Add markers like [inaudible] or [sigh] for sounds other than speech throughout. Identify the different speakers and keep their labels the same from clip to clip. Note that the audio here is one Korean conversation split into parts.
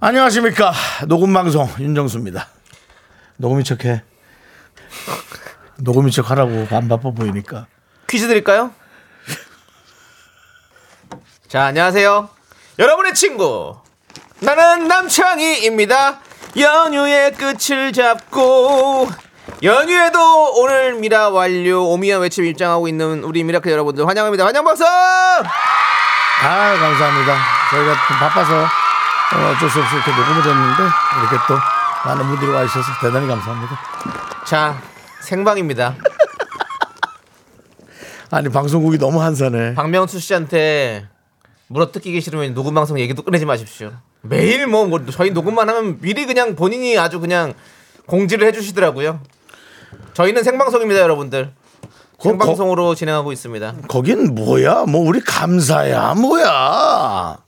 Speaker 1: 안녕하십니까. 녹음방송 윤정수입니다. 녹음인 척 해. 녹음인 척 하라고 안 바빠 보이니까.
Speaker 2: 퀴즈 드릴까요? 자, 안녕하세요. 여러분의 친구. 나는 남창희입니다. 연휴의 끝을 잡고 연휴에도 오늘 미라 완료 오미연 외침 입장하고 있는 우리 미라클 여러분들 환영합니다. 환영 박수!
Speaker 1: 아, 감사합니다. 저희가 좀 바빠서 어, 어쩔 수 없이 이렇게 녹음을 했는데 이렇게 또 많은 분들이 와 주셔서 대단히 감사합니다.
Speaker 2: 자, 생방입니다.
Speaker 1: 아니, 방송국이 너무 한산해.
Speaker 2: 박명수 씨한테 물어뜯기기 싫으면 녹음 방송 얘기도 꺼내지 마십시오. 매일 뭐 뭐, 저희 녹음만 하면 미리 그냥 본인이 아주 그냥 공지를 해주시더라고요. 저희는 생방송입니다, 여러분들.
Speaker 1: 거-
Speaker 2: 생방송으로 진행하고 있습니다.
Speaker 1: 거긴 뭐야? 뭐 우리 감사야 뭐야?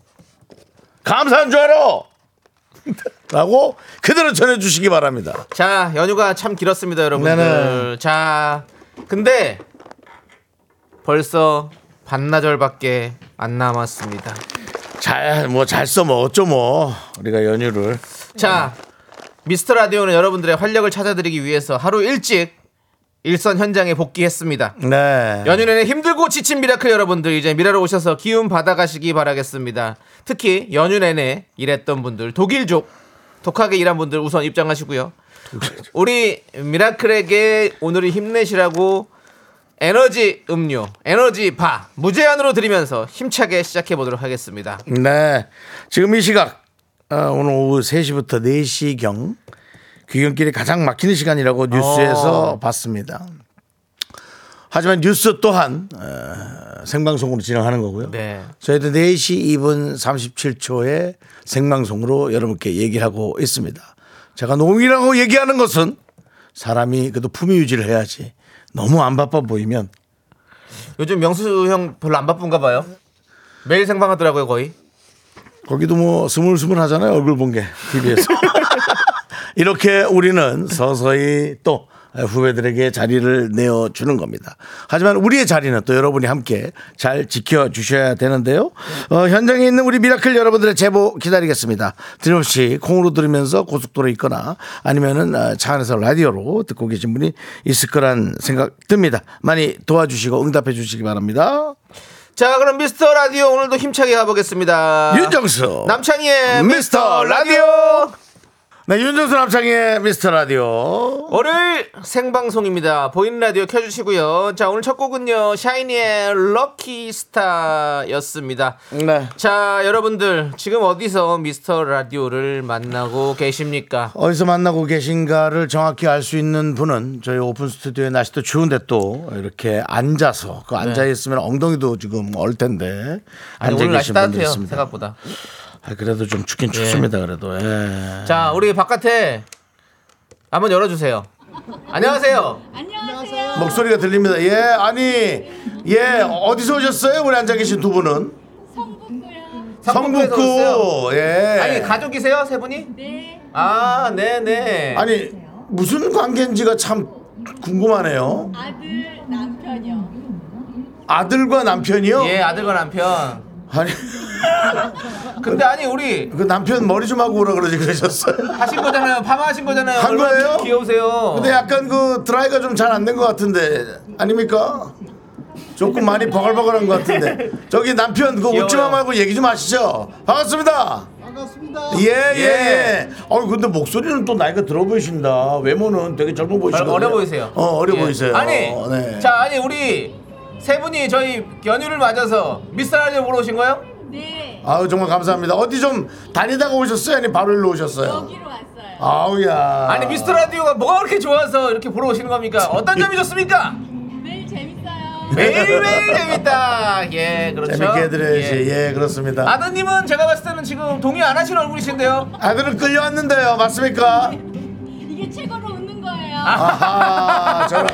Speaker 1: 감사한 줄 알아? 라고 그대로 전해주시기 바랍니다.
Speaker 2: 자, 연휴가 참 길었습니다, 여러분들.
Speaker 1: 네네.
Speaker 2: 자, 근데 벌써 반나절밖에 안 남았습니다.
Speaker 1: 잘 뭐 잘 써먹었죠 뭐 우리가 연휴를
Speaker 2: 자, 미스터 라디오는 여러분들의 활력을 찾아드리기 위해서 하루 일찍 일선 현장에 복귀했습니다.
Speaker 1: 네
Speaker 2: 연휴 내내 힘들고 지친 미라클 여러분들 이제 미라로 오셔서 기운 받아가시기 바라겠습니다. 특히 연휴 내내 일했던 분들 독일족 독하게 일한 분들 우선 입장하시고요. 우리 미라클에게 오늘은 힘내시라고 에너지 음료, 에너지 바 무제한으로 드리면서 힘차게 시작해 보도록 하겠습니다.
Speaker 1: 네. 지금 이 시각 어, 오늘 오후 3시부터 4시경 귀경길이 가장 막히는 시간이라고 뉴스에서 봤습니다. 하지만 뉴스 또한 어, 생방송으로 진행하는 거고요.
Speaker 2: 네.
Speaker 1: 저희도 4시 2분 37초에 생방송으로 여러분께 얘기를 하고 있습니다. 제가 농이라고 얘기하는 것은 사람이 그래도 품위 유지를 해야지 너무 안 바빠 보이면
Speaker 2: 요즘 명수 형 별로 안 바쁜가 봐요. 매일 생방하더라고요 거의.
Speaker 1: 거기도 뭐 스물스물 하잖아요 얼굴 본 게
Speaker 2: [laughs]
Speaker 1: TV에서 이렇게 우리는 서서히 또 후배들에게 자리를 내어주는 겁니다. 하지만 우리의 자리는 또 여러분이 함께 잘 지켜주셔야 되는데요. 어, 현장에 있는 우리 미라클 여러분들의 제보 기다리겠습니다. 드림없이 콩으로 들으면서 고속도로에 있거나 아니면은 어, 차 안에서 라디오로 듣고 계신 분이 있을 거란 생각 듭니다. 많이 도와주시고 응답해 주시기 바랍니다.
Speaker 2: 자 그럼 미스터 라디오 오늘도 힘차게 가보겠습니다.
Speaker 1: 윤정수.
Speaker 2: 아, 남창희의
Speaker 1: 미스터
Speaker 2: 미스터 라디오
Speaker 1: 네, 윤정수 남창의 미스터 라디오.
Speaker 2: 월요일 생방송입니다. 보이는 라디오 켜주시고요. 자 오늘 첫 곡은요 샤이니의 럭키 스타였습니다.
Speaker 1: 네.
Speaker 2: 자 여러분들 지금 어디서 미스터 라디오를 만나고 계십니까?
Speaker 1: 어디서 만나고 계신가를 정확히 알 수 있는 분은 저희 오픈 스튜디오에 날씨 도 추운데 또 이렇게 앉아서 그 앉아 있으면 엉덩이도 지금 얼 텐데
Speaker 2: 네. 아니,
Speaker 1: 앉아
Speaker 2: 오늘 날씨
Speaker 1: 계신 분들
Speaker 2: 따뜻해요
Speaker 1: 있습니다.
Speaker 2: 생각보다.
Speaker 1: 아, 그래도 좀 춥긴 춥습니다. 그래도 예.
Speaker 2: 자 우리 바깥에 한번 열어주세요. 안녕하세요.
Speaker 3: 안녕하세요.
Speaker 1: 목소리가 들립니다. 예, 아니 예 어디서 오셨어요? 우리 앉아 계신 두 분은
Speaker 3: 성북구요.
Speaker 2: 성북구에서 오셨어요.
Speaker 1: 성북구. 예.
Speaker 2: 아니 가족이세요 세 분이?
Speaker 3: 네.
Speaker 2: 아 네네.
Speaker 1: 아니 무슨 관계인지가 참 궁금하네요.
Speaker 3: 아들 남편이요.
Speaker 1: 아들과 남편이요?
Speaker 2: 예 아들과 남편.
Speaker 1: 아니 [laughs]
Speaker 2: 근데 아니 우리
Speaker 1: 그 남편 머리 좀 하고 오라 그러지 그러셨어요.
Speaker 2: 하신 거잖아요. 파마하신 거잖아요.
Speaker 1: 한
Speaker 2: 얼마나
Speaker 1: 거예요?
Speaker 2: 귀여우세요.
Speaker 1: 근데 약간 그 드라이가 좀 잘 안 된 것 같은데 아닙니까? 조금 많이 버글버글한 것 같은데 저기 남편 그 웃지 마
Speaker 2: 귀여워요.
Speaker 1: 말고 얘기 좀 하시죠. 반갑습니다. 반갑습니다. 예예 예.
Speaker 2: 예.
Speaker 1: 어우 근데 목소리는 또 나이가 들어 보이신다. 외모는 되게 젊어 보이시고
Speaker 2: 어려 보이세요.
Speaker 1: 어 어려
Speaker 2: 예.
Speaker 1: 보이세요.
Speaker 2: 아니,
Speaker 1: 어, 네.
Speaker 2: 자 아니 우리 세 분이 저희 연휴를 맞아서 미스터 라디오 보러 오신 거예요?
Speaker 3: 네.
Speaker 1: 아우 정말 감사합니다. 어디 좀 다니다가 오셨어요? 아니 바로 일로 오셨어요?
Speaker 3: 여기로 왔어요.
Speaker 1: 아우야.
Speaker 2: 아니 미스터 라디오가 뭐가 그렇게 좋아서 이렇게 보러 오시는 겁니까? 어떤 점이 좋습니까?
Speaker 3: 매일 재밌어요.
Speaker 2: 매일매일 재밌다. 예, 그렇죠.
Speaker 1: 재밌게 해드려야지.
Speaker 2: 예.
Speaker 1: 예, 그렇습니다.
Speaker 2: 아드님은 제가 봤을 때는 지금 동의 안 하시는 얼굴이신데요.
Speaker 1: 아들은 끌려왔는데요. 맞습니까?
Speaker 3: 이게 최고로 웃는 거예요.
Speaker 1: 아. 아하, 저는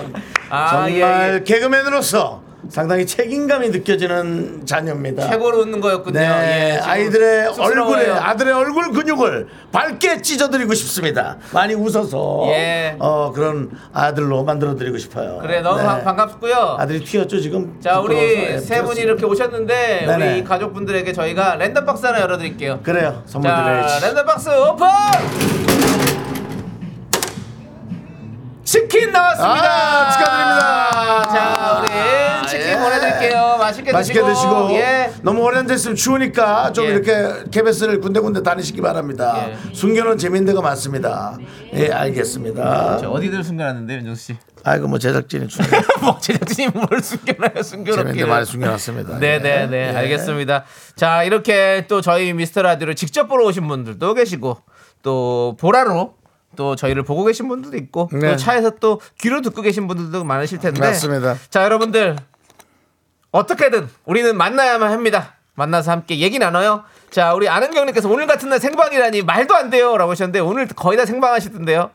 Speaker 2: 아,
Speaker 1: 정말
Speaker 2: 예, 예.
Speaker 1: 개그맨으로서 상당히 책임감이 느껴지는 자녀입니다.
Speaker 2: 최고로 웃는 거였군요.
Speaker 1: 네,
Speaker 2: 예, 지금
Speaker 1: 아이들의
Speaker 2: 쑥스러워요.
Speaker 1: 얼굴에 아들의 얼굴 근육을 밝게 찢어드리고 싶습니다. 많이 웃어서
Speaker 2: 예.
Speaker 1: 어 그런 아들로 만들어드리고 싶어요.
Speaker 2: 그래 너무
Speaker 1: 네.
Speaker 2: 반- 반갑고요.
Speaker 1: 아들이 튀었죠 지금.
Speaker 2: 자 우리
Speaker 1: 부끄러워서.
Speaker 2: 세 분이
Speaker 1: 튀었습니다.
Speaker 2: 이렇게 오셨는데
Speaker 1: 네네.
Speaker 2: 우리 가족분들에게 저희가 랜덤 박스 하나 열어드릴게요.
Speaker 1: 그래요 선물
Speaker 2: 자
Speaker 1: 드려야지.
Speaker 2: 랜덤 박스 오픈. 치킨 나왔습니다.
Speaker 1: 아, 축하드립니다.
Speaker 2: 자 우리 치킨
Speaker 1: 예.
Speaker 2: 보내드릴게요. 네, 맛있게,
Speaker 1: 맛있게 드시고,
Speaker 2: 예.
Speaker 1: 너무 오래됐으면 추우니까 좀
Speaker 2: 예.
Speaker 1: 이렇게 KBS를 군데군데 다니시기 바랍니다.
Speaker 2: 예.
Speaker 1: 숨겨놓은 재밌는 데가 많습니다. 예 알겠습니다.
Speaker 2: 저 어디들 숨겨놨는데 윤정수 씨?
Speaker 1: 아이고 뭐 제작진이 주-
Speaker 2: [laughs] 뭐 제작진이 뭘 숨겨놔요 숨겨놓기를.
Speaker 1: 재밌는 데 많이 숨겨놨습니다.
Speaker 2: 네네네
Speaker 1: 예. 예.
Speaker 2: 알겠습니다. 자 이렇게 또 저희 미스터 라디오를 직접 보러 오신 분들도 계시고 또 보라로 또 저희를 보고 계신 분들도 있고
Speaker 1: 네.
Speaker 2: 또 차에서 또 귀로 듣고 계신 분들도 많으실 텐데
Speaker 1: 맞습니다.
Speaker 2: 자 여러분들 어떻게든 우리는 만나야만 합니다. 만나서 함께 얘기 나눠요. 자 우리 아는경님께서 오늘 같은 날 생방이라니 말도 안 돼요라고 하셨는데 오늘 거의 다 생방하시던데요.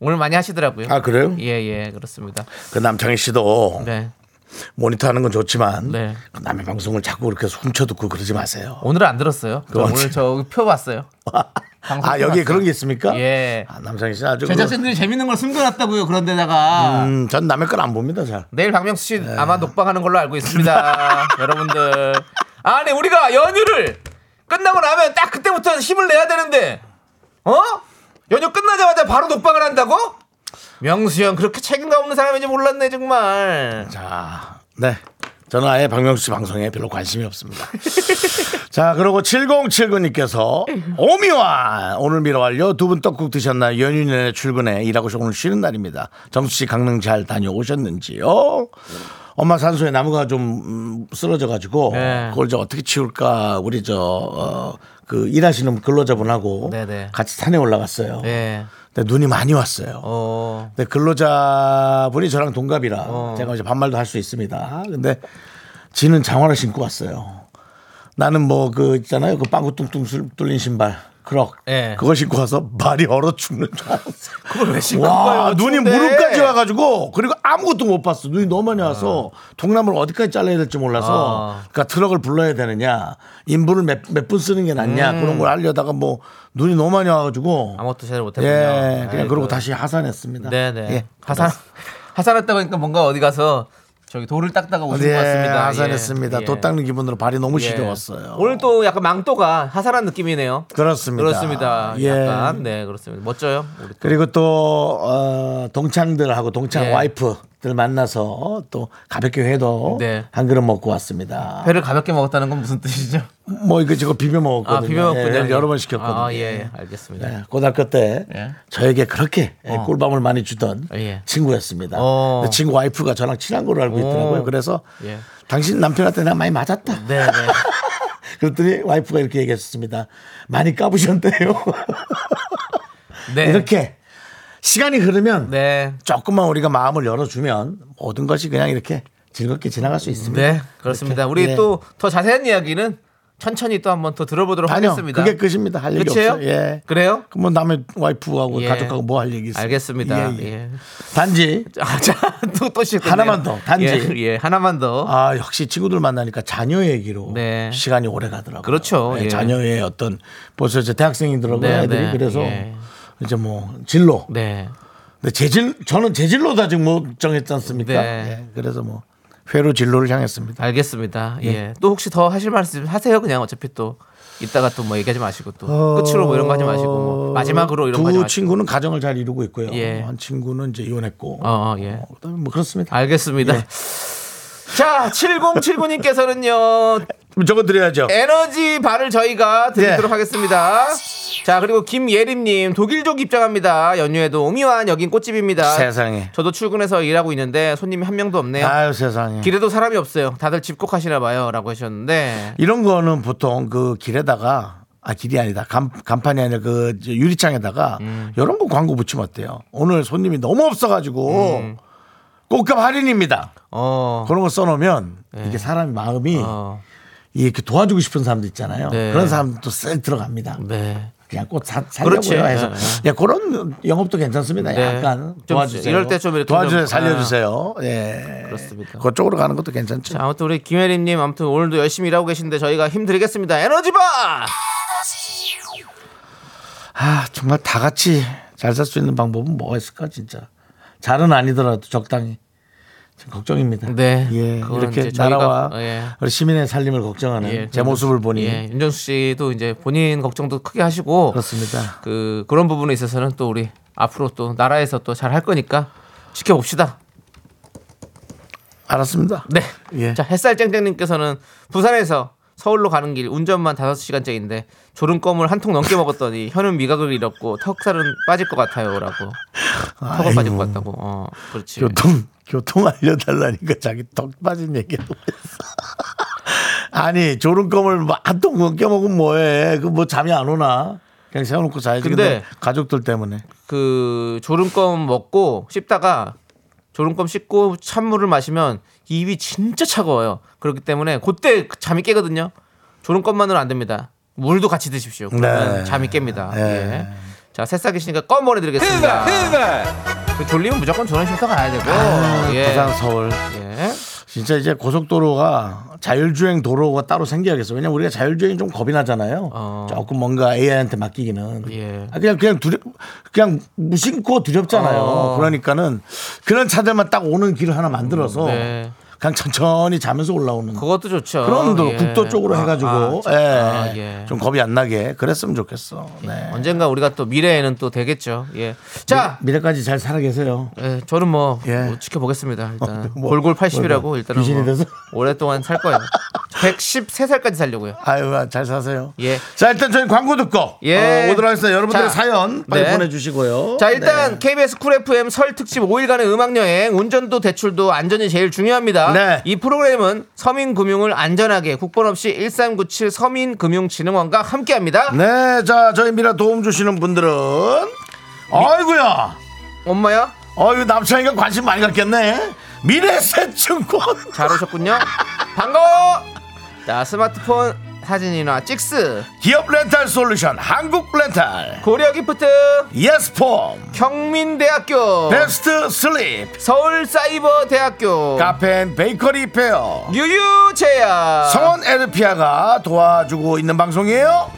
Speaker 2: 오늘 많이 하시더라고요.
Speaker 1: 아 그래요?
Speaker 2: 예예 그렇습니다.
Speaker 1: 그 남창희 씨도
Speaker 2: 네
Speaker 1: 모니터하는 건 좋지만
Speaker 2: 네.
Speaker 1: 그 남의 방송을 자꾸 이렇게 훔쳐 듣고 그러지 마세요.
Speaker 2: 오늘은 안 들었어요. 저
Speaker 1: 그거
Speaker 2: 오늘 저 표 봤어요. 방송
Speaker 1: 아 여기 에
Speaker 2: 끝났어요.
Speaker 1: 그런 게 있습니까?
Speaker 2: 예.
Speaker 1: 아, 남창희 씨는 아주
Speaker 2: 제작진들이 아- 재밌는 걸 숨겨놨다고요. 그런데다가
Speaker 1: 그- 음, 전 남의 걸 안 봅니다 잘.
Speaker 2: 내일 박명수 씨 아마 녹방하는 걸로 알고 있습니다. [laughs] 여러분들 아니 우리가 연휴를 끝나고 나면 딱 그때부터 힘을 내야 되는데 어 연휴 끝나자마자 바로 녹방을 한다고? 명수 형 그렇게 책임감 없는 사람인지 몰랐네 정말.
Speaker 1: 자, 네. 저는 아예 박명수 씨 방송에 별로 관심이
Speaker 2: [laughs]
Speaker 1: 없습니다. 자, 그리고 7079님께서 오미완 오늘 미뤄 완료 두 분 떡국 드셨나요? 연휴 내내 출근해 일하고 오늘 쉬는 날입니다. 정수 씨 강릉 잘 다녀오셨는지요? 엄마 산소에 나무가 좀 음, 쓰러져가지고
Speaker 2: 네.
Speaker 1: 그걸 저 어떻게 치울까 우리 저그 일하시는 근로자분하고
Speaker 2: 네네.
Speaker 1: 같이 산에 올라갔어요.
Speaker 2: 네.
Speaker 1: 근데 눈이 많이 왔어요.
Speaker 2: 어.
Speaker 1: 네, 근데 근로자분이 저랑 동갑이라
Speaker 2: 어.
Speaker 1: 제가 이제 반말도 할 수 있습니다. 근데 지는 장화를 신고 왔어요. 나는 뭐 그 있잖아요. 그 빵구 뚱뚱 술- 뚫린 신발. 크럭.
Speaker 2: 예.
Speaker 1: 그거 신고 와서 말이 얼어 죽는 줄 알았어요.
Speaker 2: 그걸 왜 신고
Speaker 1: 와,
Speaker 2: 가요,
Speaker 1: 눈이
Speaker 2: 추운데?
Speaker 1: 무릎까지 와가지고 그리고 아무것도 못 봤어. 눈이 너무 많이 와서 통나무를 어디까지 잘라야 될지 몰라서
Speaker 2: 아.
Speaker 1: 그러니까 트럭을 불러야 되느냐 인분을 몇 몇 분 쓰는 게 낫냐
Speaker 2: 음.
Speaker 1: 그런 걸 하려다가 뭐 눈이 너무 많이 와가지고
Speaker 2: 아무것도 제대로 못했군요.
Speaker 1: 예, 그냥
Speaker 2: 아이고.
Speaker 1: 그러고 다시 하산했습니다.
Speaker 2: 네네.
Speaker 1: 예,
Speaker 2: 하산 하산했다고 하니까 뭔가 어디 가서 저기 돌을 닦다가 오신
Speaker 1: 예,
Speaker 2: 것 같습니다.
Speaker 1: 하산했습니다.
Speaker 2: 예.
Speaker 1: 또 닦는 기분으로 발이 너무
Speaker 2: 예.
Speaker 1: 시려웠어요.
Speaker 2: 오늘 또 약간 망토가 하산한 느낌이네요.
Speaker 1: 그렇습니다.
Speaker 2: 그렇습니다.
Speaker 1: 예.
Speaker 2: 약간 네 그렇습니다. 멋져요. 우리 또.
Speaker 1: 그리고 또 어, 동창들하고 동창
Speaker 2: 예.
Speaker 1: 와이프들 만나서 또 가볍게 회도
Speaker 2: 네.
Speaker 1: 한 그릇 먹고 왔습니다.
Speaker 2: 회를 가볍게 먹었다는 건 무슨 뜻이죠?
Speaker 1: 뭐 이거 지금 비벼 먹었거든요.
Speaker 2: 아 비벼 먹군요.
Speaker 1: 예, 여러 번 시켰거든요.
Speaker 2: 아, 예, 알겠습니다.
Speaker 1: 예, 고등학교 때
Speaker 2: 예. 어.
Speaker 1: 저에게 그렇게 예, 꿀밤을 많이 주던
Speaker 2: 예.
Speaker 1: 친구였습니다.
Speaker 2: 어.
Speaker 1: 근데 친구 와이프가 저랑 친한 걸로 알고 있더라고요.
Speaker 2: 오.
Speaker 1: 그래서
Speaker 2: 예.
Speaker 1: 당신 남편한테 내가 많이 맞았다.
Speaker 2: 네, 네.
Speaker 1: [laughs] 그랬더니 와이프가 이렇게 얘기했습니다. 많이 까부셨대요.
Speaker 2: 네.
Speaker 1: [laughs] 이렇게 시간이 흐르면
Speaker 2: 네.
Speaker 1: 조금만 우리가 마음을 열어주면 모든 것이 그냥 이렇게 즐겁게 지나갈 수 있습니다.
Speaker 2: 네, 그렇습니다.
Speaker 1: 이렇게.
Speaker 2: 우리
Speaker 1: 예.
Speaker 2: 또 더 자세한 이야기는 천천히 또 한번 더 들어보도록
Speaker 1: 아니요,
Speaker 2: 하겠습니다.
Speaker 1: 그게 끝입니다. 할 얘기
Speaker 2: 끝이에요?
Speaker 1: 없어요. 예.
Speaker 2: 그래요?
Speaker 1: 그럼 뭐 남의 와이프하고
Speaker 2: 예.
Speaker 1: 가족하고 뭐 할 얘기 있어요?
Speaker 2: 알겠습니다.
Speaker 1: 예, 예.
Speaker 2: 예.
Speaker 1: 단지
Speaker 2: 아, 자, [laughs] 또, 또 시작됐네요.
Speaker 1: 하나만 더, 단지.
Speaker 2: 예, 예, 하나만 더.
Speaker 1: 아 역시 친구들 만나니까 자녀 얘기로
Speaker 2: 네.
Speaker 1: 시간이 오래 가더라고요.
Speaker 2: 그렇죠. 예.
Speaker 1: 자녀의 어떤 벌써 이제 대학생이더라고요.
Speaker 2: 네,
Speaker 1: 애들이
Speaker 2: 네.
Speaker 1: 그래서
Speaker 2: 예.
Speaker 1: 이제 뭐 진로.
Speaker 2: 네.
Speaker 1: 근데 재질 저는 재질로 다 지금 뭐 정했지 않습니까?
Speaker 2: 네.
Speaker 1: 예. 그래서 뭐 회로 진로를 향했습니다.
Speaker 2: 알겠습니다. 예. 또 혹시 더 하실 말씀 하세요. 그냥 어차피 또 이따가 또 뭐 얘기하지 마시고 또 끝으로 뭐 이런 거 하지 마시고 뭐 마지막으로 이런 거 하지
Speaker 1: 어, 두
Speaker 2: 마시고.
Speaker 1: 친구는 가정을 잘 이루고 있고요.
Speaker 2: 예.
Speaker 1: 한 친구는 이제 이혼했고.
Speaker 2: 어, 어, 예.
Speaker 1: 어, 예. 그다음에 뭐 그렇습니다.
Speaker 2: 알겠습니다. 자, 7079님께서는요.
Speaker 1: 저거 드려야죠.
Speaker 2: 예. 에너지 바를 저희가 드리도록
Speaker 1: 예.
Speaker 2: 하겠습니다. 자, 그리고 김예림님, 독일족 입장합니다. 연휴에도 오미완 여긴 꽃집입니다.
Speaker 1: 세상에.
Speaker 2: 저도 출근해서 일하고 있는데 손님이 한 명도 없네요.
Speaker 1: 아유 세상에.
Speaker 2: 길에도 사람이 없어요. 다들 집콕하시나 봐요라고 하셨는데
Speaker 1: 이런 거는 보통 그 길에다가 아 길이 아니다 간, 간판이 아니라 그 이제
Speaker 2: 음.
Speaker 1: 유리창에다가 이런 거 광고 붙이면 어때요? 오늘 손님이 너무 없어가지고 꽃값 할인입니다.
Speaker 2: 음. 어. 네.
Speaker 1: 그런 거 써놓으면 이게 사람 마음이
Speaker 2: 어.
Speaker 1: 이렇게 그 도와주고 싶은 사람도 있잖아요.
Speaker 2: 네.
Speaker 1: 그런 사람도 쓱 들어갑니다.
Speaker 2: 네.
Speaker 1: 그냥 꽃 사,
Speaker 2: 그렇지.
Speaker 1: 살려고요 해서
Speaker 2: 네,
Speaker 1: 예, 그런 영업도 괜찮습니다.
Speaker 2: 네.
Speaker 1: 약간
Speaker 2: 좀
Speaker 1: 도와주세요.
Speaker 2: 이럴 때좀 이렇게
Speaker 1: 도와주세요,
Speaker 2: 좀-
Speaker 1: 살려주세요. 예,
Speaker 2: 그렇습니다.
Speaker 1: 그쪽으로 가는 것도 괜찮죠.
Speaker 2: 자, 아무튼 우리 김혜림님 아무튼 오늘도 열심히 일하고 계신데 저희가 힘드리겠습니다. 에너지바.
Speaker 1: 아 정말 다 같이 잘 살 수 있는 방법은 뭐가 있을까 진짜. 잘은 아니더라도 적당히. 좀 걱정입니다.
Speaker 2: 네.
Speaker 1: 예,
Speaker 2: 그건
Speaker 1: 이렇게
Speaker 2: 이제 저희가-
Speaker 1: 나라와
Speaker 2: 예.
Speaker 1: 우리 시민의 삶을 걱정하는
Speaker 2: 예,
Speaker 1: 제 모습을 보니
Speaker 2: 예, 윤정수 씨도 이제 본인 걱정도 크게 하시고
Speaker 1: 그렇습니다.
Speaker 2: 그 그런 부분에 있어서는 또 우리 앞으로 또 나라에서 또 잘 할 거니까 지켜봅시다.
Speaker 1: 알았습니다.
Speaker 2: 네.
Speaker 1: 예.
Speaker 2: 자, 햇살 쨍쨍님께서는 부산에서 서울로 가는 길 운전만 5시간째인데 졸음껌을 한 통 넘게 먹었더니 [laughs] 혀는 미각을 잃었고 턱살은 빠질 것 같아요라고. 턱을
Speaker 1: 아이고.
Speaker 2: 빠질 것 같다고. 어, 그렇지.
Speaker 1: 교통 교통 알려달라니까 자기 덕 빠진 얘기하고 있어. [laughs] 아니 졸음껌을 뭐 한통 넘겨 먹으면 뭐해? 그 뭐 잠이 안 오나? 그냥 세워놓고 자야지. 근데,
Speaker 2: 근데
Speaker 1: 가족들 때문에
Speaker 2: 그 졸음껌 먹고 씹다가 졸음껌 씹고 찬물을 마시면 입이 진짜 차가워요. 그렇기 때문에 그때 잠이 깨거든요. 졸음껌만으로 안 됩니다. 물도 같이 드십시오. 그러면
Speaker 1: 네.
Speaker 2: 잠이 깹니다.
Speaker 1: 예.
Speaker 2: 예. 자, 새싹이시니까 껌 보내드리겠습니다. 그 졸리면 무조건 졸음쉼터 가야 되고. 예.
Speaker 1: 아, 부산 서울
Speaker 2: 예.
Speaker 1: 진짜 이제 고속도로가 자율주행 도로가 따로 생겨야겠어. 왜냐면 우리가 자율주행이 좀 겁이 나잖아요.
Speaker 2: 어.
Speaker 1: 조금 뭔가 AI한테 맡기기는.
Speaker 2: 예.
Speaker 1: 아, 그냥 그냥 두렵 그냥 무심코 두렵잖아요.
Speaker 2: 어.
Speaker 1: 그러니까는 그런 차들만 딱 오는 길을 하나 만들어서
Speaker 2: 네.
Speaker 1: 그냥 천천히 자면서 올라오는.
Speaker 2: 그것도 좋죠.
Speaker 1: 그런 도
Speaker 2: 예.
Speaker 1: 국도 쪽으로
Speaker 2: 아,
Speaker 1: 해가지고
Speaker 2: 아,
Speaker 1: 예.
Speaker 2: 아, 예.
Speaker 1: 좀 겁이 안 나게 그랬으면 좋겠어. 네.
Speaker 2: 언젠가 우리가 또 미래에는 또 되겠죠. 예. 자,
Speaker 1: 미래까지 잘 살아계세요.
Speaker 2: 예, 저는 뭐,
Speaker 1: 예.
Speaker 2: 뭐 지켜보겠습니다. 일단
Speaker 1: 뭐, 뭐,
Speaker 2: 골골 80이라고 일단은
Speaker 1: 귀신이
Speaker 2: 뭐
Speaker 1: 돼서?
Speaker 2: 오랫동안 살 거예요. 113살까지 살려고요.
Speaker 1: 아유 아, 잘 사세요.
Speaker 2: 예.
Speaker 1: 자 일단 저희 광고 듣고
Speaker 2: 예.
Speaker 1: 어, 오도록 하겠습니다. 여러분들의
Speaker 2: 자,
Speaker 1: 사연 빨리
Speaker 2: 네.
Speaker 1: 보내주시고요.
Speaker 2: 자
Speaker 1: 네.
Speaker 2: 일단 KBS 쿨 FM 설 특집 5일간의 음악 여행 운전도 대출도 안전이 제일 중요합니다.
Speaker 1: 네.
Speaker 2: 이 프로그램은 서민금융을 안전하게 국번 없이 1397 서민금융진흥원과 함께합니다.
Speaker 1: 네. 네, 자 저희 미라 도움 주시는 분들은 아이구야,
Speaker 2: 엄마야
Speaker 1: 아유 남창이가 관심 많이 갖겠네. 미래세증권. [laughs]
Speaker 2: 잘 오셨군요. 반가워. 자 스마트폰 사진이나 찍스
Speaker 1: 기업 렌탈 솔루션 한국 렌탈
Speaker 2: 고려기프트
Speaker 1: 예스폼
Speaker 2: 경민대학교
Speaker 1: 베스트 슬립
Speaker 2: 서울사이버대학교
Speaker 1: 카페인 베이커리 페어
Speaker 2: 유유제야
Speaker 1: 성원 에르피아가 도와주고 있는 방송이에요.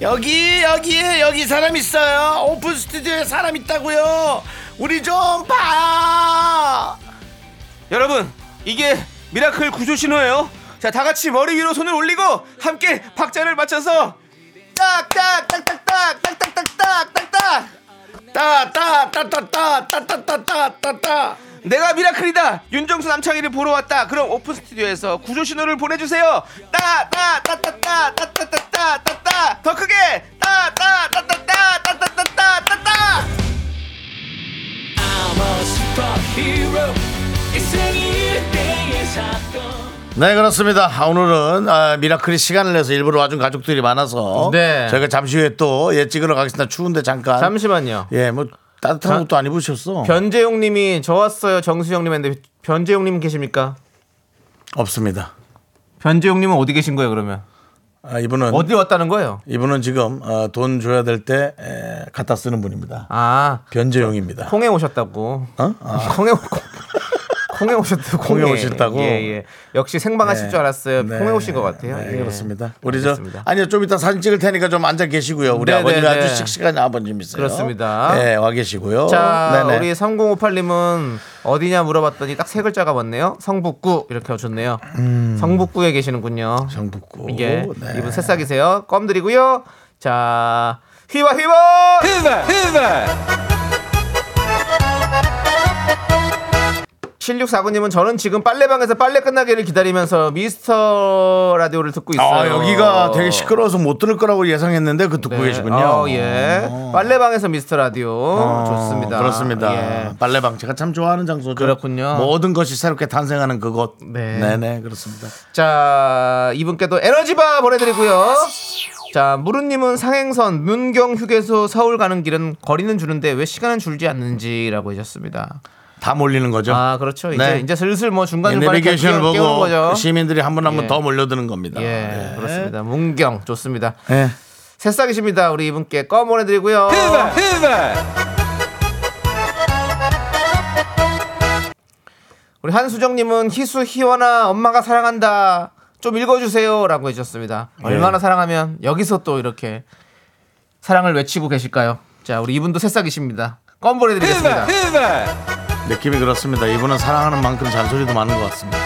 Speaker 1: 여기 여기 여기 사람 있어요. 오픈 스튜디오에 사람 있다고요. 우리 좀 봐.
Speaker 2: 여러분 이게 미라클 구조 신호예요 자 다같이 머리 위로 손을 올리고 함께 박자를 맞춰서 딱딱딱딱딱딱딱딱딱딱딱
Speaker 1: 네. 따따따따따따따따따따
Speaker 2: 내가 미라클이다 윤정수 남창희를 보러 왔다 그럼 오픈 스튜디오에서 구조 신호를 보내주세요 따따따따따따따따따따 더 크게 따따따따따따따따따따
Speaker 1: 네 그렇습니다. 아, 오늘은 아, 미라클이 시간을 내서 일부러 와준 가족들이 많아서
Speaker 2: 네.
Speaker 1: 저희가 잠시 후에 또 예, 찍으러 가겠습니다. 추운데 잠깐
Speaker 2: 잠시만요
Speaker 1: 예 뭐 따뜻한
Speaker 2: 자,
Speaker 1: 옷도 안 입으셨어?
Speaker 2: 변재용님이 저 왔어요 정수영님 했는데 변재용님 계십니까?
Speaker 1: 없습니다.
Speaker 2: 변재용님은 어디 계신 거예요 그러면?
Speaker 1: 아, 이분은
Speaker 2: 어디 왔다는 거예요?
Speaker 1: 이분은 지금 어, 돈 줘야 될 때 갖다 쓰는 분입니다.
Speaker 2: 아
Speaker 1: 변재용입니다.
Speaker 2: 콩에 오셨다고. 어? 콩에 오- 콩- 콩에 오셨다고.
Speaker 1: 콩에 오셨다고?
Speaker 2: 예, 예. 역시 생방하실
Speaker 1: 네.
Speaker 2: 줄 알았어요.
Speaker 1: 네.
Speaker 2: 콩에 오신 것 같아요.
Speaker 1: 네,
Speaker 2: 예.
Speaker 1: 그렇습니다. 우리
Speaker 2: 알겠습니다.
Speaker 1: 저 아니요 좀 이따 사진 찍을 테니까 좀 앉아 계시고요. 우리
Speaker 2: 네,
Speaker 1: 아버님
Speaker 2: 네,
Speaker 1: 아주
Speaker 2: 네.
Speaker 1: 씩씩한 아버님이세요.
Speaker 2: 그렇습니다.
Speaker 1: 네, 와 계시고요.
Speaker 2: 자
Speaker 1: 네네.
Speaker 2: 우리 3058님은 어디냐 물어봤더니 딱 세 글자가 맞네요. 성북구 이렇게 오셨네요.
Speaker 1: 음.
Speaker 2: 성북구에 계시는군요.
Speaker 1: 정북구.
Speaker 2: 예.
Speaker 1: 네.
Speaker 2: 이분 새싹이세요. 껌 드리고요. 자, 휘바 휘바. 휘바 휘바. 7649님은 저는 지금 빨래방에서 빨래 끝나기를 기다리면서 미스터 라디오를 듣고 있어요.
Speaker 1: 아, 여기가 되게 시끄러워서 못 들을 거라고 예상했는데 그 듣고
Speaker 2: 네.
Speaker 1: 계시군요. 어,
Speaker 2: 어, 예. 빨래방에서 미스터 라디오 좋습니다.
Speaker 1: 그렇습니다. 뭐
Speaker 2: 예.
Speaker 1: 빨래방 제가 참 좋아하는 장소죠.
Speaker 2: 그렇군요.
Speaker 1: 모든 것이 새롭게 탄생하는 그곳.
Speaker 2: 어. 네.
Speaker 1: 네, 네, 그렇습니다.
Speaker 2: 자 이분께도 에너지바 보내드리고요. 자 무른님은 상행선 문경 휴게소 서울 가는 길은 거리는 주는데 왜 시간은 줄지 않는지라고 하셨습니다.
Speaker 1: 다 몰리는 거죠.
Speaker 2: 아 그렇죠. 이제
Speaker 1: 네.
Speaker 2: 이제 슬슬 뭐 중간
Speaker 1: 예,
Speaker 2: 중간에
Speaker 1: 내비게이션을
Speaker 2: 깨우는
Speaker 1: 보고 그
Speaker 2: 거죠.
Speaker 1: 시민들이 한 분 한 분
Speaker 2: 예.
Speaker 1: 더 몰려드는 겁니다.
Speaker 2: 예,
Speaker 1: 예.
Speaker 2: 그렇습니다. 문경 좋습니다.
Speaker 1: 예.
Speaker 2: 새싹이십니다. 우리 이분께 껌 보내드리고요. 우리 한수정님은 희수 희원아 엄마가 사랑한다. 좀 읽어주세요라고 해주셨습니다.
Speaker 1: 예.
Speaker 2: 얼마나 사랑하면 여기서 또 이렇게 사랑을 외치고 계실까요? 자, 우리 이분도 새싹이십니다. 껌 보내드리겠습니다.
Speaker 1: 느낌이 그렇습니다. 이분은 사랑하는 만큼 잔소리도 많은 것 같습니다.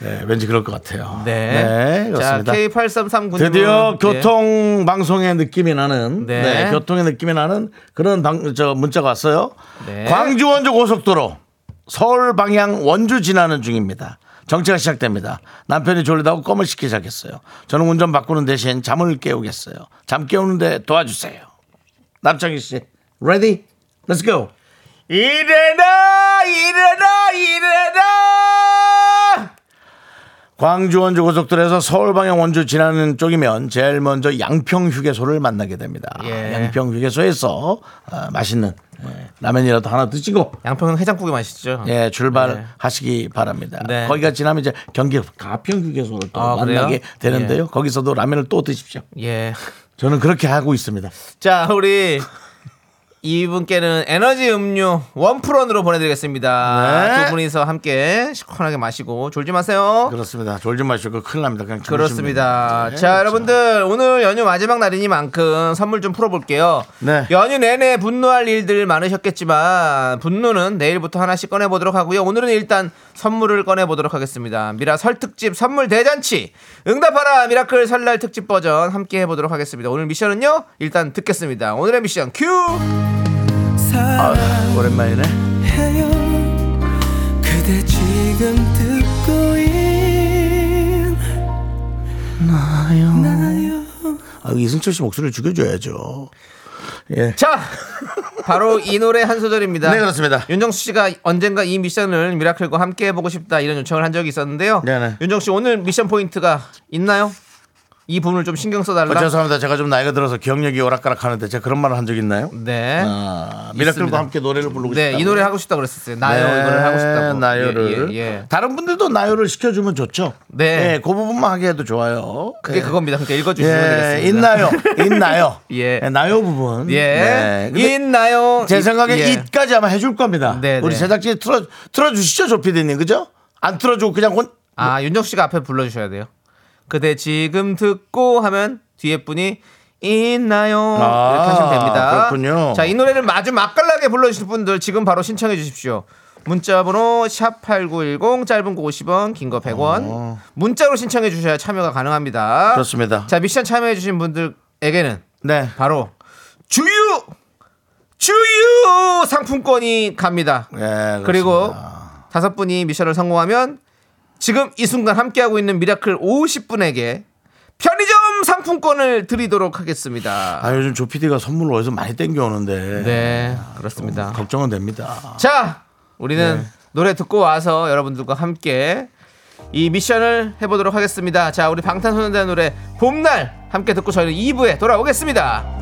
Speaker 1: 네, 왠지 그럴 것 같아요.
Speaker 2: 네. 자,
Speaker 1: 그렇습니다.
Speaker 2: K8339님.
Speaker 1: 드디어 교통 방송의 느낌이 나는
Speaker 2: 네.
Speaker 1: 네. 교통의 느낌이 나는 그런 방, 저 문자가 왔어요.
Speaker 2: 네.
Speaker 1: 광주 원주 고속도로 서울 방향 원주 지나는 중입니다. 정체가 시작됩니다. 남편이 졸리다고 껌을 시키기 시작했어요. 저는 운전 바꾸는 대신 잠을 깨우겠어요. 잠 깨우는데 도와주세요. 남창희 씨, ready? Let's go.
Speaker 2: 일어나, 일어나, 일어나!
Speaker 1: 광주 원주 고속도로에서 서울 방향 원주 지나는 쪽이면 제일 먼저 양평 휴게소를 만나게 됩니다.
Speaker 2: 예.
Speaker 1: 양평 휴게소에서 어, 맛있는 예, 라면이라도 하나 드시고
Speaker 2: 예, 양평은 해장국이 맛있죠?
Speaker 1: 예, 출발하시기 바랍니다.
Speaker 2: 네.
Speaker 1: 거기가 지나면 이제 경기 가평 휴게소를 또
Speaker 2: 아,
Speaker 1: 만나게
Speaker 2: 그래요?
Speaker 1: 되는데요. 예. 거기서도 라면을 또 드십시오.
Speaker 2: 예.
Speaker 1: 저는 그렇게 하고 있습니다.
Speaker 2: 자, 우리 이분께는 에너지 음료 원프런으로 보내드리겠습니다.
Speaker 1: 네. 그렇죠.
Speaker 2: 두 분이서 함께 시원하게 마시고 졸지 마세요.
Speaker 1: 그렇습니다. 졸지 마시고 큰일 납니다. 그냥 주무시면
Speaker 2: 그렇습니다.
Speaker 1: 됩니다. 네,
Speaker 2: 자,
Speaker 1: 그렇죠.
Speaker 2: 여러분들 오늘 연휴 마지막 날이니만큼 선물 좀 풀어볼게요.
Speaker 1: 네.
Speaker 2: 연휴 내내 분노할 일들 많으셨겠지만 분노는 내일부터 하나씩 꺼내보도록 하고요. 오늘은 일단 선물을 꺼내보도록 하겠습니다. 미라 설 특집 선물 대잔치 응답하라 미라클 설날 특집 버전 함께 해보도록 하겠습니다. 오늘 미션은요. 일단 듣겠습니다. 오늘의 미션 큐.
Speaker 1: 아유, 오랜만이네.
Speaker 4: 그대 지금 듣고 있나요?
Speaker 1: 아, 이승철 씨 목소리를 죽여줘야죠. 예.
Speaker 2: 자, [laughs] 바로 이 노래 한 소절입니다.
Speaker 1: 네, 그렇습니다.
Speaker 2: 윤정수 씨가 언젠가 이 미션을 미라클과 함께 해보고 싶다 이런 요청을 한 적이 있었는데요.
Speaker 1: 네네.
Speaker 2: 윤정수 씨 오늘 미션 포인트가 있나요? 이 부분을 좀 신경 써달라.
Speaker 1: 어, 죄송합니다. 제가 좀 나이가 들어서 기억력이 오락가락 하는데 제가 그런 말을 한 적 있나요?
Speaker 2: 네.
Speaker 1: 아, 미라클과
Speaker 2: 있습니다.
Speaker 1: 함께 노래를 부르고
Speaker 2: 네,
Speaker 1: 싶다.
Speaker 2: 이 노래 하고 싶다 그랬었어요. 나요 이거를 하고 싶다고.
Speaker 1: 나요를.
Speaker 2: 예, 예, 예.
Speaker 1: 다른 분들도 나요를 시켜주면 좋죠.
Speaker 2: 네.
Speaker 1: 예, 그 부분만 하게 해도 좋아요.
Speaker 2: 그게
Speaker 1: 예.
Speaker 2: 그겁니다. 그러니까 읽어주시면
Speaker 1: 예,
Speaker 2: 되겠습니다.
Speaker 1: [laughs] 있나요? 있나요?
Speaker 2: 예.
Speaker 1: 나요 부분.
Speaker 2: 예.
Speaker 1: 네. 근데
Speaker 2: 있나요?
Speaker 1: 제
Speaker 2: 이-
Speaker 1: 생각에
Speaker 2: 예.
Speaker 1: it까지 아마 해줄 겁니다.
Speaker 2: 네,
Speaker 1: 우리
Speaker 2: 네.
Speaker 1: 제작진이 틀어 틀어주시죠, 조피디님 그죠? 안 틀어주고 그냥 혼.
Speaker 2: 아 윤정 씨가 앞에 불러주셔야 돼요. 그대 지금 듣고 하면 뒤에 분이 있나요?
Speaker 1: 아,
Speaker 2: 이렇게 하시면 됩니다.
Speaker 1: 그렇군요.
Speaker 2: 자, 이 노래를 아주 맛깔나게 불러주실 분들 지금 바로 신청해 주십시오. 문자번호 샵8910 짧은 거 50원 긴 거 100원 문자로 신청해 주셔야 참여가 가능합니다.
Speaker 1: 어. 그렇습니다.
Speaker 2: 자 미션 참여해 주신 분들에게는
Speaker 1: 아! 네.
Speaker 2: 바로 주유 주유 상품권이 갑니다.
Speaker 1: 예, 그렇습니다.
Speaker 2: 그리고 다섯 분이 미션을 성공하면 지금 이 순간 함께하고 있는 미라클 50분에게 편의점 상품권을 드리도록 하겠습니다.
Speaker 1: 아 요즘 조피디가 선물을 어디서 많이 땡겨오는데.
Speaker 2: 네,
Speaker 1: 음,
Speaker 2: 그렇습니다.
Speaker 1: 걱정은 됩니다.
Speaker 2: 자, 우리는
Speaker 1: 네.
Speaker 2: 노래 듣고 와서 여러분들과 함께 이 미션을 해보도록 하겠습니다. 자, 우리 방탄소년단 노래 봄날 함께 듣고 저희는 2부에 돌아오겠습니다.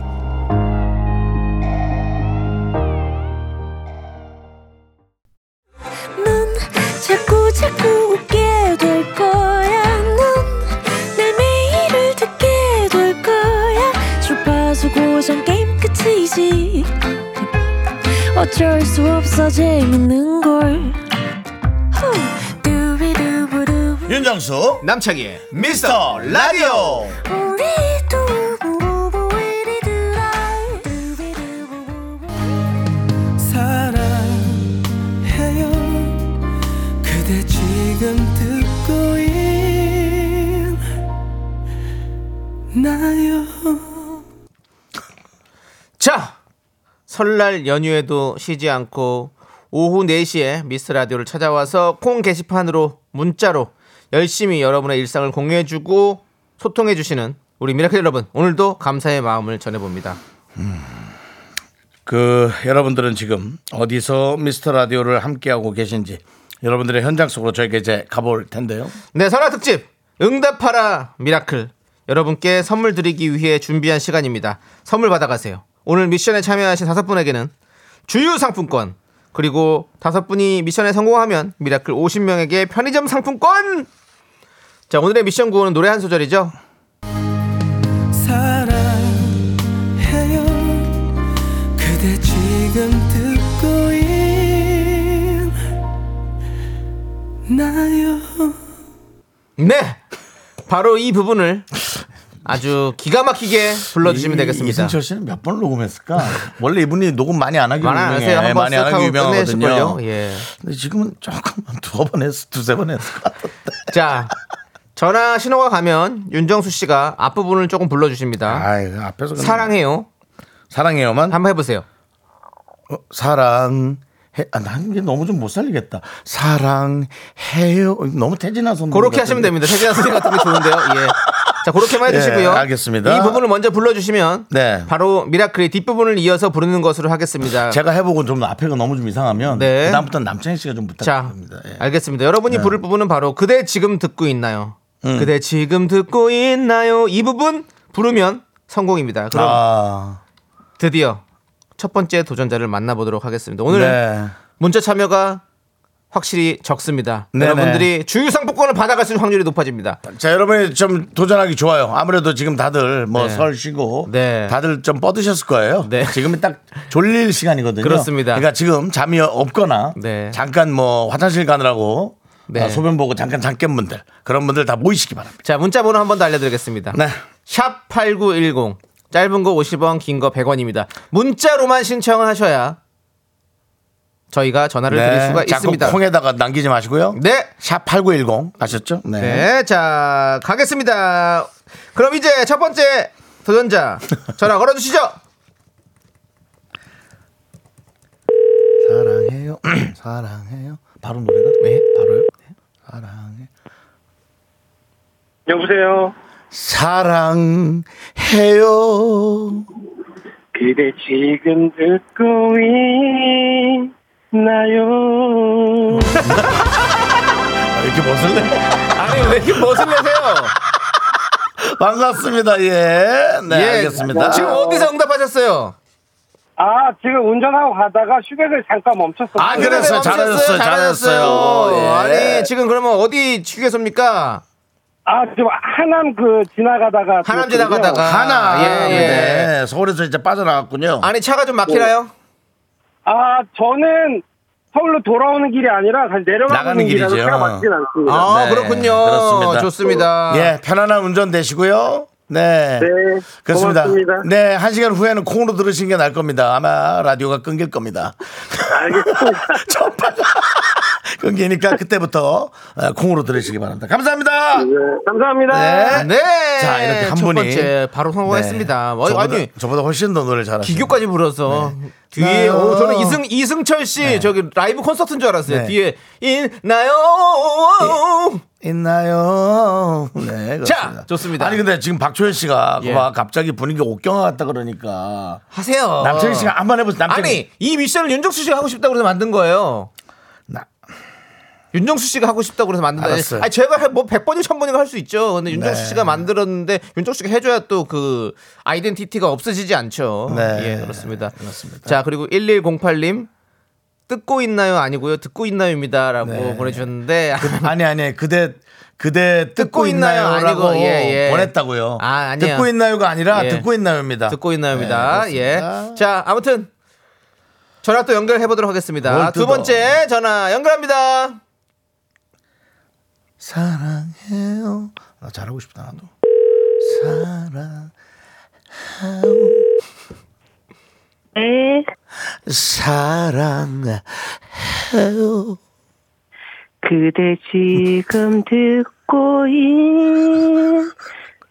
Speaker 5: 넌 자꾸 자꾸 웃게 될 거야. 넌내 매일을 듣게 될 거야. 주파수 고정 게임 끝이지. 어쩔 수 없어 재밌는 걸. 후. 두비두부두부.
Speaker 1: 윤정수
Speaker 2: 남창희의
Speaker 1: 미스터 라디오.
Speaker 5: 우리 두부부부 우리 두라. 두비두부부부.
Speaker 4: 사랑해요 그대 지금 듣고 있나요?
Speaker 2: 자 설날 연휴에도 쉬지 않고 오후 4시에 미스 라디오를 찾아와서 콩 게시판으로 문자로 열심히 여러분의 일상을 공유해주고 소통해주시는 우리 미라클 여러분 오늘도 감사의 마음을 전해봅니다.
Speaker 1: 그 여러분들은 지금 어디서 미스터 라디오를 함께하고 계신지 여러분들의 현장 속으로 저희가 이제 가볼 텐데요.
Speaker 2: 네, 설화 특집 응답하라 미라클 여러분께 선물 드리기 위해 준비한 시간입니다. 선물 받아가세요. 오늘 미션에 참여하신 다섯 분에게는 주유 상품권 그리고 다섯 분이 미션에 성공하면 미라클 50명에게 편의점 상품권. 자, 오늘의 미션 구호는 노래 한 소절이죠.
Speaker 4: 사랑해요 그대 지금 듣고 있나요
Speaker 2: 네, 바로 이 부분을 아주 기가 막히게 불러주시면
Speaker 1: 이-
Speaker 2: 되겠습니다.
Speaker 1: 이승철 씨는 몇 번
Speaker 2: [laughs]
Speaker 1: 녹음했을까? 원래 이분이 녹음 많이 안 하기
Speaker 2: 많이 안
Speaker 1: 유명해요.
Speaker 2: 하세요. 한번
Speaker 1: 많이 안 하기
Speaker 2: 쓱 하고
Speaker 1: 유명하거든요.
Speaker 2: 끝내실걸요? 예.
Speaker 1: 근데 지금은 조금 두번 했어, 두세 번 했어.
Speaker 2: 자, 전화 신호가 가면 윤정수 씨가 앞부분을 조금 불러주십니다.
Speaker 1: 아, 이거 앞에서 그냥
Speaker 2: 사랑해요.
Speaker 1: 사랑해요만
Speaker 2: 한번 해보세요.
Speaker 1: 어, 사랑. 해, 아, 나는 이게 너무 좀 못 살리겠다. 사랑해요. 너무 태진아선.
Speaker 2: 그렇게 하시면 됩니다. 세계관 선생 같은 게 좋은데요. 예. 자, 그렇게만 해주시고요.
Speaker 1: 음, 예, 알겠습니다.
Speaker 2: 이 부분을 먼저 불러주시면
Speaker 1: 네.
Speaker 2: 바로 미라클의 뒷부분을 이어서 부르는 것으로 하겠습니다.
Speaker 1: 제가 해보고 좀 앞에가 너무 좀 이상하면
Speaker 2: 네.
Speaker 1: 그다음부터는 남창희 씨가 좀
Speaker 2: 자,
Speaker 1: 부탁드립니다. 예.
Speaker 2: 알겠습니다. 여러분이 부를 부분은 바로 그대 지금 듣고 있나요?
Speaker 1: 음.
Speaker 2: 그대 지금 듣고 있나요? 이 부분 부르면 성공입니다. 그럼
Speaker 1: 아,
Speaker 2: 드디어 첫 번째 도전자를 만나보도록 하겠습니다. 오늘
Speaker 1: 네.
Speaker 2: 문자 참여가 확실히 적습니다.
Speaker 1: 네네.
Speaker 2: 여러분들이 주유 상품권을 받아갈 수 있는 확률이 높아집니다.
Speaker 1: 자, 여러분이 좀 도전하기 좋아요. 아무래도 지금 다들 뭐
Speaker 2: 네.
Speaker 1: 설 쉬고
Speaker 2: 네.
Speaker 1: 다들 좀 뻗으셨을 거예요.
Speaker 2: 네.
Speaker 1: [laughs] 지금이 딱 졸릴 시간이거든요.
Speaker 2: 그렇습니다.
Speaker 1: 그러니까 지금 잠이 없거나
Speaker 2: 네.
Speaker 1: 잠깐 뭐 화장실 가느라고
Speaker 2: 네.
Speaker 1: 아, 소변 보고 잠깐 잠 깬 분들 그런 분들 다 모이시기 바랍니다.
Speaker 2: 자, 문자 번호 한 번 더 알려드리겠습니다.
Speaker 1: 네.
Speaker 2: 샵 8910. 짧은 거 50원, 긴 거 100원입니다. 문자로만 신청을 하셔야 저희가 전화를 드릴 수가
Speaker 1: 네. 자꾸
Speaker 2: 있습니다.
Speaker 1: 콩에다가 남기지 마시고요.
Speaker 2: 네.
Speaker 1: 샵 8910 아셨죠? 네.
Speaker 2: 네. 자, 가겠습니다. 그럼 이제 첫 번째 도전자 전화 걸어주시죠.
Speaker 1: 사랑해요. [clears throat] 사랑해요. 바로 노래가?
Speaker 2: 네.
Speaker 1: 바로요? 사랑해.
Speaker 6: 여보세요.
Speaker 1: 사랑해요.
Speaker 6: 그대 지금 듣고 있나요?
Speaker 1: 아, 이렇게 벗을래?
Speaker 2: 아니, 왜 이렇게 멋을 내세요?
Speaker 1: 반갑습니다. 예. 네,
Speaker 2: 예,
Speaker 1: 알겠습니다.
Speaker 2: 지금 어디서 응답하셨어요?
Speaker 6: 아 지금 운전하고 가다가 휴게소에 잠깐 멈췄었어요.
Speaker 1: 아, 그래서
Speaker 2: 멈췄어요?
Speaker 1: 잘하셨어요, 잘하셨어요. 예.
Speaker 2: 아니, 지금 그러면 어디 휴게소입니까?
Speaker 6: 아 지금 하남 그 지나가다가
Speaker 2: 하남
Speaker 6: 들었거든요.
Speaker 2: 지나가다가.
Speaker 1: 하나.
Speaker 2: 예, 예.
Speaker 1: 아, 네. 서울에서 이제 빠져나갔군요.
Speaker 2: 아니, 차가 좀 막히나요?
Speaker 6: 아 저는 서울로 돌아오는 길이 아니라 다시
Speaker 1: 나가는
Speaker 6: 내려가는 길이라서
Speaker 1: 길이죠.
Speaker 6: 차가 막진 않습니다.
Speaker 2: 아,
Speaker 1: 네,
Speaker 2: 그렇군요.
Speaker 1: 그렇습니다.
Speaker 2: 좋습니다.
Speaker 1: 예, 편안한 운전 되시고요. 네.
Speaker 6: 네,
Speaker 1: 그렇습니다.
Speaker 6: 고맙습니다.
Speaker 1: 네, 한 시간 후에는 콩으로 들으시는 게 나을 겁니다. 아마 라디오가 끊길 겁니다.
Speaker 6: 알겠습니다.
Speaker 1: [laughs] 전파가 끊기니까 그때부터 어, 콩으로 들으시기 바랍니다. 감사합니다.
Speaker 6: 네, 감사합니다.
Speaker 1: 네.
Speaker 2: 네.
Speaker 1: 자, 이렇게 한
Speaker 2: 첫
Speaker 1: 분이
Speaker 2: 번째 바로 성공했습니다.
Speaker 1: 네.
Speaker 2: 어,
Speaker 1: 저보다, 네.
Speaker 2: 아니,
Speaker 1: 저보다 훨씬 더 노래를 잘하시네요.
Speaker 2: 기교까지 불어서 뒤에
Speaker 1: 나요.
Speaker 2: 어, 저는 이승 이승철 씨 저기 라이브 콘서트인 줄 알았어요.
Speaker 1: 네. 예.
Speaker 2: 뒤에 있나요?
Speaker 1: 있나요? [laughs] 네. 그렇습니다.
Speaker 2: 좋습니다.
Speaker 1: 아니 근데 지금 박초현 씨가
Speaker 2: 예.
Speaker 1: 막 갑자기 분위기 옥경화 같다 그러니까
Speaker 2: 하세요.
Speaker 1: 남철 씨가 한 번 해보세요. 남철
Speaker 2: 어. 아니 이 미션을 윤정수 씨가 하고 싶다고 그래서 만든 거예요.
Speaker 1: 나-
Speaker 2: 윤정수 씨가 하고 싶다고 그래서 만든다.
Speaker 1: 알았어요.
Speaker 2: 아니 제가 할- 뭐 100번이고 1000번이고 할 수 있죠. 근데 윤정수
Speaker 1: 네.
Speaker 2: 씨가 만들었는데 윤정수 씨가 해줘야 또 그 아이덴티티가 없어지지 않죠.
Speaker 1: 네.
Speaker 2: 예, 그렇습니다.
Speaker 1: 그렇습니다.
Speaker 2: 자, 그리고 1108님 듣고 있나요? 아니고요. 듣고 있나요입니다라고
Speaker 1: 네. [laughs]
Speaker 2: 보내주셨는데 [laughs]
Speaker 1: 아니 아니 그대 그대 듣고,
Speaker 2: 듣고 있나요?
Speaker 1: 있나요라고
Speaker 2: 아니고, 예, 예.
Speaker 1: 보냈다고요.
Speaker 2: 아, 아니요.
Speaker 1: 듣고 있나요가 아니라
Speaker 2: 예.
Speaker 1: 듣고 있나요입니다.
Speaker 2: 듣고 있나요입니다.
Speaker 1: 네, 그렇습니다.
Speaker 2: 예. 자, 아무튼 전화 또 연결해 보도록 하겠습니다.
Speaker 1: 뭘
Speaker 2: 두
Speaker 1: 뜯어.
Speaker 2: 번째 전화 연결합니다.
Speaker 1: 사랑해요. 나 잘하고 싶다 나도. 사랑
Speaker 5: 네,
Speaker 1: 사랑해요.
Speaker 5: 그대 지금 듣고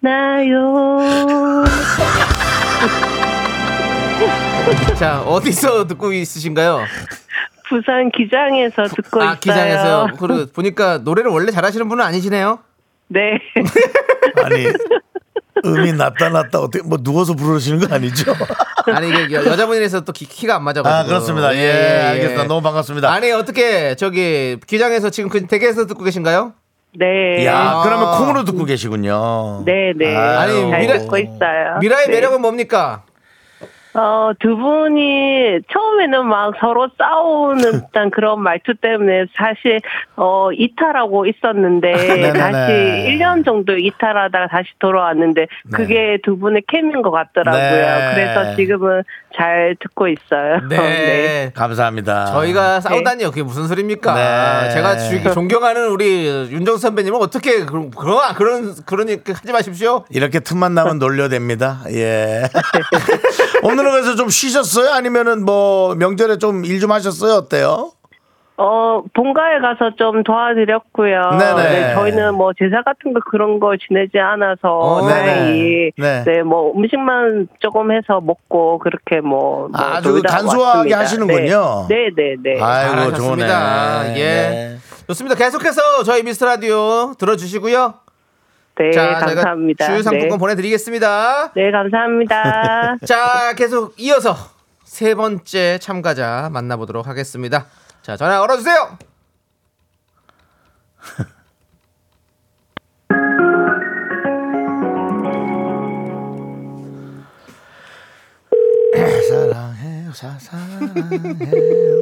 Speaker 5: 있나요?
Speaker 2: 자, 어디서 듣고 있으신가요?
Speaker 5: 부산 기장에서 듣고 있어요.
Speaker 2: 아 기장에서 그리고 보니까 노래를 원래 잘하시는 분은 아니시네요.
Speaker 5: 네.
Speaker 1: 아니 음이 낮다 낮다 어떻게 뭐 누워서 부르시는 거 아니죠?
Speaker 2: 아니 이게 여- 여자분이라서 또 키, 키가 안 맞아가지고.
Speaker 1: 아 그렇습니다. 예, 알겠습니다. 너무 반갑습니다.
Speaker 2: 아니 어떻게 저기 기장에서 지금 그 댁에서 듣고 계신가요?
Speaker 5: 네.
Speaker 1: 야
Speaker 2: 아.
Speaker 1: 그러면 콩으로 듣고 계시군요.
Speaker 5: 네, 네.
Speaker 1: 아유.
Speaker 5: 잘
Speaker 2: 미래-
Speaker 5: 듣고 있어요.
Speaker 2: 미라의
Speaker 5: 네.
Speaker 2: 매력은 뭡니까?
Speaker 5: 어, 두 분이 처음에는 막 서로
Speaker 1: [laughs]
Speaker 5: 싸우는 듯한 그런 말투 때문에 사실, 어, 이탈하고 있었는데,
Speaker 1: 아, 네네네.
Speaker 5: 다시 1년 정도 이탈하다가 다시 돌아왔는데, 그게 두 분의 케미인 것 같더라고요.
Speaker 1: 네.
Speaker 5: 그래서 지금은 잘 듣고 있어요. [laughs] 네.
Speaker 1: 네,
Speaker 5: 아.
Speaker 1: 감사합니다.
Speaker 2: 네. 저희가 싸우다니요. 그게 무슨 소리입니까?
Speaker 1: 네.
Speaker 2: 제가
Speaker 5: [laughs]
Speaker 2: 주- 존경하는 우리 윤정수 선배님은 어떻게 그런 아, 그런 그런 그런 얘기 하지 마십시오.
Speaker 1: 이렇게 틈만 [laughs] 나면 놀려댑니다. 예.
Speaker 2: [laughs]
Speaker 1: 오늘은 그래서 좀 쉬셨어요? 아니면은 뭐 명절에 좀 일 좀 하셨어요? 어때요?
Speaker 5: 어, 본가에 가서 좀 도와드렸고요.
Speaker 1: 네네.
Speaker 5: 네, 저희는 뭐 제사 같은 거 그런 거 지내지 않아서
Speaker 2: 어,
Speaker 5: 다행히
Speaker 1: 네네. 네.
Speaker 5: 네. 뭐 음식만 조금 해서 먹고 그렇게 뭐, 뭐
Speaker 1: 아주
Speaker 5: 놀다
Speaker 1: 간소하게
Speaker 5: 왔습니다.
Speaker 1: 하시는군요.
Speaker 5: 네, 네, 네.
Speaker 1: 아이고 좋네.
Speaker 2: 잘하셨습니다. 예.
Speaker 1: 네.
Speaker 2: 좋습니다. 계속해서 저희 미스터 라디오 들어주시고요.
Speaker 5: 네,
Speaker 2: 자, 저희가
Speaker 5: 감사합니다.
Speaker 2: 주유 상품권
Speaker 5: 네.
Speaker 2: 보내드리겠습니다.
Speaker 5: 네, 감사합니다.
Speaker 1: [laughs]
Speaker 2: 자, 계속 이어서 세 번째 참가자 만나보도록 하겠습니다. 자, 전화 걸어주세요.
Speaker 1: 사랑해요, 사- [laughs] 사랑해요.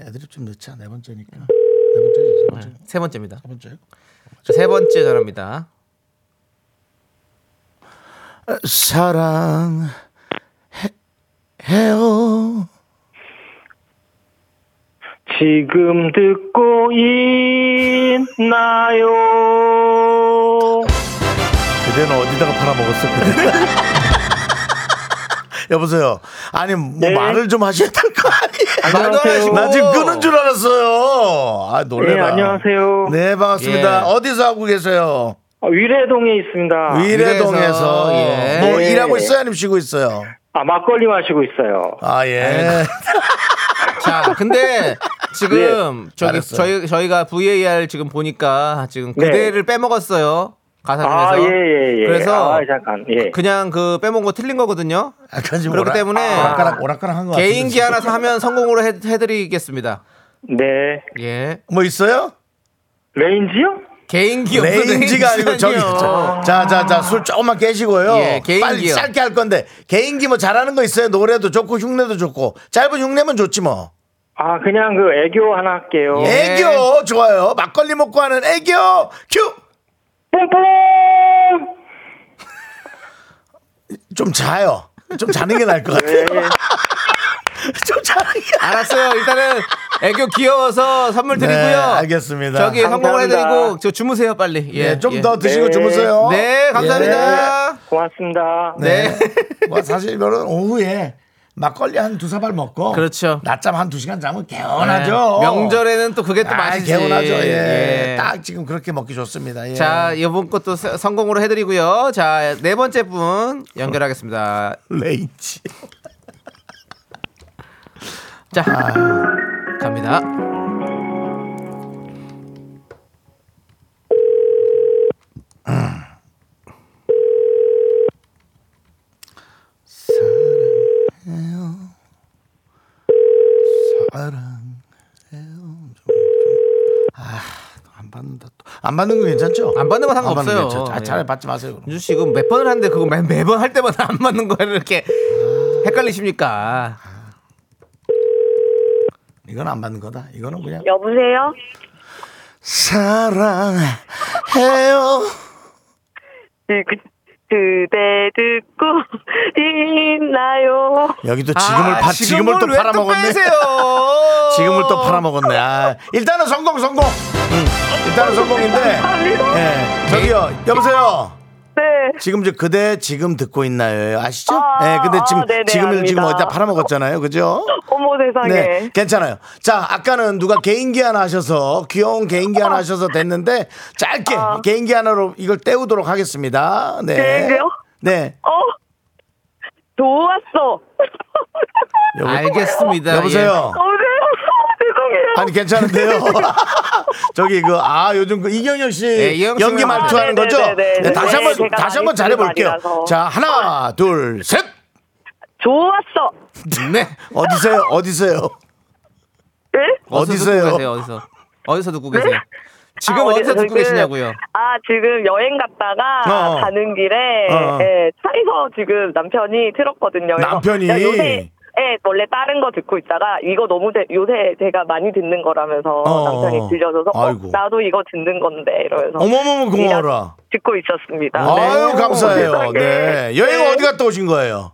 Speaker 1: 애드립 좀 넣자. 네 번째니까. 네 번째지, 네 번째.
Speaker 2: 세 번째입니다.
Speaker 1: 네 번째.
Speaker 2: 세 번째 전화입니다.
Speaker 1: 사랑해요.
Speaker 6: 지금 듣고 있나요?
Speaker 1: 그대는 어디다가 팔아먹었어, 그대. [laughs] 여보세요. 아니, 뭐
Speaker 6: 네.
Speaker 1: 말을 좀 하셔야 될 거 아니에요?
Speaker 2: 말도 안 하시고.
Speaker 1: 나 지금 끄는 줄 알았어요. 아,
Speaker 6: 네,
Speaker 1: 놀래라.
Speaker 6: 안녕하세요.
Speaker 1: 네, 반갑습니다.
Speaker 2: 예.
Speaker 1: 어디서 하고 계세요?
Speaker 6: 어, 위례동에
Speaker 5: 아,
Speaker 6: 있습니다.
Speaker 1: 위례동에서.
Speaker 2: 위례에서.
Speaker 1: 예. 뭐
Speaker 6: 네.
Speaker 1: 일하고 있어요? 아니면 쉬고 있어요?
Speaker 6: 아, 막걸리 마시고 있어요.
Speaker 1: 아, 예.
Speaker 2: 자, 근데 지금 저기
Speaker 1: 네, 잘했어요.
Speaker 2: 저희 저희가 VAR 지금 보니까 지금
Speaker 6: 네.
Speaker 2: 그대를 빼먹었어요. 가사 중에서.
Speaker 6: 아, 예, 예, 예.
Speaker 2: 그래서
Speaker 6: 아, 잠깐. 예.
Speaker 2: 그냥 그 빼먹은 거 틀린 거거든요.
Speaker 1: [laughs] 아, 그렇지,
Speaker 2: 그렇기
Speaker 1: 오라-
Speaker 2: 때문에
Speaker 1: 오락가락, 오락가락 한거 같은데.
Speaker 2: 개인기 하나 하면 성공으로 해, 해드리겠습니다.
Speaker 6: 네.
Speaker 2: 예.
Speaker 1: 뭐 있어요?
Speaker 6: 레인지요?
Speaker 2: 개인기 없어도
Speaker 1: 레인지가 아니고 저기
Speaker 2: 되니까요.
Speaker 1: 자자자 술 조금만 깨시고요.
Speaker 2: 예, 개인기요.
Speaker 1: 빨리 짧게 할 건데 개인기 뭐 잘하는 거 있어요? 노래도 좋고 흉내도 좋고 짧은 흉내면 좋지 뭐.
Speaker 6: 아, 그냥 그 애교 하나 할게요.
Speaker 2: 예.
Speaker 1: 애교 좋아요. 막걸리 먹고 하는 애교 큐.
Speaker 6: 뽕뽕!
Speaker 1: 좀 자요. 좀 자는 게 나을 것 같아요. [laughs] 좀 자는 게.
Speaker 2: 알았어요. 일단은 애교 귀여워서 선물 드리고요.
Speaker 1: 네, 알겠습니다.
Speaker 2: 저기 성공을
Speaker 6: 감사합니다.
Speaker 2: 해드리고 저 주무세요 빨리. 예,
Speaker 1: 예, 좀
Speaker 2: 예.
Speaker 1: 더 드시고
Speaker 6: 네.
Speaker 1: 주무세요.
Speaker 2: 네, 감사합니다.
Speaker 6: 고맙습니다.
Speaker 1: 네. 뭐 사실 이거는 오후에 막걸리 한 두 사발 먹고
Speaker 2: 그렇죠.
Speaker 1: 낮잠 한 두 시간 자면 개운하죠.
Speaker 2: 네. 명절에는 또 그게 또
Speaker 1: 아,
Speaker 2: 맛이지.
Speaker 1: 개운하죠. 예.
Speaker 2: 예.
Speaker 1: 딱 지금 그렇게 먹기 좋습니다. 예.
Speaker 2: 자 이번 것도 세- 성공으로 해드리고요. 자 네 번째 분 연결하겠습니다.
Speaker 1: 레이지.
Speaker 2: 자 갑니다.
Speaker 1: 사랑해요. 좀, 좀. 아, 안 받는다 또. 안 받는 거 괜찮죠?
Speaker 2: 안 받는 건
Speaker 1: 안 받는
Speaker 2: 상관없어요.
Speaker 1: 거 괜찮죠? 아,
Speaker 2: 예.
Speaker 1: 차라리 받지 마세요. 그럼.
Speaker 2: 윤주 씨 이거 몇 번을 하는데 그거 매, 매번 할 때마다 안 맞는 거예요 이렇게 헷갈리십니까?
Speaker 1: 이건 안 받는 거다. 이거는 그냥
Speaker 5: 여보세요?
Speaker 1: 사랑해요.
Speaker 5: 네, 그, 그대 듣고 [laughs] 있나요?
Speaker 1: 여기도 아, 지금을 파, 지금을 또
Speaker 2: 왜또
Speaker 1: 팔아먹었네.
Speaker 2: 아, 빼세요? [laughs]
Speaker 1: 지금을 또 [laughs] 팔아먹었네. 아, 일단은 성공 성공. 응, 일단은 성공인데. 예. 저기요. 여보세요.
Speaker 5: 네.
Speaker 1: 지금 저 그대 지금 듣고 있나요? 아시죠?
Speaker 5: 아,
Speaker 1: 예, 근데 지금
Speaker 5: 아, 네네,
Speaker 1: 지금을 지금
Speaker 5: 압니다. 예.
Speaker 1: 어디다 팔아먹었잖아요. 그죠?
Speaker 5: 어머 세상에.
Speaker 1: 네, 괜찮아요. 자, 아까는 누가 개인기 하나 하셔서 귀여운 개인기
Speaker 5: 아.
Speaker 1: 하나 하셔서 됐는데 짧게 개인기 하나로 이걸 때우도록 하겠습니다. 네.
Speaker 5: 개인기요?
Speaker 1: 네.
Speaker 5: 어? 좋았어. [laughs]
Speaker 1: 여보,
Speaker 2: 알겠습니다.
Speaker 1: 예. 여보세요.
Speaker 5: 예. 여보세요?
Speaker 1: 아니 괜찮은데요. [laughs] 저기 그 아 요즘 그 이경영 씨
Speaker 2: 네, 이경영 씨는
Speaker 1: 연기 말투하는
Speaker 5: 아, 네,
Speaker 1: 거죠?
Speaker 5: 네, 네, 네.
Speaker 1: 네, 다시
Speaker 5: 네,
Speaker 1: 한번
Speaker 5: 제가
Speaker 1: 다시
Speaker 5: 많이
Speaker 1: 한번 잘해볼게요.
Speaker 5: 쓰는 말이라서.
Speaker 1: 자 하나 둘 셋.
Speaker 5: 좋았어.
Speaker 2: 네.
Speaker 1: 어디세요? 어디세요?
Speaker 5: 네?
Speaker 2: 듣고
Speaker 1: 어디세요?
Speaker 2: 계세요? 어디서? 어디서 듣고 계세요? 지금
Speaker 5: 아,
Speaker 2: 어디서
Speaker 5: 어디서
Speaker 2: 듣고
Speaker 5: 지금-
Speaker 2: 계시냐고요?
Speaker 5: 아 지금 여행 갔다가
Speaker 1: 어.
Speaker 5: 가는 길에
Speaker 1: 어.
Speaker 5: 예, 차에서 지금 남편이 틀었거든요. 그래서
Speaker 1: 남편이?
Speaker 5: 야, 요새 예, 원래 다른 거 듣고 있다가 이거 너무 제- 요새 제가 많이 듣는 거라면서
Speaker 1: 어.
Speaker 5: 남편이 들려줘서 어,
Speaker 1: 아이고.
Speaker 5: 나도 이거 듣는 건데 이러면서
Speaker 1: 어머머머 고마워라.
Speaker 5: 듣고 있었습니다.
Speaker 1: 아유
Speaker 5: 네. [laughs]
Speaker 1: 감사해요.
Speaker 5: 세상에.
Speaker 1: 네 여행 어디 갔다 오신 거예요?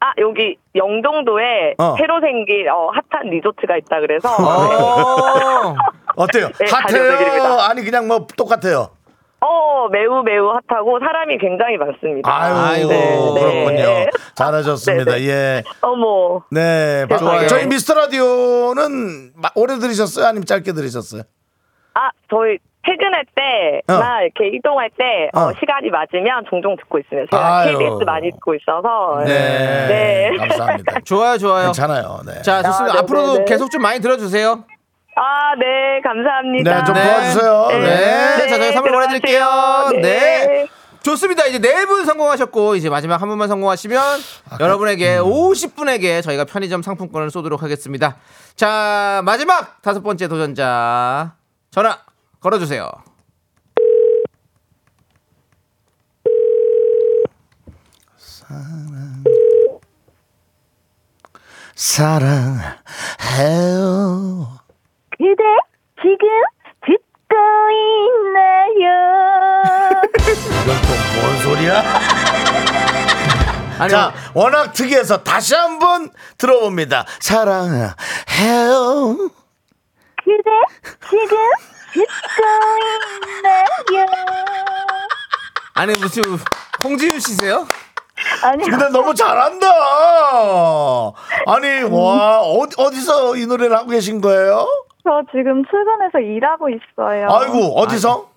Speaker 5: 아 여기 영종도에
Speaker 1: 어.
Speaker 5: 새로 생긴 어, 핫한 리조트가 있다 그래서
Speaker 2: 어.
Speaker 1: 어때요?
Speaker 5: 네,
Speaker 1: 핫해요?
Speaker 5: 다녀오겠습니다.
Speaker 1: 아니 그냥 뭐 똑같아요.
Speaker 5: 어 매우 매우 핫하고 사람이 굉장히 많습니다.
Speaker 1: 아유,
Speaker 2: 아이고,
Speaker 5: 네, 네.
Speaker 1: 그렇군요. 잘하셨습니다.
Speaker 5: 네, 네.
Speaker 1: 예.
Speaker 5: 어머
Speaker 1: 네, 바-
Speaker 5: 좋아요.
Speaker 1: 저희 미스터 라디오는 마- 오래 들으셨어요? 아니면 짧게 들으셨어요?
Speaker 5: 아, 저희 퇴근할 때나 이렇게 이동할 때 어,
Speaker 1: 어.
Speaker 5: 시간이 맞으면 종종 듣고 있습니다. 제가
Speaker 1: 아유.
Speaker 5: KBS 많이 듣고 있어서
Speaker 1: 네,
Speaker 5: 네.
Speaker 1: 감사합니다.
Speaker 2: [laughs] 좋아요, 좋아요.
Speaker 1: 괜찮아요. 네.
Speaker 2: 자, 좋습니다.
Speaker 5: 아, 네,
Speaker 2: 앞으로도
Speaker 5: 네, 네.
Speaker 2: 계속 좀 많이 들어주세요.
Speaker 5: 아, 네, 감사합니다.
Speaker 1: 네, 좀 도와주세요.
Speaker 2: 네.
Speaker 1: 네.
Speaker 2: 자, 저희 선물
Speaker 5: 들어가세요.
Speaker 2: 보내드릴게요. 네.
Speaker 5: 네.
Speaker 2: 좋습니다. 이제 네 분 성공하셨고, 이제 마지막 한 분만 성공하시면 여러분에게 50분에게 저희가 편의점 상품권을 쏘도록 하겠습니다. 자, 마지막 다섯 번째 도전자. 전화 걸어주세요.
Speaker 1: 사랑해요.
Speaker 5: 그대 지금 듣고 있나요?
Speaker 1: 이건 또 뭔 소리야?
Speaker 2: [laughs] 아니, 뭐-
Speaker 1: 자, 워낙 특이해서 다시 한번 들어봅니다. 사랑해요.
Speaker 5: 그대 지금 듣고 있나요?
Speaker 2: 아니 무슨 홍지윤 씨세요?
Speaker 5: 아니,
Speaker 1: 근데 너무 잘한다. 아니, 와, 어디, 어디서 이 노래를 하고 계신 거예요?
Speaker 7: 저 지금 출근해서 일하고 있어요.
Speaker 1: 아이고, 어디서?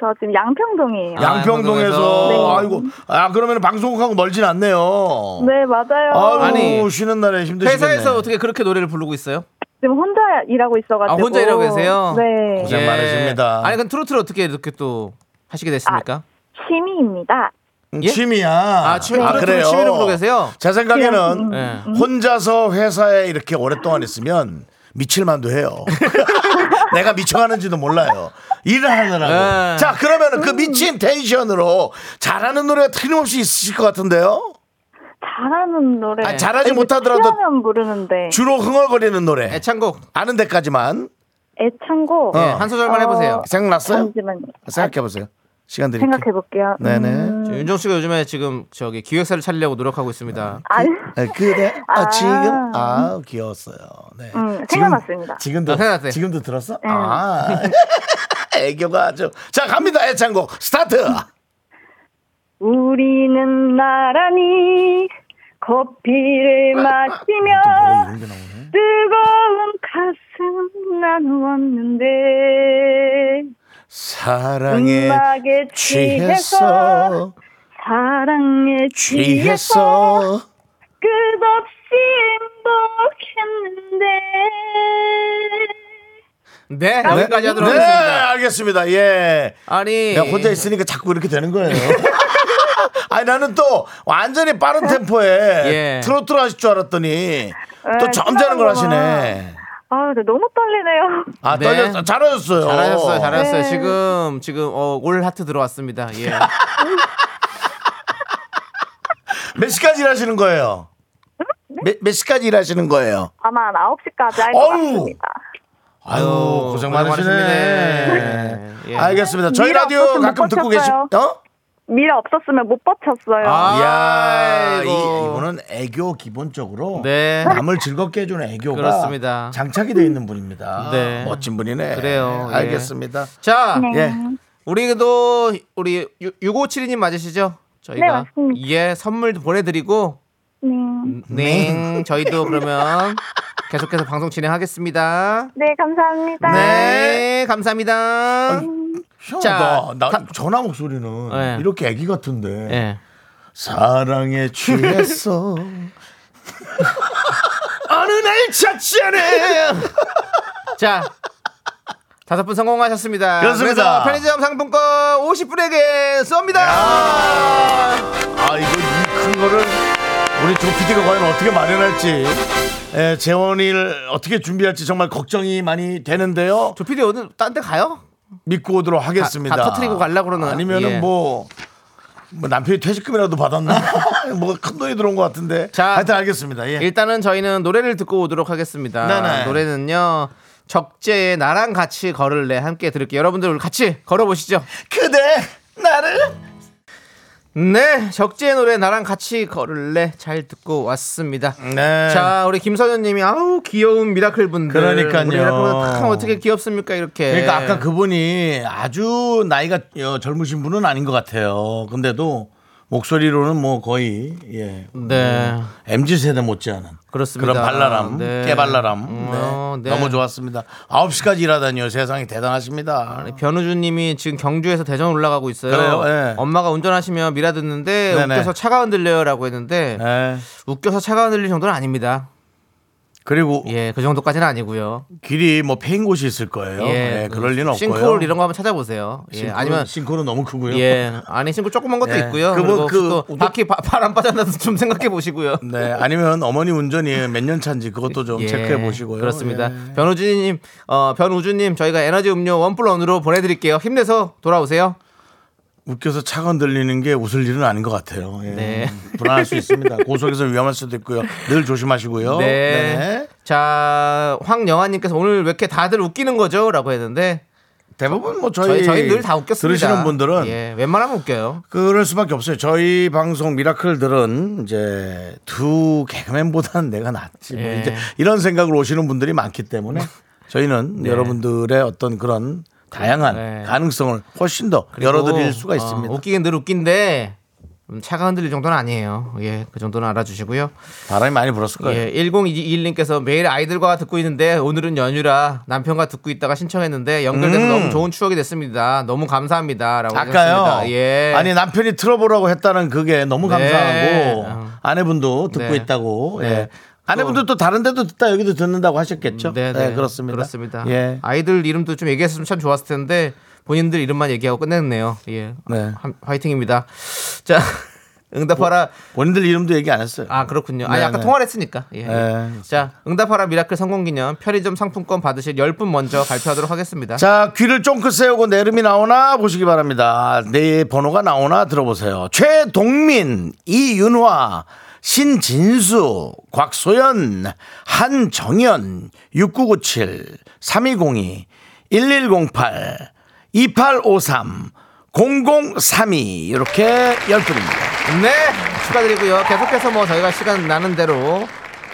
Speaker 7: 저 지금 양평동이에요.
Speaker 2: 야.
Speaker 1: 양평동에서.
Speaker 2: 아, 양평동에서.
Speaker 1: 아이고, 아, 그러면 방송국하고 멀진 않네요.
Speaker 7: 네, 맞아요.
Speaker 1: 아유,
Speaker 2: 아니,
Speaker 1: 쉬는 날에 힘드시겠네.
Speaker 2: 회사에서 어떻게 그렇게 노래를 부르고 있어요?
Speaker 7: 지금 혼자 일하고 있어가지고.
Speaker 2: 아 혼자 일하고 계세요? 예.
Speaker 7: 네.
Speaker 1: 고생 많으십니다.
Speaker 2: 아니 그럼 트로트를 어떻게 이렇게 또 하시게 됐습니까?
Speaker 7: 아. 취미입니다.
Speaker 1: 음,
Speaker 2: 예?
Speaker 1: 취미야.
Speaker 2: 아, 취미- 그렇다고 취미로 부르고 계세요?
Speaker 1: 제 생각에는
Speaker 7: 그냥,
Speaker 2: 예.
Speaker 1: 혼자서 회사에 이렇게 오랫동안 있으면 미칠만도 해요. [laughs] 내가 미쳐가는지도 몰라요. 일을 하느라고.
Speaker 2: 예.
Speaker 1: 자, 그러면 그 미친 텐션으로 잘하는 노래가 틀림없이 있으실 것 같은데요?
Speaker 7: 잘하는 노래.
Speaker 1: 아, 잘하지
Speaker 7: 아니,
Speaker 1: 못하더라도
Speaker 7: 피하면 부르는데.
Speaker 1: 주로 흥얼거리는 노래.
Speaker 2: 네, 애창곡
Speaker 1: 아는 데까지만
Speaker 7: 애창곡.
Speaker 1: 어.
Speaker 2: 예, 한 소절만
Speaker 7: 어.
Speaker 2: 해보세요.
Speaker 1: 생각났어요?
Speaker 7: 잠시만요.
Speaker 1: 생각해보세요. 시간 드릴게요.
Speaker 7: 생각해볼게요.
Speaker 1: 그- 네네.
Speaker 2: 저
Speaker 7: 음,
Speaker 2: 윤정 씨가 요즘에 지금 저기 기획사를 차리려고 노력하고 있습니다.
Speaker 7: 아니,
Speaker 1: 네, 그래. 아,
Speaker 7: 아.
Speaker 1: 지금 아 귀여웠어요. 네.
Speaker 7: 음, 생각났습니다. 네.
Speaker 1: 지금, 도
Speaker 2: 아, 생각났어요.
Speaker 1: 지금도 들었어? 아 [laughs] 애교가 아주 자 갑니다 애창곡 스타트. 음,
Speaker 7: 우리는 나란히 커피를
Speaker 1: 아,
Speaker 7: 마시며
Speaker 1: 게 나오네.
Speaker 7: 뜨거운 가슴 나누었는데
Speaker 1: 사랑에
Speaker 7: 음악에 취해서
Speaker 1: 취했어
Speaker 7: 사랑에 취해서
Speaker 1: 취했어
Speaker 7: 끝없이 행복했는데
Speaker 2: 네 여기까지 하도록
Speaker 1: 네,
Speaker 2: 하겠습니다.
Speaker 1: 알겠습니다. 예.
Speaker 2: 아니
Speaker 1: 내가 혼자 있으니까 자꾸 이렇게 되는
Speaker 2: [laughs]
Speaker 1: 거예요. 아니 나는 또 완전히 빠른 템포에
Speaker 2: 예.
Speaker 1: 트로트를 하실 줄 알았더니 또
Speaker 7: 에,
Speaker 1: 점잖은 걸
Speaker 7: 신나는구나.
Speaker 1: 하시네.
Speaker 7: 아 근데 너무 떨리네요 [laughs]
Speaker 1: 아
Speaker 2: 네.
Speaker 1: 떨렸어 잘하셨어요.
Speaker 2: 잘하셨어요, 잘하셨어요.
Speaker 7: 네.
Speaker 2: 지금 지금 어, 올 하트 들어왔습니다. 예.
Speaker 7: [laughs]
Speaker 1: 몇 시까지 일하시는 거예요? 몇, 몇 시까지 일하시는 거예요?
Speaker 7: 아마 한 9시까지 할 것
Speaker 1: 어우.
Speaker 7: 같습니다
Speaker 1: 아유 고생 많으시네.
Speaker 2: 어, 예.
Speaker 1: 알겠습니다. 저희
Speaker 7: 미라
Speaker 1: 라디오
Speaker 7: 없었으면
Speaker 1: 가끔
Speaker 7: 못
Speaker 1: 듣고 계시
Speaker 7: 버텼어요.
Speaker 1: 어?
Speaker 7: 미라 없었으면 못 버텼어요
Speaker 2: 아.
Speaker 1: 이야, 이,
Speaker 2: 아이고.
Speaker 1: 이분은 애교 기본적으로
Speaker 2: 네.
Speaker 1: 남을 즐겁게 해주는 애교가
Speaker 2: 그렇습니다.
Speaker 1: 장착이 되어 있는 분입니다.
Speaker 2: 네.
Speaker 1: 멋진 분이네.
Speaker 2: 그래요. 예.
Speaker 1: 알겠습니다.
Speaker 2: 자
Speaker 7: 네.
Speaker 1: 예.
Speaker 7: 음.
Speaker 2: 우리도 우리 6572님 맞으시죠? 저희가
Speaker 7: 네, 맞습니다.
Speaker 2: 예 선물 보내드리고
Speaker 7: 네.
Speaker 2: 네 저희도 그러면 계속해서 방송 진행하겠습니다.
Speaker 7: 네 감사합니다
Speaker 2: 네 감사합니다.
Speaker 1: 자, 나,
Speaker 2: 다-
Speaker 1: 전화 목소리는
Speaker 2: 네.
Speaker 1: 이렇게 애기 같은데
Speaker 2: 예.
Speaker 1: 사랑에
Speaker 2: [laughs]
Speaker 1: 취했어. 어느 날 자취하네.
Speaker 2: 자, 다섯 분 성공하셨습니다.
Speaker 1: 그렇습니다.
Speaker 2: 그래서 편의점 상품권 50분에게 쏩니다.
Speaker 1: 아 이거 이 큰 거를 우리 조 PD가 과연 어떻게 마련할지 에, 재원이를 어떻게 준비할지 정말 걱정이 많이 되는데요.
Speaker 2: 조 PD 오늘 딴 데 가요?
Speaker 1: 믿고 오도록 하겠습니다.
Speaker 2: 다 터뜨리고 가려고 그러나?
Speaker 1: 아니면은
Speaker 2: 예.
Speaker 1: 뭐, 뭐 남편이 퇴직금이라도 받았나? [laughs] 뭐가 큰 돈이 들어온 것 같은데.
Speaker 2: 자,
Speaker 1: 하여튼 알겠습니다. 예.
Speaker 2: 일단은 저희는 노래를 듣고 오도록 하겠습니다.
Speaker 1: 네네.
Speaker 2: 노래는요. 적재의 나랑 같이 걸을래 함께 들을게요. 여러분들 우리 같이 걸어보시죠.
Speaker 1: 그대 나를
Speaker 2: 네, 적재의 노래 나랑 같이 걸을래 잘 듣고 왔습니다.
Speaker 1: 네.
Speaker 2: 자, 우리 김선현님이 아우 귀여운 미라클 분들.
Speaker 1: 그러니까요.
Speaker 2: 우리 미라클 분들 참 어떻게 귀엽습니까 이렇게.
Speaker 1: 그러니까 아까 그분이 아주 나이가 어, 젊으신 분은 아닌 것 같아요. 근데도 목소리로는 뭐 거의 예.
Speaker 2: 네.
Speaker 1: MZ 세대 못지않은
Speaker 2: 그렇습니다.
Speaker 1: 그런 발랄함,
Speaker 2: 네.
Speaker 1: 깨발랄함. 네.
Speaker 2: 어, 네.
Speaker 1: 너무 좋았습니다. 9시까지 일하다니요. 세상이 대단하십니다.
Speaker 2: 변우주님이 지금 경주에서 대전 올라가고 있어요.
Speaker 1: 그래요? 예.
Speaker 2: 엄마가 운전하시며 미라 듣는데
Speaker 1: 네네.
Speaker 2: 웃겨서 차가 흔들려요라고 했는데
Speaker 1: 네.
Speaker 2: 웃겨서 차가 흔들릴 정도는 아닙니다.
Speaker 1: 그리고
Speaker 2: 예, 그 정도까지는 아니고요.
Speaker 1: 길이 뭐 패인 곳이 있을 거예요. 예, 그럴 리는 없고요.
Speaker 2: 싱크홀 이런 거 한번 찾아보세요. 예,
Speaker 1: 싱크홀은-
Speaker 2: 아니면
Speaker 1: 싱크홀은 너무 크고요.
Speaker 2: 예, 아니 싱크 조그만 것도
Speaker 1: 예.
Speaker 2: 있고요.
Speaker 1: 그거
Speaker 2: 그리고
Speaker 1: 그
Speaker 2: 그
Speaker 1: 우도-
Speaker 2: 바퀴 바, 바람 빠졌나도 좀 생각해 보시고요.
Speaker 1: 네, 아니면 어머니 운전이 몇 년 차인지 그것도 좀
Speaker 2: 예,
Speaker 1: 체크해 보시고요.
Speaker 2: 그렇습니다.
Speaker 1: 예.
Speaker 2: 변우주님, 어, 변우주님 저희가 에너지 음료 원플원으로 보내드릴게요. 힘내서 돌아오세요.
Speaker 1: 웃겨서 차가 흔들리는 게 웃을 일은 아닌 것 같아요. 예.
Speaker 2: 네.
Speaker 1: 불안할 수 있습니다. 고속에서 위험할 수도 있고요. 늘 조심하시고요.
Speaker 2: 네.
Speaker 1: 네.
Speaker 2: 자, 황영아님께서 오늘 왜 이렇게 다들 웃기는 거죠? 라고 했는데
Speaker 1: 대부분 뭐 저희
Speaker 2: 저희, 저희 늘 다 웃겼습니다.
Speaker 1: 들으시는 분들은
Speaker 2: 예, 웬만하면 웃겨요.
Speaker 1: 그럴 수밖에 없어요. 저희 방송 미라클들은 이제 두 개그맨보다는 내가 낫지. 뭐
Speaker 2: 예.
Speaker 1: 이제 이런 생각으로 오시는 분들이 많기 때문에 저희는 여러분들의 어떤 그런 다양한
Speaker 2: 네.
Speaker 1: 가능성을 훨씬 더 열어드릴 수가
Speaker 2: 어,
Speaker 1: 있습니다.
Speaker 2: 웃기긴 늘 웃긴데 음, 차가 흔들릴 정도는 아니에요. 예, 그 정도는 알아주시고요.
Speaker 1: 바람이 많이 불었을 거예요.
Speaker 2: 예, 1021님께서 매일 아이들과 듣고 있는데 오늘은 연휴라 남편과 듣고 있다가 신청했는데 연결돼서
Speaker 1: 음.
Speaker 2: 너무 좋은 추억이 됐습니다. 너무 감사합니다라고
Speaker 1: 아까요.
Speaker 2: 하셨습니다. 예.
Speaker 1: 아니 남편이 틀어보라고 했다는 그게 너무
Speaker 2: 네.
Speaker 1: 감사하고
Speaker 2: 어.
Speaker 1: 아내분도 듣고
Speaker 2: 네.
Speaker 1: 있다고.
Speaker 2: 네.
Speaker 1: 예. 아내분도 또 다른 데도 듣다 여기도 듣는다고 하셨겠죠. 예,
Speaker 2: 네, 네.
Speaker 1: 그렇습니다.
Speaker 2: 그렇습니다.
Speaker 1: 예.
Speaker 2: 아이들 이름도 좀 얘기했으면 참 좋았을 텐데 본인들 이름만 얘기하고 끝냈네요. 예.
Speaker 1: 네.
Speaker 2: 화- 화이팅입니다. 자, [laughs] 응답하라.
Speaker 1: 본인들 이름도 얘기 안 했어요.
Speaker 2: 아 그렇군요. 아
Speaker 1: 네,
Speaker 2: 약간
Speaker 1: 네.
Speaker 2: 통화를 했으니까. 예.
Speaker 1: 네.
Speaker 2: 자, 응답하라 미라클 성공기념 편의점 상품권 받으실 10분 먼저 발표하도록 하겠습니다.
Speaker 1: 자, 귀를 쫑긋 세우고 내름이 나오나 보시기 바랍니다. 내 번호가 나오나 들어보세요. 최동민, 이윤화, 신진수, 곽소연, 한정현, 6997, 3202, 1108, 2853, 0032. 이렇게 10분입니다.
Speaker 2: 네 축하드리고요 계속해서 뭐 저희가 시간 나는 대로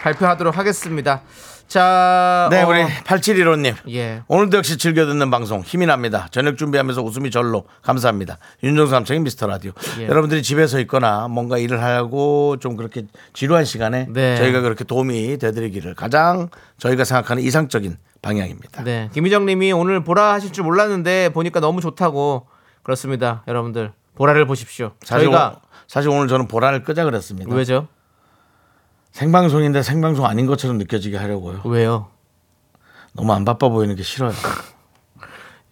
Speaker 2: 발표하도록 하겠습니다 자
Speaker 1: 네,
Speaker 2: 어,
Speaker 1: 우리 8715님.
Speaker 2: 예
Speaker 1: 오늘도 역시 즐겨 듣는 방송 힘이 납니다. 저녁 준비하면서 웃음이 절로 감사합니다. 윤정수 남창의 미스터 라디오.
Speaker 2: 예.
Speaker 1: 여러분들이 집에서 있거나 뭔가 일을 하고 좀 그렇게 지루한 시간에
Speaker 2: 네.
Speaker 1: 저희가 그렇게 도움이 되드리기를 가장 저희가 생각하는 이상적인 방향입니다.
Speaker 2: 네, 김희정님이 오늘 보라 하실 줄 몰랐는데 보니까 너무 좋다고 그렇습니다 여러분들 보라를 보십시오
Speaker 1: 사실,
Speaker 2: 저희가
Speaker 1: 오, 사실 오늘 저는 보라를 끄자 그랬습니다.
Speaker 2: 왜죠
Speaker 1: 생방송인데 생방송 아닌 것처럼 느껴지게 하려고요.
Speaker 2: 왜요
Speaker 1: 너무 안 바빠 보이는 게 싫어요.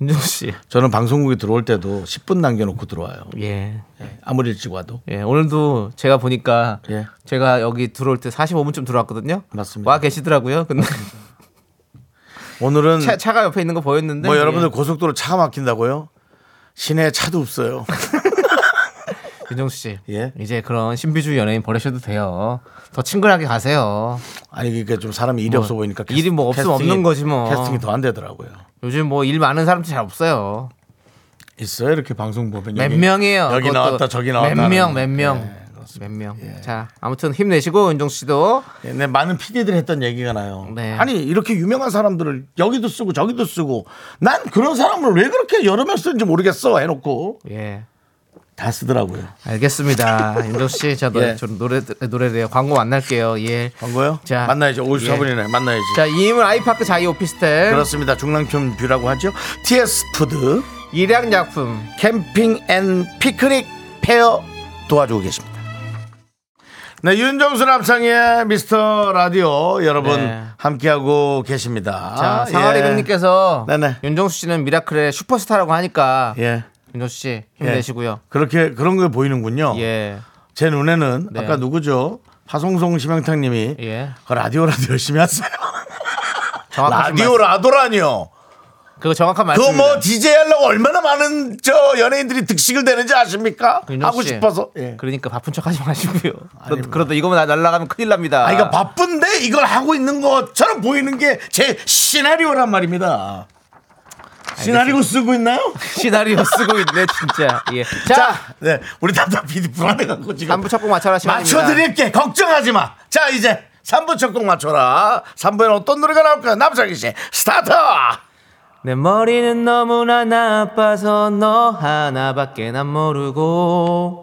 Speaker 2: 윤정 씨
Speaker 1: 저는 방송국에 들어올 때도 10분 남겨놓고 들어와요.
Speaker 2: 예,
Speaker 1: 예, 아무리 일찍 와도.
Speaker 2: 예, 오늘도 제가 보니까
Speaker 1: 예.
Speaker 2: 제가 여기 들어올 때 45분쯤 들어왔거든요.
Speaker 1: 맞습니다.
Speaker 2: 와 계시더라고요. 근데
Speaker 1: 오늘은
Speaker 2: 차, 차가 옆에 있는 거 보였는데
Speaker 1: 뭐
Speaker 2: 예.
Speaker 1: 여러분들 고속도로 차가 막힌다고요? 시내에 차도 없어요.
Speaker 2: 윤정수 씨,
Speaker 1: 예?
Speaker 2: 이제 그런 신비주의 연예인 버리셔도 돼요. 더 친근하게 가세요.
Speaker 1: 아니 그러니까 좀 사람이 일이 없어 보이니까 캐스-
Speaker 2: 일이 뭐 없으면
Speaker 1: 캐스팅이-
Speaker 2: 없는 거지 뭐.
Speaker 1: 캐스팅이 더 안 되더라고요.
Speaker 2: 요즘 뭐 일 많은 사람들 잘 없어요.
Speaker 1: 있어요 이렇게 방송 보면
Speaker 2: 몇
Speaker 1: 여기-
Speaker 2: 명이에요.
Speaker 1: 여기
Speaker 2: 그것도.
Speaker 1: 나왔다 저기 나왔다.
Speaker 2: 몇 명, 몇
Speaker 1: 하는. 네,
Speaker 2: 명, 몇 명.
Speaker 1: 예.
Speaker 2: 자, 아무튼 힘내시고 윤정수 씨도
Speaker 1: 옛날 많은 PD들 했던 얘기가 나요.
Speaker 2: 네.
Speaker 1: 아니 이렇게 유명한 사람들을 여기도 쓰고 저기도 쓰고 난 그런 사람을 왜 그렇게 여러 명 쓰는지 모르겠어 해놓고
Speaker 2: 예.
Speaker 1: 다 쓰더라고요. [laughs]
Speaker 2: 알겠습니다. 윤정수 씨, 자 노래
Speaker 1: 예.
Speaker 2: 저 노래 노래래요. 광고 만날게요. 예.
Speaker 1: 광고요?
Speaker 2: 자. 예.
Speaker 1: 만나야죠. 54분이네. 만나야지.
Speaker 2: 자, 이임은 아이파크 자이 오피스텔,
Speaker 1: 그렇습니다. 중랑촌 뷰라고 하죠. TS 푸드
Speaker 2: 일양약품,
Speaker 1: 캠핑 앤 피크닉 페어 도와주고 계십니다. 네, 윤정수 남창의 미스터 라디오 여러분
Speaker 2: 네.
Speaker 1: 함께하고 계십니다.
Speaker 2: 자,
Speaker 1: 예.
Speaker 2: 사하리백님께서
Speaker 1: 네네.
Speaker 2: 윤정수 씨는 미라클의 슈퍼스타라고 하니까
Speaker 1: 예.
Speaker 2: 윤정수 씨 힘내시고요.
Speaker 1: 그렇게 그런 게 보이는군요.
Speaker 2: 예.
Speaker 1: 제 눈에는
Speaker 2: 네.
Speaker 1: 아까 누구죠? 파송송 심영탁님이
Speaker 2: 예.
Speaker 1: 그 라디오라도 열심히 하세요.
Speaker 2: 정확한
Speaker 1: 라디오 라도라니요.
Speaker 2: 그거 정확한 말씀.
Speaker 1: 그거 뭐 DJ 하려고 얼마나 많은 저 연예인들이 득식을 되는지 아십니까? 하고 싶어서. 예.
Speaker 2: 그러니까 바쁜 척 하지 마시고요. 그러다, 그러다 이거만 날- 날라가면 큰일 납니다.
Speaker 1: 뭐. 아, 이거 바쁜데 이걸 하고 있는 것처럼 보이는 게 제 시나리오란 말입니다. 시나리오 쓰고 있나요?
Speaker 2: 시나리오 쓰고 있네 진짜.
Speaker 1: [laughs]
Speaker 2: 예.
Speaker 1: 자,
Speaker 2: 자,
Speaker 1: 네, 우리 담당 PD 불안해갖고 지금.
Speaker 2: 삼부 첫곡 맞춰라 시간입니다.
Speaker 1: 맞춰드릴게. 걱정하지 마. 자, 이제 3부 첫 곡 맞춰라. 3부에는 어떤 노래가 나올까요? 남자기 씨, 스타트!
Speaker 2: 내 머리는 너무나 나빠서 너 하나밖에 난 모르고.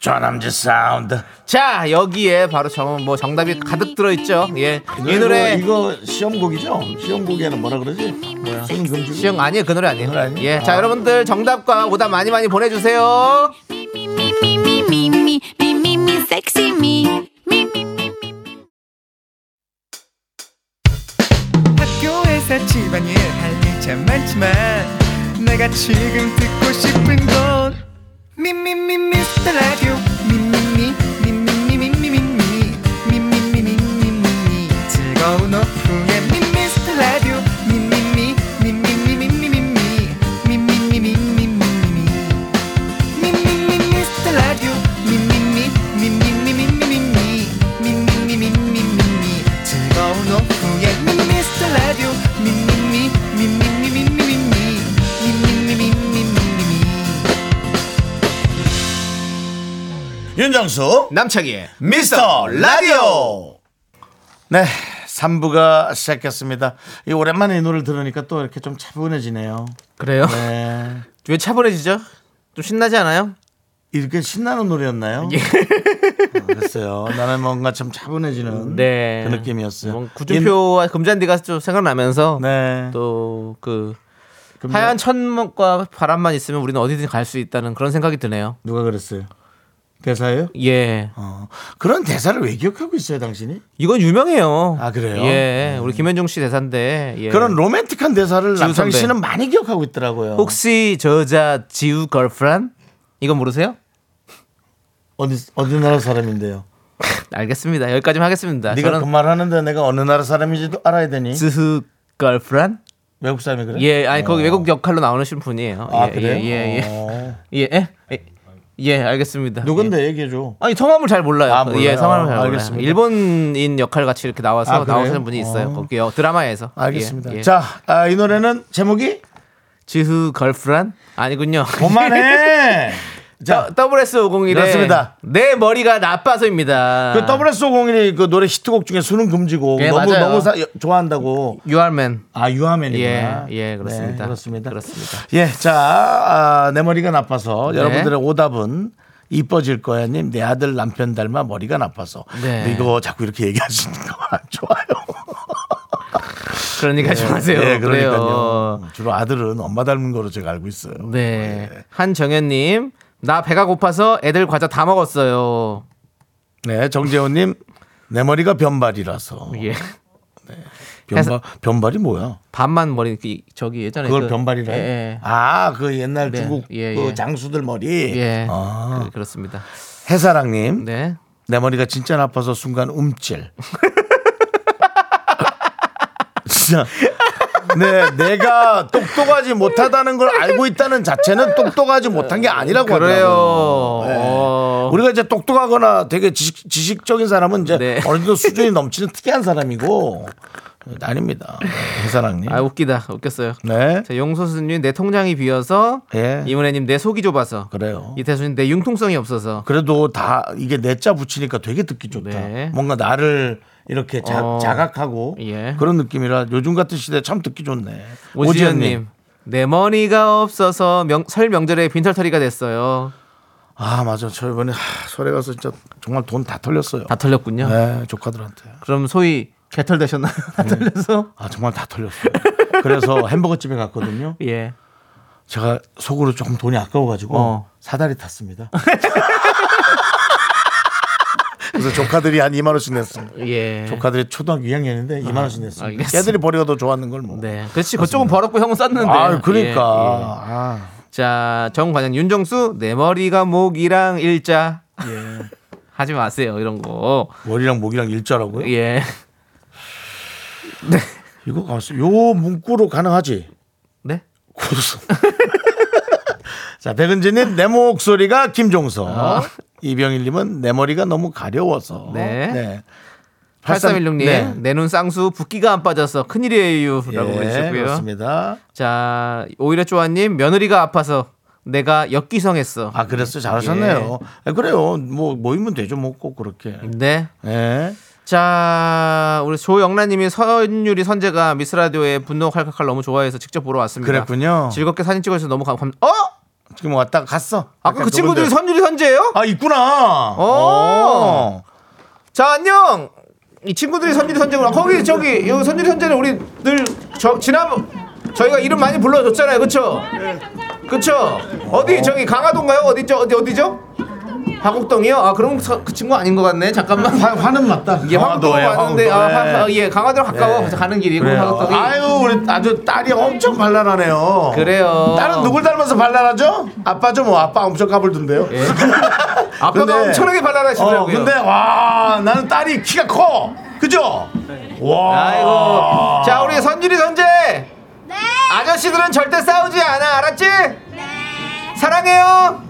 Speaker 1: 전남지 사운드.
Speaker 2: 자, 여기에 바로 정, 뭐 정답이 가득 들어있죠. 예. 이 노래
Speaker 1: 이거, 음. 이거 시험곡이죠? 시험곡에는 뭐라 그러지? 뭐야? 손금지.
Speaker 2: 시영 아니에요 그 노래 아니에요.
Speaker 1: 노래 아니에요?
Speaker 2: 예, 자
Speaker 1: 아.
Speaker 2: 여러분들 정답과 오답 많이 많이 보내주세요.
Speaker 4: 학교에서 집안일 할 일 참 많지만 내가 지금 듣고 싶은 건 미미미 미스터 라디오 미미미 미미미미미미 미미미미미미 즐거운 오후에 미스터 라디오 미미미 미미미미미미 미미미미미미미 미미미 미스터 라디오 미미미 미미미미미미 미미미미미미 즐거운 오후에 미스터 라디오 미미미 미미미미미미 미미미미미미미
Speaker 1: 윤정수.
Speaker 2: 남창희의
Speaker 1: 미스터 라디오. 네, 3부가 시작했습니다. 이 오랜만에 이 노래를 들으니까 또 이렇게 좀 차분해지네요.
Speaker 2: 그래요?
Speaker 1: 네.
Speaker 2: [laughs] 왜 차분해지죠? 좀 신나지 않아요?
Speaker 1: 이렇게 신나는 노래였나요?
Speaker 2: 예.
Speaker 1: 아, 글쎄요. 나는 뭔가 참 차분해지는
Speaker 2: 네.
Speaker 1: 그 느낌이었어요.
Speaker 2: 뭔 구준표와 금잔디가 좀 생각나면서
Speaker 1: 인- 네.
Speaker 2: 또 그
Speaker 1: 금잔-
Speaker 2: 하얀 천목과 바람만 있으면 우리는 어디든 갈 수 있다는 그런 생각이 드네요.
Speaker 1: 누가 그랬어요? 대사예요?
Speaker 2: 예,
Speaker 1: 어. 그런 대사를 왜 기억하고 있어요, 당신이?
Speaker 2: 이건 유명해요.
Speaker 1: 아, 그래요?
Speaker 2: 예, 우리 김현중 씨 대사인데 예.
Speaker 1: 그런 로맨틱한 대사를
Speaker 2: 지우
Speaker 1: 남창희
Speaker 2: 선배.
Speaker 1: 씨는 많이 기억하고 있더라고요.
Speaker 2: 혹시 저자 지우 걸프란 이건 모르세요?
Speaker 1: 어디 어느 나라 사람인데요?
Speaker 2: 알겠습니다. 여기까지만 하겠습니다.
Speaker 1: 네가 그
Speaker 2: 아, 저는
Speaker 1: 말 하는데 내가 어느 나라 사람인지도 알아야 되니?
Speaker 2: 지우 걸프란
Speaker 1: 외국 사람이 그래? 어.
Speaker 2: 예, 아니 거기 외국 역할로 나오신 분이에요.
Speaker 1: 아,
Speaker 2: 예,
Speaker 1: 그래요?
Speaker 2: 예, 예, [laughs]
Speaker 1: 어.
Speaker 2: 예, 예, 예, 예, 예, 알겠습니다. 예.
Speaker 1: 누군데 얘기해 줘.
Speaker 2: 아니 성함을 잘 몰라요.
Speaker 1: 아, 몰라요?
Speaker 2: 예, 성함을 잘
Speaker 1: 알겠습니다.
Speaker 2: 몰라요. 일본인 역할 같이 이렇게 나와서
Speaker 1: 아, 그래요?
Speaker 2: 나오시는 분이 있어요.
Speaker 1: 어.
Speaker 2: 거기 요 드라마에서.
Speaker 1: 알겠습니다.
Speaker 2: 예, 예.
Speaker 1: 자, 아, 이 노래는 제목이
Speaker 2: 지흐 걸프란 아니군요. [laughs]
Speaker 1: 그만해.
Speaker 2: 아.
Speaker 1: 자,
Speaker 2: WS 501의
Speaker 1: 그렇습니다.
Speaker 2: 내 머리가 나빠서입니다.
Speaker 1: 그 WS 501이 그 노래 히트곡 중에 수능 금지곡
Speaker 2: 예,
Speaker 1: 너무
Speaker 2: 맞아요.
Speaker 1: 너무 사- 좋아한다고.
Speaker 2: 유알맨.
Speaker 1: 아 유아맨이구나.
Speaker 2: 예, 예, 그렇습니다.
Speaker 1: 네, 그렇습니다.
Speaker 2: 그렇습니다.
Speaker 1: 예, 자, 아, 내 머리가 나빠서
Speaker 2: 네.
Speaker 1: 여러분들의 오답은 이뻐질 거야 님. 내 아들 남편 닮아 머리가 나빠서.
Speaker 2: 네.
Speaker 1: 근데 이거 자꾸 이렇게 얘기하시는 거 [laughs] 안 좋아요.
Speaker 2: 그러니까 좀 하세요.
Speaker 1: 예,
Speaker 2: 그래요.
Speaker 1: 그러니까요. 주로 아들은 엄마 닮은 거로 제가 알고 있어요.
Speaker 2: 네.
Speaker 1: 예.
Speaker 2: 한정현님, 나 배가 고파서 애들 과자 다 먹었어요.
Speaker 1: 네, 정재훈 님. 내 머리가 변발이라서.
Speaker 2: 예. [laughs]
Speaker 1: 변발 변발이 뭐야?
Speaker 2: 반만 머리, 그- 저기 예전에.
Speaker 1: 그걸
Speaker 2: 그-
Speaker 1: 변발이라.
Speaker 2: 예,
Speaker 1: 해?
Speaker 2: 예.
Speaker 1: 아, 그 옛날
Speaker 2: 네,
Speaker 1: 중국
Speaker 2: 예,
Speaker 1: 그
Speaker 2: 예.
Speaker 1: 장수들 머리.
Speaker 2: 예.
Speaker 1: 아.
Speaker 2: 그, 렇습니다
Speaker 1: 해사랑님,
Speaker 2: 네.
Speaker 1: 내 머리가 진짜 나빠서 순간 움찔. [laughs] 진짜. 네, 내가 똑똑하지 못하다는 걸 알고 있다는 자체는 똑똑하지 못한 게 아니라고
Speaker 2: 그래요.
Speaker 1: 하더라고요. 네.
Speaker 2: 어.
Speaker 1: 우리가 이제 똑똑하거나 되게 지식, 지식적인 사람은 이제
Speaker 2: 네.
Speaker 1: 어느 정도 수준이 넘치는 특이한 사람이고 [laughs] 아닙니다. 해사랑님.
Speaker 2: 아, 웃기다. 웃겼어요.
Speaker 1: 네.
Speaker 2: 자, 용소수님, 내 통장이 비어서.
Speaker 1: 예.
Speaker 2: 이문혜님, 내 속이 좁아서.
Speaker 1: 그래요.
Speaker 2: 이태수님, 내 융통성이 없어서.
Speaker 1: 그래도 다 이게 내 자 붙이니까 되게 듣기 좋다.
Speaker 2: 네.
Speaker 1: 뭔가 나를 이렇게 자,
Speaker 2: 어.
Speaker 1: 각하고
Speaker 2: 예.
Speaker 1: 그런 느낌이라 요즘 같은 시대에 참 듣기 좋네.
Speaker 2: 오지현님, 내 머리가 없어서 명- 설 명절에 빈털터리가 됐어요.
Speaker 1: 아 맞아. 저 이번에 하, 설에 가서 진짜 정말 돈 다 털렸어요.
Speaker 2: 다 털렸군요.
Speaker 1: 네, 조카들한테.
Speaker 2: 그럼 소위 개털 되셨나요? [laughs] 다 털려서?
Speaker 1: 아 정말 다 털렸어요. 그래서 햄버거 집에 갔거든요.
Speaker 2: 예.
Speaker 1: 제가 속으로 조금 어. 돈이 아까워가지고
Speaker 2: 어.
Speaker 1: 사다리 탔습니다. [laughs] 그래서 조카들이 한 2만 원씩 아, 냈어.
Speaker 2: 예.
Speaker 1: 조카들이 초등학교 2학년인데 2만 원씩 냈어.
Speaker 2: 알겠습니다.
Speaker 1: 애들이 버리가 더 좋았는 걸 뭐.
Speaker 2: 네. 그렇지. 그쪽은 벌었고 형은 쌌는데.
Speaker 1: 아,
Speaker 2: 예, 예.
Speaker 1: 그러니까. 아,
Speaker 2: 자, 정관장 윤정수 내 머리가 목이랑 일자.
Speaker 1: 예.
Speaker 2: 하지 마세요. 이런 거.
Speaker 1: 머리랑 목이랑 일자라고요?
Speaker 2: 예.
Speaker 1: 이거 가만있어. 요 문구로 가능하지?
Speaker 2: 네.
Speaker 1: 고수. [laughs] 자, 백은진님 내 목소리가 김종서. 이병일님은 내 머리가 너무 가려워서. 네.
Speaker 2: 네. 8316님 내 눈 쌍수 붓기가 안 빠져서 큰일이에요라고
Speaker 1: 예,
Speaker 2: 보내주셨고요.
Speaker 1: 그렇습니다.
Speaker 2: 자 오히려 조아님 며느리가 아파서 내가 역기성했어.
Speaker 1: 아, 그랬어요. 잘하셨네요. 아, 그래요. 뭐 모이면 되죠. 뭐 꼭 그렇게.
Speaker 2: 네.
Speaker 1: 예.
Speaker 2: 자 우리 조영란님이 선율이 선재가 미스 라디오의 분노 칼칼칼 너무 좋아해서 직접 보러 왔습니다.
Speaker 1: 그랬군요.
Speaker 2: 즐겁게 사진 찍어서 너무 감. 감... 어?
Speaker 1: 지금 왔다가 갔어.
Speaker 2: 아까
Speaker 1: 약간
Speaker 2: 그 친구들이
Speaker 1: 누군데.
Speaker 2: 선율이 선재예요?
Speaker 1: 아, 있구나.
Speaker 2: 어.
Speaker 1: 어.
Speaker 2: 자 안녕. 이 친구들이 선율이 선재구나. 거기 저기 요 선율이 선재는 우리 늘 저 지난 저희가 이름 많이 불러줬잖아요, 그렇죠? 그쵸? 어디 저기 강화도인가요? 어디죠? 어디 어디죠? 화곡동이요? 아 그럼 서- 그 친구 아닌 것 같네. 잠깐만.
Speaker 1: 화, 화는 맞다. 어,
Speaker 2: 예, 화곡동
Speaker 1: 강화도에,
Speaker 2: 왔는데 아,
Speaker 1: 화곡도에.
Speaker 2: 화- 아, 예, 강화도로 가까워.
Speaker 1: 예.
Speaker 2: 그래서 가는 길이고
Speaker 1: 그래요.
Speaker 2: 화곡동이.
Speaker 1: 아유 우리 아주 딸이 엄청 발랄하네요.
Speaker 2: 그래요.
Speaker 1: 딸은 누굴 닮아서 발랄하죠? 아빠죠 뭐 아빠 엄청 까불던데요. [laughs]
Speaker 2: 예. 아빠가 엄청나게 발랄하시더라고요.
Speaker 1: 어, 근데 와 나는 딸이 키가 커. 그죠? 와.
Speaker 2: 아이고. 자, 우리 선율이 선재.
Speaker 3: 네.
Speaker 2: 아저씨들은 절대 싸우지 않아. 알았지? 네. 사랑해요.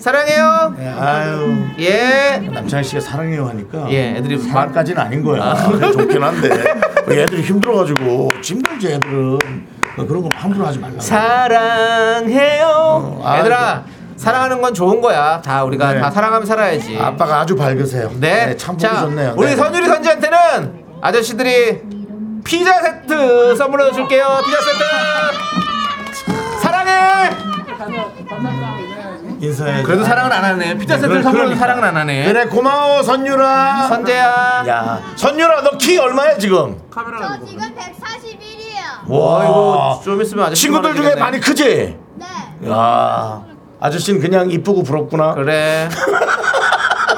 Speaker 2: 사랑해요.
Speaker 1: 아유
Speaker 2: 예.
Speaker 1: 남창희 씨가 사랑해요 하니까.
Speaker 2: 예, 애들이
Speaker 1: 말까지는 아닌 거야. 그게 좋긴 [laughs] 한데 애들이 힘들어가지고 힘들지 애들은 어, 그런 거 함부로 하지 말라.
Speaker 2: 사랑해요.
Speaker 1: 어, 아이고.
Speaker 2: 얘들아, 사랑하는 건 좋은 거야. 다 우리가
Speaker 1: 네.
Speaker 2: 다 사랑하면 살아야지.
Speaker 1: 아빠가 아주 밝으세요.
Speaker 2: 네.
Speaker 1: 참 보기
Speaker 2: 자,
Speaker 1: 좋네요.
Speaker 2: 우리
Speaker 1: 네.
Speaker 2: 선율이 선지한테는 아저씨들이 피자 세트 선물로 줄게요. 피자 세트. 사랑해.
Speaker 1: 인사해.
Speaker 2: 그래도 사랑은 안 하네. 피자 세트
Speaker 1: 그러-
Speaker 2: 선물로
Speaker 1: 그러니까.
Speaker 2: 사랑은 안 하네.
Speaker 1: 그래 고마워 선유라.
Speaker 2: 선재야.
Speaker 1: 야 선유라 너 키 얼마야 지금?
Speaker 3: 저 지금 141이에요.
Speaker 1: 와
Speaker 2: 아이고 좀 있으면 아저씨
Speaker 1: 친구들 중에
Speaker 2: 만나게
Speaker 1: 많이 크지?
Speaker 3: 네.
Speaker 1: 야 아저씨는 그냥 이쁘고 부럽구나. [laughs]
Speaker 2: 그래.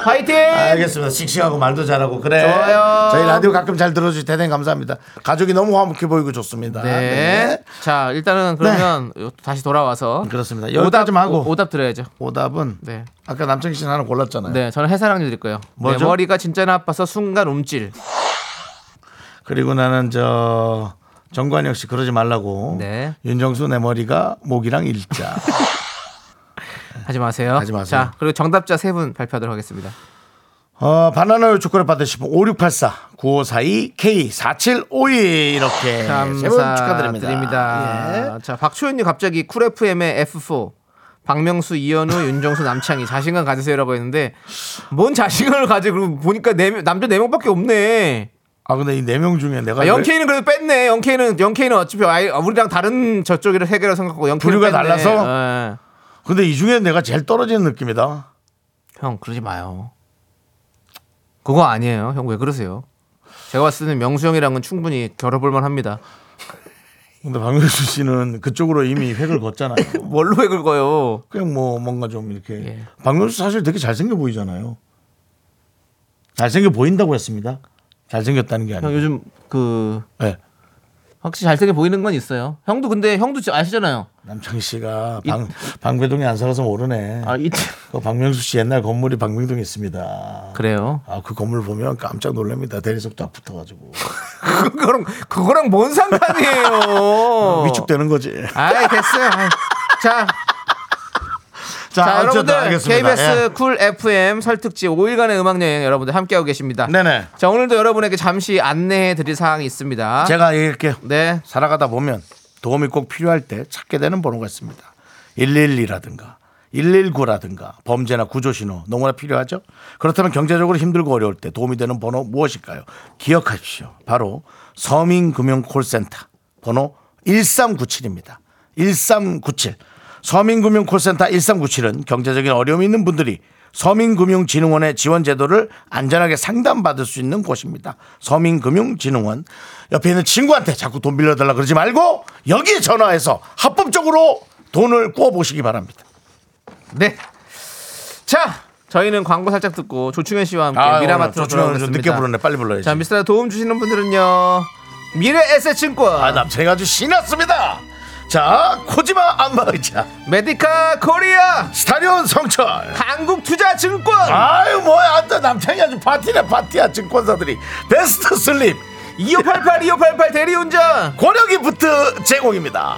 Speaker 2: 화이팅.
Speaker 1: 알겠습니다. 씩씩하고 말도 잘하고 그래.
Speaker 2: 좋아요.
Speaker 1: 저희 라디오 가끔 잘 들어주시 대단히 감사합니다. 가족이 너무 화목해 보이고 좋습니다.
Speaker 2: 네. 자 일단은 그러면 요- 다시 돌아와서
Speaker 1: 네. 그렇습니다.
Speaker 2: 오답
Speaker 1: 여기까지 좀 하고.
Speaker 2: 오- 오답 드려야죠.
Speaker 1: 오답은
Speaker 2: 네.
Speaker 1: 아까 남창희 씨는 하나 골랐잖아요.
Speaker 2: 네, 저는 해사랑님 드릴 거예요. 내
Speaker 1: 뭐죠?
Speaker 2: 머리가 진짜 나빠서 순간 움찔.
Speaker 1: 그리고 나는 저 정관영 씨 그러지 말라고.
Speaker 2: 네.
Speaker 1: 윤정수 내 머리가 목이랑 일자. [laughs]
Speaker 2: 하지 마세요.
Speaker 1: 하지 마세요.
Speaker 2: 자, 그리고 정답자 세 분 발표하도록 하겠습니다.
Speaker 1: 어, 바나나우유 초콜릿 받으시고 5684 9542 K 4752 이렇게 네, 세분 축하드립니다. 예.
Speaker 2: 감사드립니다. 자, 박초연님 갑자기 쿨 FM의 F4. 박명수, 이현우, 윤정수, 남창희 자신감 가지세요라고 했는데 뭔 자신감을 가지고 그러고 보니까 네 명- 남자 네 명밖에 없네.
Speaker 1: 아 근데 이 네 명 중에 내가
Speaker 2: 아,
Speaker 1: 왜-
Speaker 2: 영케이는 그래도 뺐네. 영케이는 영케이는 어차피 아예 우리랑 다른 저쪽이라 세계로 생각하고 영케이
Speaker 1: 부류가
Speaker 2: 뺐네.
Speaker 1: 달라서?
Speaker 2: 예.
Speaker 1: 근데 이 중에 내가 제일 떨어지는 느낌이다.
Speaker 2: 형 그러지 마요. 그거 아니에요. 형 왜 그러세요? 제가 봤을 때는 명수 형이랑은 충분히 결합볼 만합니다.
Speaker 1: 근데 박명수 씨는 그쪽으로 이미 획을 걷잖아요.
Speaker 2: 뭘로 왜 긁어요?
Speaker 1: 그냥 뭐 뭔가 좀 이렇게
Speaker 2: 예.
Speaker 1: 박명수 사실 되게 잘생겨 보이잖아요. 잘생겨 보인다고 했습니다. 잘생겼다는 게
Speaker 2: 형
Speaker 1: 아니에요.
Speaker 2: 요즘 그
Speaker 1: 네.
Speaker 2: 확실히 잘생겨 보이는 건 있어요. 형도 근데 형도 지- 아시잖아요.
Speaker 1: 남창희 씨가 방, 방배동에 안 살아서 모르네.
Speaker 2: 아 이,
Speaker 1: 그 박명수 씨 옛날 건물이 방배동에 있습니다.
Speaker 2: [laughs] 그래요.
Speaker 1: 아 그 건물 보면 깜짝 놀랍니다. 대리석 쫙 붙어가지고
Speaker 2: 그거랑 그거랑 뭔 [laughs] 상관이에요?
Speaker 1: 위축되는 거지.
Speaker 2: 아이 됐어요. 아이. 자,
Speaker 1: 자,
Speaker 2: 자
Speaker 1: 어쨌든
Speaker 2: 여러분들
Speaker 1: 알겠습니다. 예.
Speaker 2: KBS 쿨 FM 설특집 5일간의 음악 여행 여러분들 함께하고 계십니다.
Speaker 1: 예. 네네.
Speaker 2: 자 오늘도 여러분에게 잠시 안내해 드릴 사항이 있습니다.
Speaker 1: 제가 얘기할게요.
Speaker 2: 네.
Speaker 1: 살아가다 보면 도움이 꼭 필요할 때 찾게 되는 번호가 있습니다. 112라든가 119라든가 범죄나 구조신호 너무나 필요하죠. 그렇다면 경제적으로 힘들고 어려울 때 도움이 되는 번호 무엇일까요? 기억하십시오. 바로 서민금융콜센터 번호 1397입니다. 1397. 서민금융콜센터 1397은 경제적인 어려움이 있는 분들이 서민금융진흥원의 지원제도를 안전하게 상담받을 수 있는 곳입니다. 서민금융진흥원. 옆에 있는 친구한테 자꾸 돈 빌려달라 그러지 말고 여기에 전화해서 합법적으로 돈을 구워보시기 바랍니다.
Speaker 2: 네. 자, 저희는 광고 살짝 듣고 조충현 씨와 함께
Speaker 1: 아,
Speaker 2: 미라마트로
Speaker 1: 조충현 좀
Speaker 2: 돌아오겠습니다.
Speaker 1: 늦게 부르네. 빨리 불러야지.
Speaker 2: 자, 미스터 도움 주시는 분들은요. 미래 에셋증권,
Speaker 1: 아, 남창이 아주 신났습니다. 자, 코지마 안마의자,
Speaker 2: 메디카 코리아,
Speaker 1: 스타리온 성철.
Speaker 2: 한국투자증권,
Speaker 1: 아유, 뭐야. 안돼 남창이 아주 파티네, 파티야. 증권사들이. 베스트 슬립.
Speaker 2: 2588 2588 대리운전.
Speaker 1: 고려기프트 제공입니다.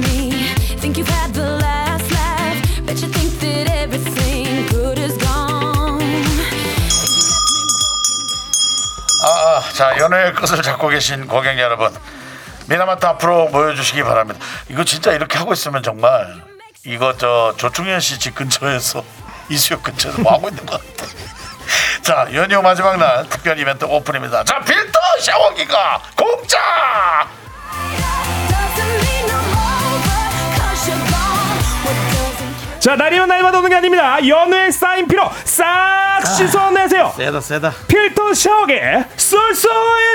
Speaker 1: 아, 자 연애의 끝을 잡고 계신 고객 여러분 미나마트 앞으로 모여주시기 바랍니다 이거 진짜 이렇게 하고 있으면 정말 이거 저 조충현 씨 집 근처에서 [laughs] 이수혁 근처에서 뭐 하고 있는 것 같아 [laughs] 자 연휴 마지막 날 특별 이벤트 오픈입니다 자 필터 샤워기가 공짜
Speaker 8: 자 날이면 날마다 오는 게 아닙니다 연우의 쌓인 피로 싹 씻어내세요
Speaker 1: 세다 세다
Speaker 8: 필터 샤워기 쏠쏠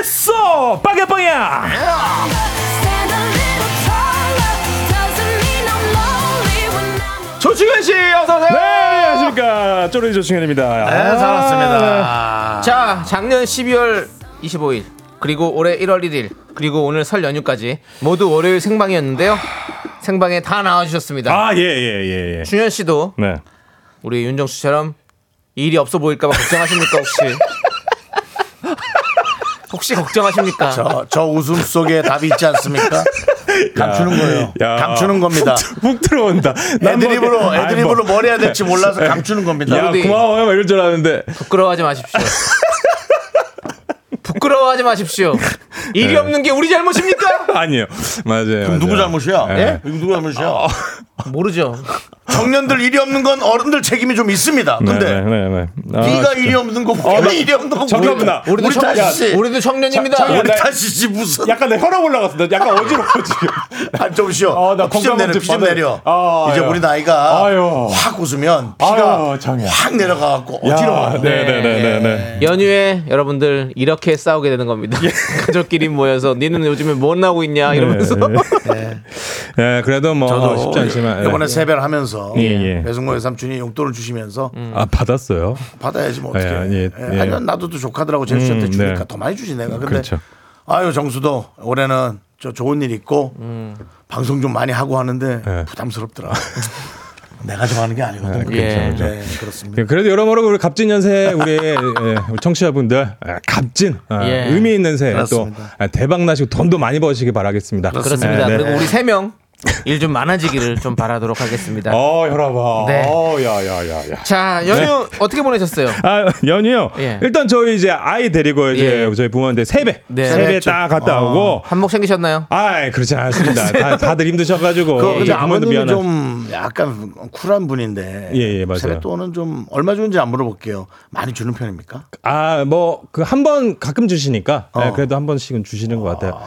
Speaker 8: 쏘 빵야빵야
Speaker 2: 조충현 씨 어서 오세요.
Speaker 8: 네 안녕하십니까 쪼르디 조충현입니다
Speaker 1: 네 반갑습니다
Speaker 2: 자, 작년 12월 25일 그리고 올해 1월 1일 그리고 오늘 설 연휴까지 모두 월요일 생방이었는데요. 생방에 다 나와주셨습니다.
Speaker 8: 아 예 예 예예
Speaker 2: 준현 씨도
Speaker 8: 네
Speaker 2: 우리 윤정수 씨처럼 일이 없어 보일까봐 걱정하십니까 혹시? 혹시 걱정하십니까?
Speaker 1: 저, 저 웃음 속에 답이 있지 [laughs] 않습니까? 감추는 거예요.
Speaker 8: 야.
Speaker 1: 감추는 겁니다. [laughs]
Speaker 8: 훅 들어온다 난 뭐-
Speaker 1: 애드립으로
Speaker 8: 아이, 뭐- 예.
Speaker 1: 애드립으로 뭐 뭘 해야 될지 몰라서 감추는 겁니다.
Speaker 8: 야
Speaker 2: 우리-
Speaker 8: 고마워요 막 이럴 줄 알았는데
Speaker 2: 부끄러워하지 마십시오. 부끄러워하지 마십시오. 일이 없는 게 우리 잘못입니까?
Speaker 8: 아니에요 맞아요 맞아요.
Speaker 1: 누구 잘못이야?
Speaker 8: 예?
Speaker 1: 예? 누구 잘못이야?
Speaker 2: 모르죠.
Speaker 1: 청년들 일이 없는 건 어른들 책임이 좀 있습니다.
Speaker 8: 네,
Speaker 1: 근데
Speaker 8: 네, 네, 네. 아,
Speaker 1: 네가
Speaker 8: 진짜.
Speaker 1: 일이 없는 거, 우리
Speaker 8: 나-
Speaker 1: 일이 없는 거,
Speaker 8: 저기 없나?
Speaker 1: 우리
Speaker 2: 청-
Speaker 1: 탓이지. 우리,
Speaker 2: 우리도 청년입니다.
Speaker 8: 자, 자, 나-
Speaker 1: 탓이지 무슨?
Speaker 8: 약간 내 혈압 올라갔어 나 약간 어지러워 지금
Speaker 1: 아, 좀 쉬어.
Speaker 8: 아, 나
Speaker 1: 피 좀
Speaker 8: 건강
Speaker 1: 내려,
Speaker 8: 검진
Speaker 1: 피 좀
Speaker 8: 받아야-
Speaker 1: 내려.
Speaker 8: 아,
Speaker 1: 이제
Speaker 8: 아유.
Speaker 1: 우리 나이가
Speaker 8: 아유.
Speaker 1: 확 웃으면 피가
Speaker 8: 아유, 장이야.
Speaker 1: 확 내려가갖고
Speaker 8: 야,
Speaker 1: 어지러워.
Speaker 8: 네, 네, 네, 네, 네.
Speaker 2: 연휴에 여러분들 이렇게 싸우게 되는 겁니다. 가족끼리 모여서 니는 요즘에 뭐 하고 있냐
Speaker 8: 네,
Speaker 2: 이러면서
Speaker 8: 예, 그래도 뭐
Speaker 1: 저도
Speaker 8: 쉽지 않지만 예.
Speaker 1: 이번에 세배를 하면서
Speaker 8: 예, 예.
Speaker 1: 배승모의 삼촌이 용돈을 주시면서
Speaker 8: 아 받았어요.
Speaker 1: 받아야지 뭐 어떻게.
Speaker 8: 예, 예, 예.
Speaker 1: 아니면 나도 또 조카들하고 제주씨한테
Speaker 8: 음,
Speaker 1: 주니까
Speaker 8: 네.
Speaker 1: 더 많이 주지 내가. 근데
Speaker 8: 그렇죠.
Speaker 1: 아유 정수도 올해는 저 좋은 일 있고 방송 좀 많이 하고 하는데
Speaker 8: 예.
Speaker 1: 부담스럽더라. [laughs] 내가 좀 하는 게 아니거든. 요
Speaker 2: 예. 그렇죠,
Speaker 1: 네, 그렇습니다.
Speaker 8: 예, 그래도 여러모로 우리 갑진 연세 우리 예, 우리 청취자분들 예, 갑진 아,
Speaker 2: 예.
Speaker 8: 의미 있는 새해 또
Speaker 1: 그렇습니다.
Speaker 8: 아, 대박 나시고 돈도 많이 버시기 바라겠습니다.
Speaker 2: 그렇습니다.
Speaker 8: 예, 네.
Speaker 2: 그리고 우리 세 명 일 좀 많아지기를 좀 바라도록 하겠습니다.
Speaker 8: 어 혈압아.
Speaker 2: 네.
Speaker 8: 어 야야야야.
Speaker 2: 자 연휴 어떻게 보내셨어요?
Speaker 8: 아 연이요.
Speaker 2: 예.
Speaker 8: 일단 저희 이제 아이 데리고 이제
Speaker 2: 예.
Speaker 8: 저희 부모한테 세배
Speaker 2: 네.
Speaker 8: 세배 아.
Speaker 1: 세배죠.
Speaker 8: 딱 갔다 오고.
Speaker 2: 한복 챙기셨나요?
Speaker 8: 아, 그렇지
Speaker 2: [laughs]
Speaker 8: 않습니다. 다, 다들 힘드셔가지고
Speaker 1: 그 근데
Speaker 8: 저희 부모도
Speaker 1: 아버님이
Speaker 8: 미안한.
Speaker 1: 좀 약간 쿨한 분인데
Speaker 8: 예, 예, 맞아요.
Speaker 1: 세뱃돈은 좀 얼마 주는지 안 물어볼게요. 많이 주는 편입니까?
Speaker 8: 아, 뭐, 그 한 번 가끔 주시니까,
Speaker 1: 어.
Speaker 8: 예, 그래도 한 번씩은 주시는 것 같아요.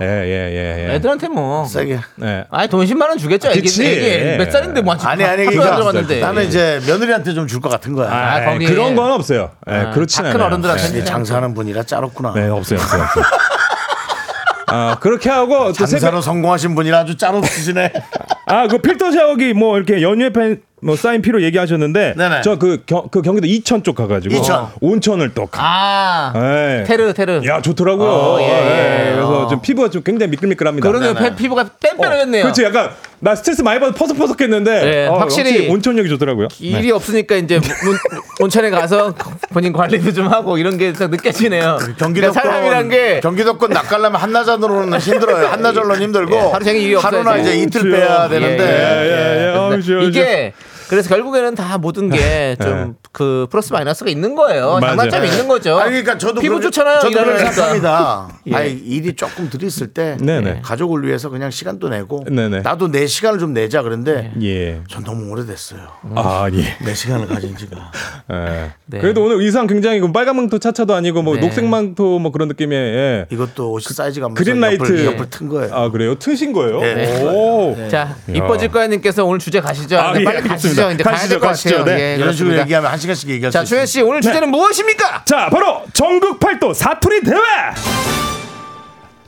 Speaker 8: 예, 예, 예, 예.
Speaker 2: 애들한테 뭐.
Speaker 1: 세게.
Speaker 8: 예.
Speaker 2: 아니 돈 10만 원 주겠죠. 애기
Speaker 8: 그치.
Speaker 2: 애기 몇 살인데 뭐
Speaker 1: 아니 아니
Speaker 2: 학교 안
Speaker 1: 그러니까
Speaker 2: 들어갔는데.
Speaker 1: 나는 이제 며느리한테 좀 줄 것 같은 거야.
Speaker 8: 예. 아,
Speaker 2: 아, 거기-
Speaker 8: 그런 건 없어요. 예,
Speaker 2: 아,
Speaker 8: 그렇진
Speaker 2: 다
Speaker 8: 않아요.
Speaker 2: 큰 어른들한테
Speaker 1: 당신이
Speaker 2: 네.
Speaker 1: 장사하는 분이라 짜롭구나.
Speaker 8: 예. 네, 없어요, 없어요.
Speaker 2: [laughs]
Speaker 8: 없어요. 아, 그렇게 하고, 또 새벽,
Speaker 1: 장사로 성공하신 분이라 아주
Speaker 2: [laughs]
Speaker 1: 짜롭으시네.
Speaker 8: 아, 그 필터 샤워기 뭐, 이렇게 연휴에 팬, 뭐, 사인 피로 얘기하셨는데,
Speaker 1: 네네.
Speaker 8: 저 그, 경, 그 경기도 이천 쪽 가가지고,
Speaker 1: 이천.
Speaker 8: 온천을 또 가.
Speaker 2: 아
Speaker 8: 예.
Speaker 2: 테르 테르.
Speaker 8: 야, 좋더라고요.
Speaker 2: 어, 예, 예.
Speaker 8: 예, 그래서
Speaker 2: 어.
Speaker 8: 좀 피부가 좀 굉장히 미끌미끌합니다.
Speaker 1: 어,
Speaker 2: 그러네요. 피- 피부가 뺀빼라였네요.
Speaker 8: 그렇지 약간 나 스트레스 많이 받아 퍼석퍼석했는데
Speaker 2: 네,
Speaker 8: 어,
Speaker 2: 확실히
Speaker 8: 확실히 온천력이 좋더라고요.
Speaker 2: 일이
Speaker 1: 네. [laughs]
Speaker 2: 없으니까 이제 문- 온천에 가서 본인 관리도 좀 하고 이런 게 딱 느껴지네요.
Speaker 1: 경기도권
Speaker 2: 그러니까 사람이란 게
Speaker 1: 경기도권 낚가려면 한나절로는 힘들어요. 한나절로는 힘들고
Speaker 2: 예, 하루 종일 일이 없어요,
Speaker 1: 하루나
Speaker 2: 지금.
Speaker 1: 이제 이틀
Speaker 8: 그렇죠.
Speaker 1: 빼야
Speaker 8: 예,
Speaker 1: 되는데
Speaker 8: 예, 예, 예. 어우,
Speaker 2: 그래서
Speaker 8: 쉬워,
Speaker 2: 이게 그래서 결국에는 다 모든
Speaker 1: 네.
Speaker 2: 게 좀 그 플러스 마이너스가 있는 거예요.
Speaker 8: 맞아요.
Speaker 2: 장단점이 있는 거죠.
Speaker 1: 아니 그러니까 저도
Speaker 2: 피부
Speaker 1: 그런-
Speaker 2: 좋잖아요. 예.
Speaker 1: 저도 그런
Speaker 2: 일하니까.
Speaker 1: 생각합니다. 아니 일이 조금 들이있을 때 예,
Speaker 8: 네네.
Speaker 1: 가족을 위해서 그냥 시간도 내고
Speaker 8: 네네.
Speaker 1: 나도 내 시간을 좀 내자 그런데
Speaker 8: 예.
Speaker 1: 전 너무 오래됐어요.
Speaker 8: 아 예.
Speaker 1: 내 시간을 가진 지가.
Speaker 8: 예.
Speaker 2: 네.
Speaker 8: 그래도 오늘 의상 굉장히 그 빨간 망토 차차도 아니고 뭐
Speaker 2: 네.
Speaker 8: 녹색 망토 뭐 그런 느낌의 예.
Speaker 1: 이것도 옷이 사이즈가 안 맞아서
Speaker 8: 그린라이트
Speaker 1: 옆을, 옆을 튼 거예요.
Speaker 8: 아 그래요? 트신 거예요?
Speaker 1: 네.
Speaker 8: 오.
Speaker 2: 자 이뻐질 거야님께서 오늘 주제 가시죠.
Speaker 8: 아,
Speaker 2: 네,
Speaker 8: 예,
Speaker 2: 빨리 가시죠.
Speaker 8: 알겠습니다.
Speaker 2: 이제 가야
Speaker 8: 가시죠,
Speaker 2: 될 것
Speaker 8: 가시죠.
Speaker 2: 같아요.
Speaker 8: 네.
Speaker 2: 예,
Speaker 1: 이런 식으로 네.
Speaker 2: 그렇습니다.
Speaker 1: 얘기하면 한 시간씩 얘기할
Speaker 2: 자
Speaker 1: 수
Speaker 2: 조현
Speaker 1: 있어요.
Speaker 2: 씨 오늘 주제는 무엇입니까?
Speaker 8: 자, 바로 전국 팔도 사투리 대회.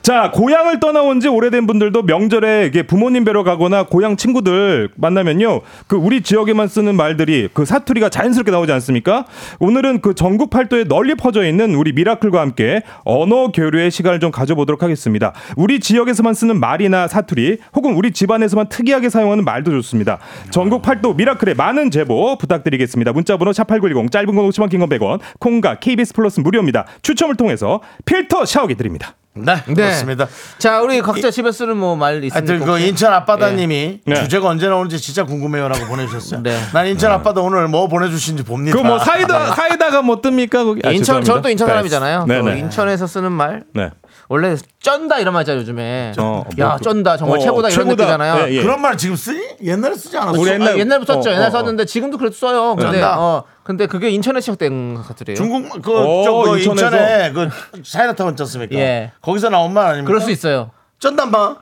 Speaker 8: 자, 고향을 떠나온 지 오래된 분들도 명절에 이게 부모님 뵈러 가거나 고향 친구들 만나면요. 그 우리 지역에만 쓰는 말들이 그 사투리가 자연스럽게 나오지 않습니까? 오늘은 그 전국 팔도에 널리 퍼져 있는 우리 미라클과 함께 언어 교류의 시간을 좀 가져보도록 하겠습니다. 우리 지역에서만 쓰는 말이나 사투리 혹은 우리 집안에서만 특이하게 사용하는 말도 좋습니다. 전국 팔도 미라클의 많은 제보 부탁드리겠습니다. 문자번호 샵8910 짧은 건 50원 긴 건 100원 콩과 KBS 플러스 무료입니다. 추첨을 통해서 필터 샤워기 드립니다.
Speaker 1: 네, 그렇습니다.
Speaker 2: 자 우리 각자 집에 쓰는 뭐 말 있습니까?
Speaker 1: 하여튼 그
Speaker 2: 혹시?
Speaker 1: 인천 아빠다님이
Speaker 8: 네.
Speaker 1: 주제가 언제 나오는지 진짜 궁금해요라고 보내주셨어요.
Speaker 2: 네.
Speaker 1: 난 인천 아빠다 오늘 뭐 보내주신지 봅니다.
Speaker 8: 그 뭐 사이다 사이다가 뭐 뜹니까? 거기? 아,
Speaker 2: 예, 인천
Speaker 8: 죄송합니다.
Speaker 2: 저도 인천 사람이잖아요.
Speaker 8: 네,
Speaker 2: 그
Speaker 8: 네.
Speaker 2: 인천에서 쓰는 말
Speaker 8: 네.
Speaker 2: 원래 쩐다 이런 말 있잖아요 요즘에.
Speaker 8: 어,
Speaker 2: 야
Speaker 8: 뭐 그-
Speaker 2: 쩐다 정말
Speaker 8: 어,
Speaker 2: 최고다 이런
Speaker 8: 최고다.
Speaker 2: 느낌잖아요.
Speaker 8: 예, 예.
Speaker 1: 그런 말 지금 쓰니? 옛날에 쓰지 않았어?
Speaker 8: 우리
Speaker 2: 옛날,
Speaker 8: 옛날-
Speaker 2: 옛날에 썼죠.
Speaker 8: 어,
Speaker 2: 옛날
Speaker 8: 어, 예. 어.
Speaker 2: 썼는데 지금도 그래도 써요. 근데
Speaker 1: 쩐다.
Speaker 2: 어 근데 그게 인천에 시작된 것들이에요.
Speaker 1: 중국
Speaker 8: 예. 오,
Speaker 1: 그저그
Speaker 8: 인천에서?
Speaker 1: 인천에 그 사이다타운 쪘습니까?
Speaker 2: 예.
Speaker 1: 거기서 나온 말 아닙니까?
Speaker 2: 그럴 수 있어요.
Speaker 1: 쩐단마,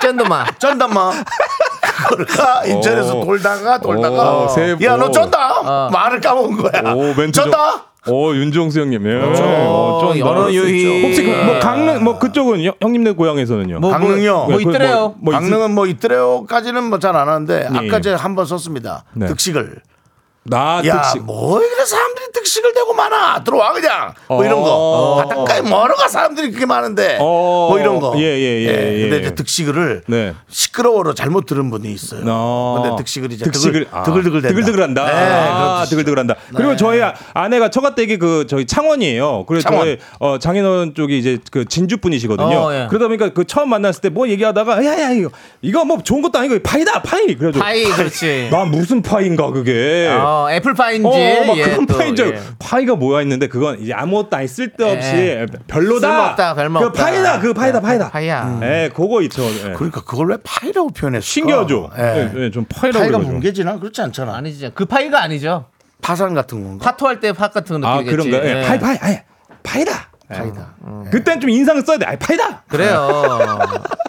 Speaker 2: 쩐드마.
Speaker 1: 쩐단마. 그러니까 인천에서
Speaker 8: 오.
Speaker 1: 돌다가 돌다가
Speaker 8: 오, 세보.
Speaker 1: 야 너 쩐다
Speaker 2: 어.
Speaker 1: 말을 까먹은 거야.
Speaker 8: 오, 멘트 좀-
Speaker 1: 쩐다.
Speaker 8: 오 윤종수 형님. 예. 어,
Speaker 2: 어,
Speaker 8: 쩐다.
Speaker 2: 연어 유희.
Speaker 8: 혹시 그, 뭐 강릉 뭐 그쪽은 형- 형님네 고향에서는요?
Speaker 2: 뭐,
Speaker 1: 강릉요.
Speaker 2: 뭐
Speaker 8: 네, 그
Speaker 2: 있더래요.
Speaker 8: 뭐 있-
Speaker 1: 강릉은 뭐 이때래요까지는 뭐 잘 안 하는데
Speaker 8: 예.
Speaker 1: 아까 제가 한 번 썼습니다.
Speaker 8: 네.
Speaker 1: 득식을.
Speaker 8: 나
Speaker 1: 야,
Speaker 8: 특식.
Speaker 1: 뭐 이래 사람들이 득식을 대고 많아. 들어와 그냥. 뭐 이런
Speaker 8: 어.
Speaker 1: 거. 바닷가에 멀어가 사람들이 그렇게 많은데.
Speaker 8: 어.
Speaker 1: 뭐 이런 거.
Speaker 8: 예, 예, 예, 예.
Speaker 1: 근데 이제 득식을
Speaker 8: 네.
Speaker 1: 시끄러워로 잘못 들은 분이 있어요.
Speaker 8: 어. 아.
Speaker 1: 근데 득식을 이제
Speaker 8: 득식을
Speaker 1: 득을 드글드글 된다.
Speaker 8: 드글드글한다.
Speaker 1: 네,
Speaker 8: 아,
Speaker 1: 그렇죠.
Speaker 8: 드글드글한다. 그리고 저희 아내가 처가댁이 그 저희 창원이에요. 그래서
Speaker 1: 창원.
Speaker 8: 저희 어, 장인어른 쪽이 이제 그 진주 분이시거든요.
Speaker 2: 어, 예.
Speaker 8: 그러다 보니까 그 처음 만났을 때 뭐 얘기하다가 야야 이거 이거 뭐 좋은 것도 아니고 파이다 파이. 그래가지고
Speaker 2: 파이 그렇지.
Speaker 8: 뭐. [laughs] 나 무슨 파인가 그게.
Speaker 2: 어 애플 파인지.
Speaker 8: 어, 막
Speaker 2: 예,
Speaker 8: 그런
Speaker 2: 또,
Speaker 8: 파인 줄
Speaker 2: 예.
Speaker 8: 알고 파이가 뭐야 있는데 그건 이제 아무것도 아니 쓸데없이
Speaker 2: 예.
Speaker 8: 별로다.
Speaker 2: 쓸모없다, 별모
Speaker 8: 그
Speaker 2: 없다.
Speaker 8: 파이다, 그 파이다, 파이다.
Speaker 2: 파이야.
Speaker 8: 예, 그거 있죠. 예.
Speaker 1: 그러니까 그걸 왜 파이라고 표현했을까?
Speaker 8: 신기하죠.
Speaker 1: 예.
Speaker 8: 예, 예, 좀 파이라고
Speaker 1: 파이가
Speaker 8: 그러죠.
Speaker 1: 뭉개지나? 그렇지 않잖아.
Speaker 2: 아니지. 그 파이가 아니죠.
Speaker 1: 파산 같은 건가?
Speaker 2: 파토할 때 파 같은
Speaker 8: 아
Speaker 2: 느낌이겠지.
Speaker 8: 그런가요? 예.
Speaker 2: 예.
Speaker 8: 파이 파이 아예 파이다. 예.
Speaker 1: 파이다.
Speaker 8: 그땐 좀 인상을 써야 돼. 아이 파이다.
Speaker 2: 그래요.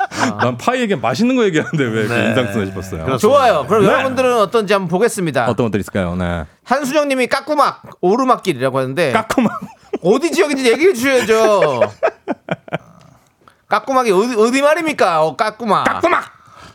Speaker 8: [laughs] 난 파이에게 맛있는 거 얘기하는데 왜 그 인상 쓰나 싶었어요.
Speaker 2: 좋아요. 아. 네. 그럼
Speaker 8: 네.
Speaker 2: 여러분들은 어떤지 한번 보겠습니다.
Speaker 8: 어떤 것들 있을까요? 네.
Speaker 2: 한순영님이 까꾸막 오르막길이라고 하는데
Speaker 8: 까꾸만.
Speaker 2: 어디 지역인지
Speaker 8: [laughs]
Speaker 2: 얘기해 주셔야죠. 까꾸막이 어디, 어디 말입니까? 어, 까꾸막.
Speaker 8: 네.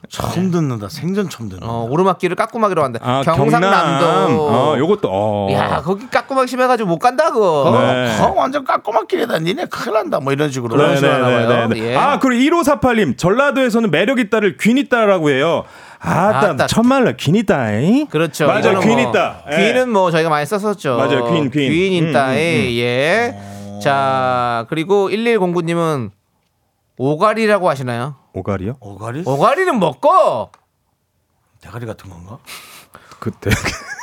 Speaker 1: 처음 듣는다. 생전 처음 듣는다.
Speaker 2: 어, 오르막길을 까꾸막이라고 한다.
Speaker 8: 아,
Speaker 2: 경상남도.
Speaker 8: 경남. 어, 요것도. 어.
Speaker 2: 야, 거기 까꾸막 심해가지고 못 간다고.
Speaker 1: 어,
Speaker 8: 네.
Speaker 1: 거 완전 까꼬막길이다. 니네 큰일 난다. 뭐 이런 식으로.
Speaker 8: 네, 네, 네, 네,
Speaker 2: 봐요.
Speaker 8: 네.
Speaker 2: 예.
Speaker 8: 아, 그리고 1548님. 전라도에서는 매력 있다를 귀 있다라고 해요. 아따,
Speaker 2: 아따.
Speaker 8: 천말로 귀 있다잉.
Speaker 2: 그렇죠.
Speaker 8: 맞아,
Speaker 2: 이거는
Speaker 8: 귀
Speaker 2: 뭐,
Speaker 8: 있다. 예.
Speaker 2: 귀는 뭐 저희가 많이 썼었죠.
Speaker 8: 맞아요, 귀인, 귀인.
Speaker 2: 귀인
Speaker 8: 음, 어.
Speaker 2: 있다에, 예. 자, 그리고 1109님은 오가리라고 하시나요?
Speaker 8: 오가리요?
Speaker 1: 오가리?
Speaker 2: 오가리는 먹고,
Speaker 1: 대가리 같은 건가?
Speaker 8: 그때.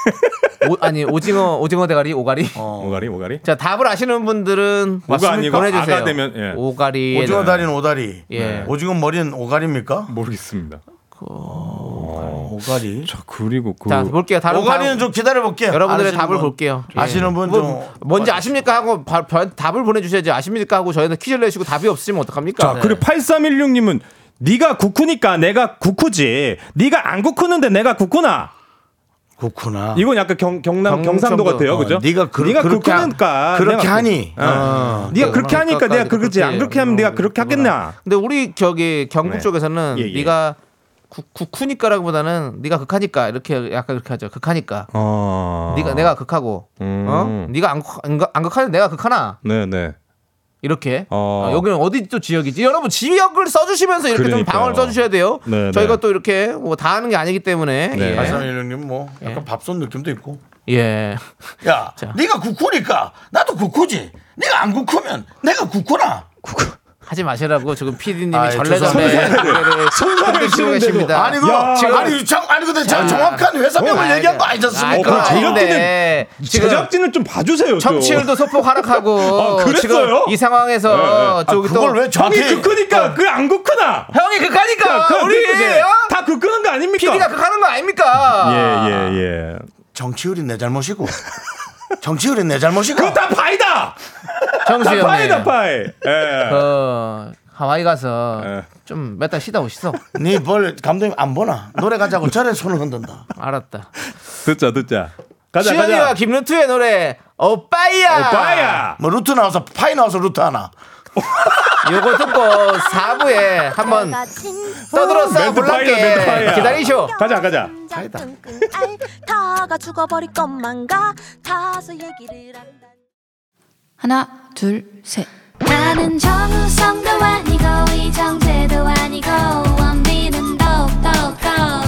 Speaker 8: [laughs]
Speaker 2: 오- 아니, 오징어, 오징어 대가리, 오가리.
Speaker 8: 오가리, 오가리.
Speaker 2: 자 답을 아시는 분들은
Speaker 8: 오가
Speaker 2: 맞습니까?
Speaker 8: 아니고
Speaker 2: 보내주세요.
Speaker 8: 아가 되면, 예.
Speaker 2: 오가리
Speaker 1: 오징어 다리는 오다리. 네.
Speaker 2: 네. 예.
Speaker 1: 오징어 머리는 오가리입니까?
Speaker 8: 모르겠습니다.
Speaker 1: 뭐. 오가리.
Speaker 8: 자, 그리고 그
Speaker 2: 자 볼게요. 다른
Speaker 1: 오가리는
Speaker 2: 다음-
Speaker 1: 좀 기다려 볼게요.
Speaker 2: 여러분들의 답을 볼게요. 예.
Speaker 1: 아시는 분 좀.
Speaker 2: 뭐, 뭔지 아십니까 하고 바- 바- 답을 보내주셔야지 아십니까 하고 저희는 퀴즈를 내시고 답이 없으시면 어떡합니까? 네.
Speaker 8: 자, 그리고 8316님은 네가 구쿠니까 내가 구쿠지. 네가 안 구쿠는데 내가 구쿠나.
Speaker 1: 그렇구나.
Speaker 8: 이건 약간 경, 경남
Speaker 2: 경북
Speaker 8: 경상도
Speaker 2: 정도.
Speaker 8: 같아요. 그죠?
Speaker 1: 아. 어, 네가 그,
Speaker 8: 네가
Speaker 1: 그렇게 하-
Speaker 8: 그렇게니까
Speaker 1: 그렇게
Speaker 8: 내가
Speaker 1: 하니.
Speaker 2: 아,
Speaker 8: 그-
Speaker 1: 어.
Speaker 8: 네가 그렇게 하니까 내가
Speaker 2: 그렇게 어,
Speaker 8: 그러지. 안 그렇게 하면 네가 그렇게 하겠냐?
Speaker 2: 근데 우리 저기 경북
Speaker 8: 네.
Speaker 2: 쪽에서는
Speaker 8: 예, 예.
Speaker 2: 네가 구- 국후니까라기보다는 네가 극하니까 이렇게 약간 그렇게 하죠. 극하니까.
Speaker 8: 어.
Speaker 2: 네가 내가 극하고.
Speaker 8: 음.
Speaker 2: 어? 네가 안, 극- 안 극- 안 극하는데 내가 극하나?
Speaker 8: 네, 네.
Speaker 2: 이렇게
Speaker 8: 어.
Speaker 2: 아, 여기는 어디 또 지역이지 여러분 지역을 써주시면서 이렇게 좀
Speaker 8: 그러니까요.
Speaker 2: 방어를 써주셔야 돼요
Speaker 8: 네, 네.
Speaker 2: 저희가 또 이렇게 뭐 다 하는 게 아니기 때문에
Speaker 8: 네.
Speaker 1: 발산 일령님 뭐 약간 밥솥 느낌도 있고.
Speaker 2: 예, 예.
Speaker 1: 야, 네가 국호니까 나도 국호지. 네가 안 국호면 내가 국호나.
Speaker 2: 하지 마시라고 지금 PD님이
Speaker 1: 아이,
Speaker 2: 전래전래 손가락을 치고 계십니다
Speaker 1: 아니 그
Speaker 8: 야.
Speaker 1: 지금 아니 정, 아니 근데 제가
Speaker 2: 야.
Speaker 1: 정확한 회사명을
Speaker 2: 어, 아니,
Speaker 1: 얘기한 거 아니지
Speaker 2: 아니,
Speaker 1: 않습니까?
Speaker 2: 그건
Speaker 1: 어,
Speaker 8: 그럼 제작진은-
Speaker 2: 아닌데 지금
Speaker 8: 제작진을 좀 봐주세요. 좀.
Speaker 2: 청취율도 소폭 하락하고
Speaker 8: 아, 그랬어요?
Speaker 2: 지금 이 상황에서
Speaker 1: 아,
Speaker 2: 저기 또
Speaker 1: 그걸 왜
Speaker 8: 형이
Speaker 1: 저한테
Speaker 8: 그 크니까 그게 안 그크나?
Speaker 2: 형이 극하니까 어. 우리 어?
Speaker 8: 다 그끄는 거 아닙니까?
Speaker 2: PD가 극하는 거 아닙니까? 어.
Speaker 8: 예예 예.
Speaker 1: 정치율이 내 잘못이고 [laughs] 정치율이 내 잘못이고
Speaker 8: 그거 다 파이다. 다
Speaker 2: 정수영 님
Speaker 8: 파이다 파이. 예.
Speaker 2: 어, 하와이 가서
Speaker 8: 예.
Speaker 2: 좀 몇 달 쉬다 오시소.
Speaker 1: 네뭘 감독님 안 보나 노래 가자고 저래 손을 흔든다.
Speaker 2: 알았다.
Speaker 8: 듣자 듣자. 가자
Speaker 2: 시현이와
Speaker 8: 가자.
Speaker 2: 김루트의 노래 오빠야.
Speaker 8: 오빠야.
Speaker 1: 뭐 루트 나와서 파이 나와서 루트 하나.
Speaker 2: 요거 듣고 4부에 한번 떠들어서
Speaker 8: 멘트 파이다, 멘트
Speaker 2: 불러게
Speaker 8: 파이야.
Speaker 2: 기다리쇼.
Speaker 8: 가자 가자.
Speaker 4: 다가 죽어버릴 것만 같아서 얘기를 한다.
Speaker 9: 하나, 둘, 셋.
Speaker 4: 나는 정우성도 아니고 이정재도 아니고 원빈은 더욱더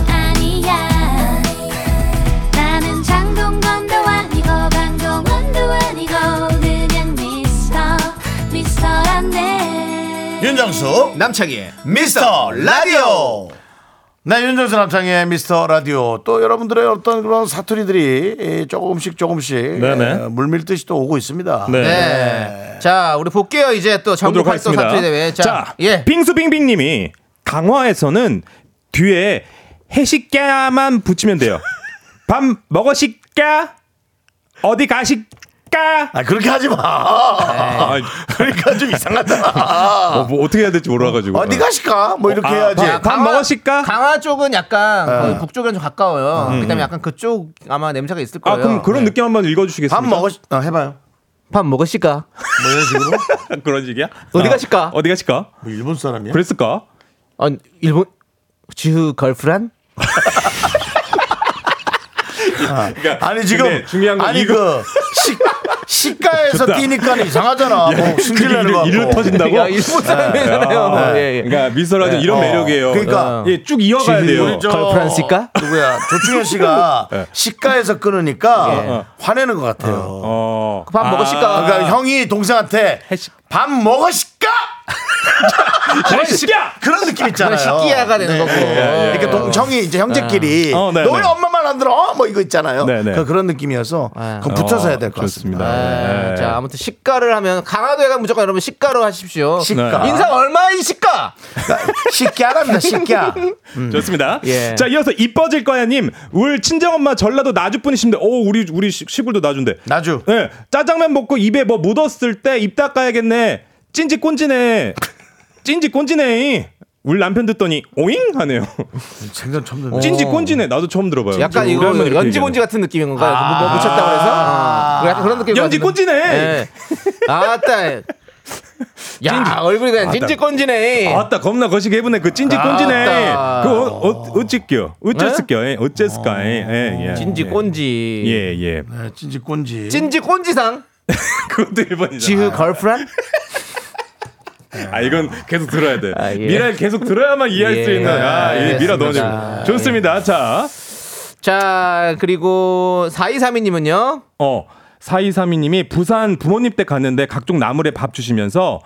Speaker 4: 아니야 나는 장동건도 아니고 강동원도 아니고 그냥 미스터 미스터란데
Speaker 1: 예, 윤정수
Speaker 2: 남창희의
Speaker 1: 미스터 라디오. 네, 윤정수 남창의 미스터 라디오. 또 여러분들의 어떤 그런 사투리들이 예, 조금씩 조금씩
Speaker 8: 네네.
Speaker 1: 예, 물밀듯이 또 오고 있습니다.
Speaker 8: 네.
Speaker 2: 네. 자, 우리 볼게요. 이제 또 전국
Speaker 8: 보도록
Speaker 2: 활동
Speaker 8: 하겠습니다.
Speaker 2: 사투리 대회. 자,
Speaker 8: 자,
Speaker 2: 예.
Speaker 8: 빙수빙빙님이 강화에서는 뒤에 해식가만 붙이면 돼요. 밥 먹으실까? 어디 가실까?
Speaker 1: 아, 그렇게 하지 마.
Speaker 8: 아,
Speaker 1: 그러니까 [laughs] 좀 이상하다.
Speaker 8: 어, 뭐 어떻게 해야 될지 몰라가지고.
Speaker 1: 어디 가실까? 뭐 이렇게
Speaker 8: 아,
Speaker 1: 해야지.
Speaker 8: 밥, 밥 먹으실까? 어.
Speaker 2: 강화 쪽은 약간 거의 북쪽이랑 좀 가까워요. 그다음에 약간 그쪽 아마 냄새가 있을
Speaker 8: 아
Speaker 2: 거예요. 네.
Speaker 8: 그럼 그런 느낌 한번 읽어주시겠습니까?
Speaker 1: 네. 밥 먹어. 어, 해봐요.
Speaker 2: 밥 먹으실까?
Speaker 1: 뭐 이런
Speaker 8: [laughs]
Speaker 1: 식으로.
Speaker 8: 그런 식이야?
Speaker 2: 어디
Speaker 8: 아,
Speaker 2: 가실까?
Speaker 8: 어디 가실까?
Speaker 1: 뭐 일본 사람이야?
Speaker 8: 그랬을까?
Speaker 2: 어, 일본 지후 걸프란?
Speaker 1: 아니 지금
Speaker 8: 그러니까 근데 중요한 건
Speaker 1: 아니
Speaker 8: 이거-
Speaker 1: 그 식, 시가에서
Speaker 8: 좋다. 예.
Speaker 1: 뛰니까 이상하잖아. 뭐 승질내는 거.
Speaker 8: 그게 일로
Speaker 1: [laughs]
Speaker 8: 터진다고?
Speaker 2: [laughs] 야,
Speaker 1: 뭐
Speaker 2: 일본 사람이잖아요. 예, 예.
Speaker 8: 그러니까 미스터라디오 이런 매력이에요.
Speaker 1: 네. 어. 그러니까.
Speaker 8: 예, 쭉 이어가야 돼요.
Speaker 2: 걸프란 씨가? [laughs]
Speaker 1: 누구야? 조충현 씨가 시가에서 끊으니까
Speaker 2: 네. 예.
Speaker 1: 어. 화내는 것 같아요. 그
Speaker 8: 어.
Speaker 2: 밥
Speaker 8: 아,
Speaker 2: 먹으실까?
Speaker 1: 그러니까 형이 동생한테 밥 먹으실까?
Speaker 8: 잘 아, 시키야!
Speaker 1: 그런 느낌 있잖아요.
Speaker 8: 어.
Speaker 1: 네.
Speaker 2: 식기야가
Speaker 8: 네,
Speaker 2: 되는 네. 거고.
Speaker 1: 이렇게 동, 형이 이제 형제끼리
Speaker 8: 아. 어, 네,
Speaker 1: 너희
Speaker 8: 네.
Speaker 1: 엄마 말 안 들어? 어? 뭐 이거 있잖아요.
Speaker 8: 네, 네.
Speaker 1: 그러니까 그런 느낌이어서
Speaker 2: 아.
Speaker 1: 그건 붙어서 해야 될
Speaker 8: 어,
Speaker 1: 것 같습니다. 네.
Speaker 8: 좋습니다.
Speaker 2: 아,
Speaker 8: 예.
Speaker 2: 자 아무튼 시가를 하면 강화도에 가면 무조건 여러분 시가로 하십시오.
Speaker 1: 시가.
Speaker 2: 네.
Speaker 1: 그러니까
Speaker 2: 인상 얼마인 시가?
Speaker 1: 식기야랍니다.
Speaker 2: [laughs]
Speaker 1: 식기야.
Speaker 8: 좋습니다.
Speaker 2: 예.
Speaker 8: 자, 이어서 이뻐질 거야님, 울 친정엄마 전라도 나주분이신데, 오, 우리 우리 시- 시골도 나주인데.
Speaker 1: 나주.
Speaker 8: 예, 짜장면 먹고 입에 뭐 묻었을 때 입 닦아야겠네. 찐지 꼰지네. 찐지 꼰지네. 울 남편 듣더니 오잉 하네요.
Speaker 1: 생전 처음 듣는.
Speaker 8: 찐지 꼰지네. 나도 처음 들어봐요.
Speaker 2: 어. 약간
Speaker 8: 우리
Speaker 2: 이거
Speaker 8: 할머니 이렇게
Speaker 2: 연지
Speaker 8: 얘기하는.
Speaker 2: 곤지 같은 느낌인 건가요? 뭐, 뭐 붙였다 그래서 아, 약간 그런 느낌.
Speaker 8: 연지 꼰지네.
Speaker 2: 아따. 야 얼굴이 그냥 찐지 꼰지네.
Speaker 8: 아따 겁나 거시기 해보네 그 찐지 꼰지네
Speaker 2: 아따.
Speaker 8: 그 어, 어, 어찌껴 어쨌을껴 예? 어쨌을까 예, 예, 예.
Speaker 2: 찐지 꼰지.
Speaker 8: 예예 [laughs]
Speaker 1: 네, 찐지 꼰지.
Speaker 2: 찐지 꼰지상
Speaker 8: 그것도 일본이잖아
Speaker 2: 지흐 걸프란?
Speaker 8: 아 이건 계속 들어야 돼.
Speaker 2: 아, 예.
Speaker 8: 미라 계속 들어야만 이해할
Speaker 2: 예,
Speaker 8: 수 있는 아, 예, 미라 너무
Speaker 2: 알겠습니다. 예.
Speaker 8: 좋- 좋습니다. 자,
Speaker 2: 자 그리고 4232님은요.
Speaker 8: 어 4232님이 부산 부모님 댁 갔는데 각종 나물에 밥 주시면서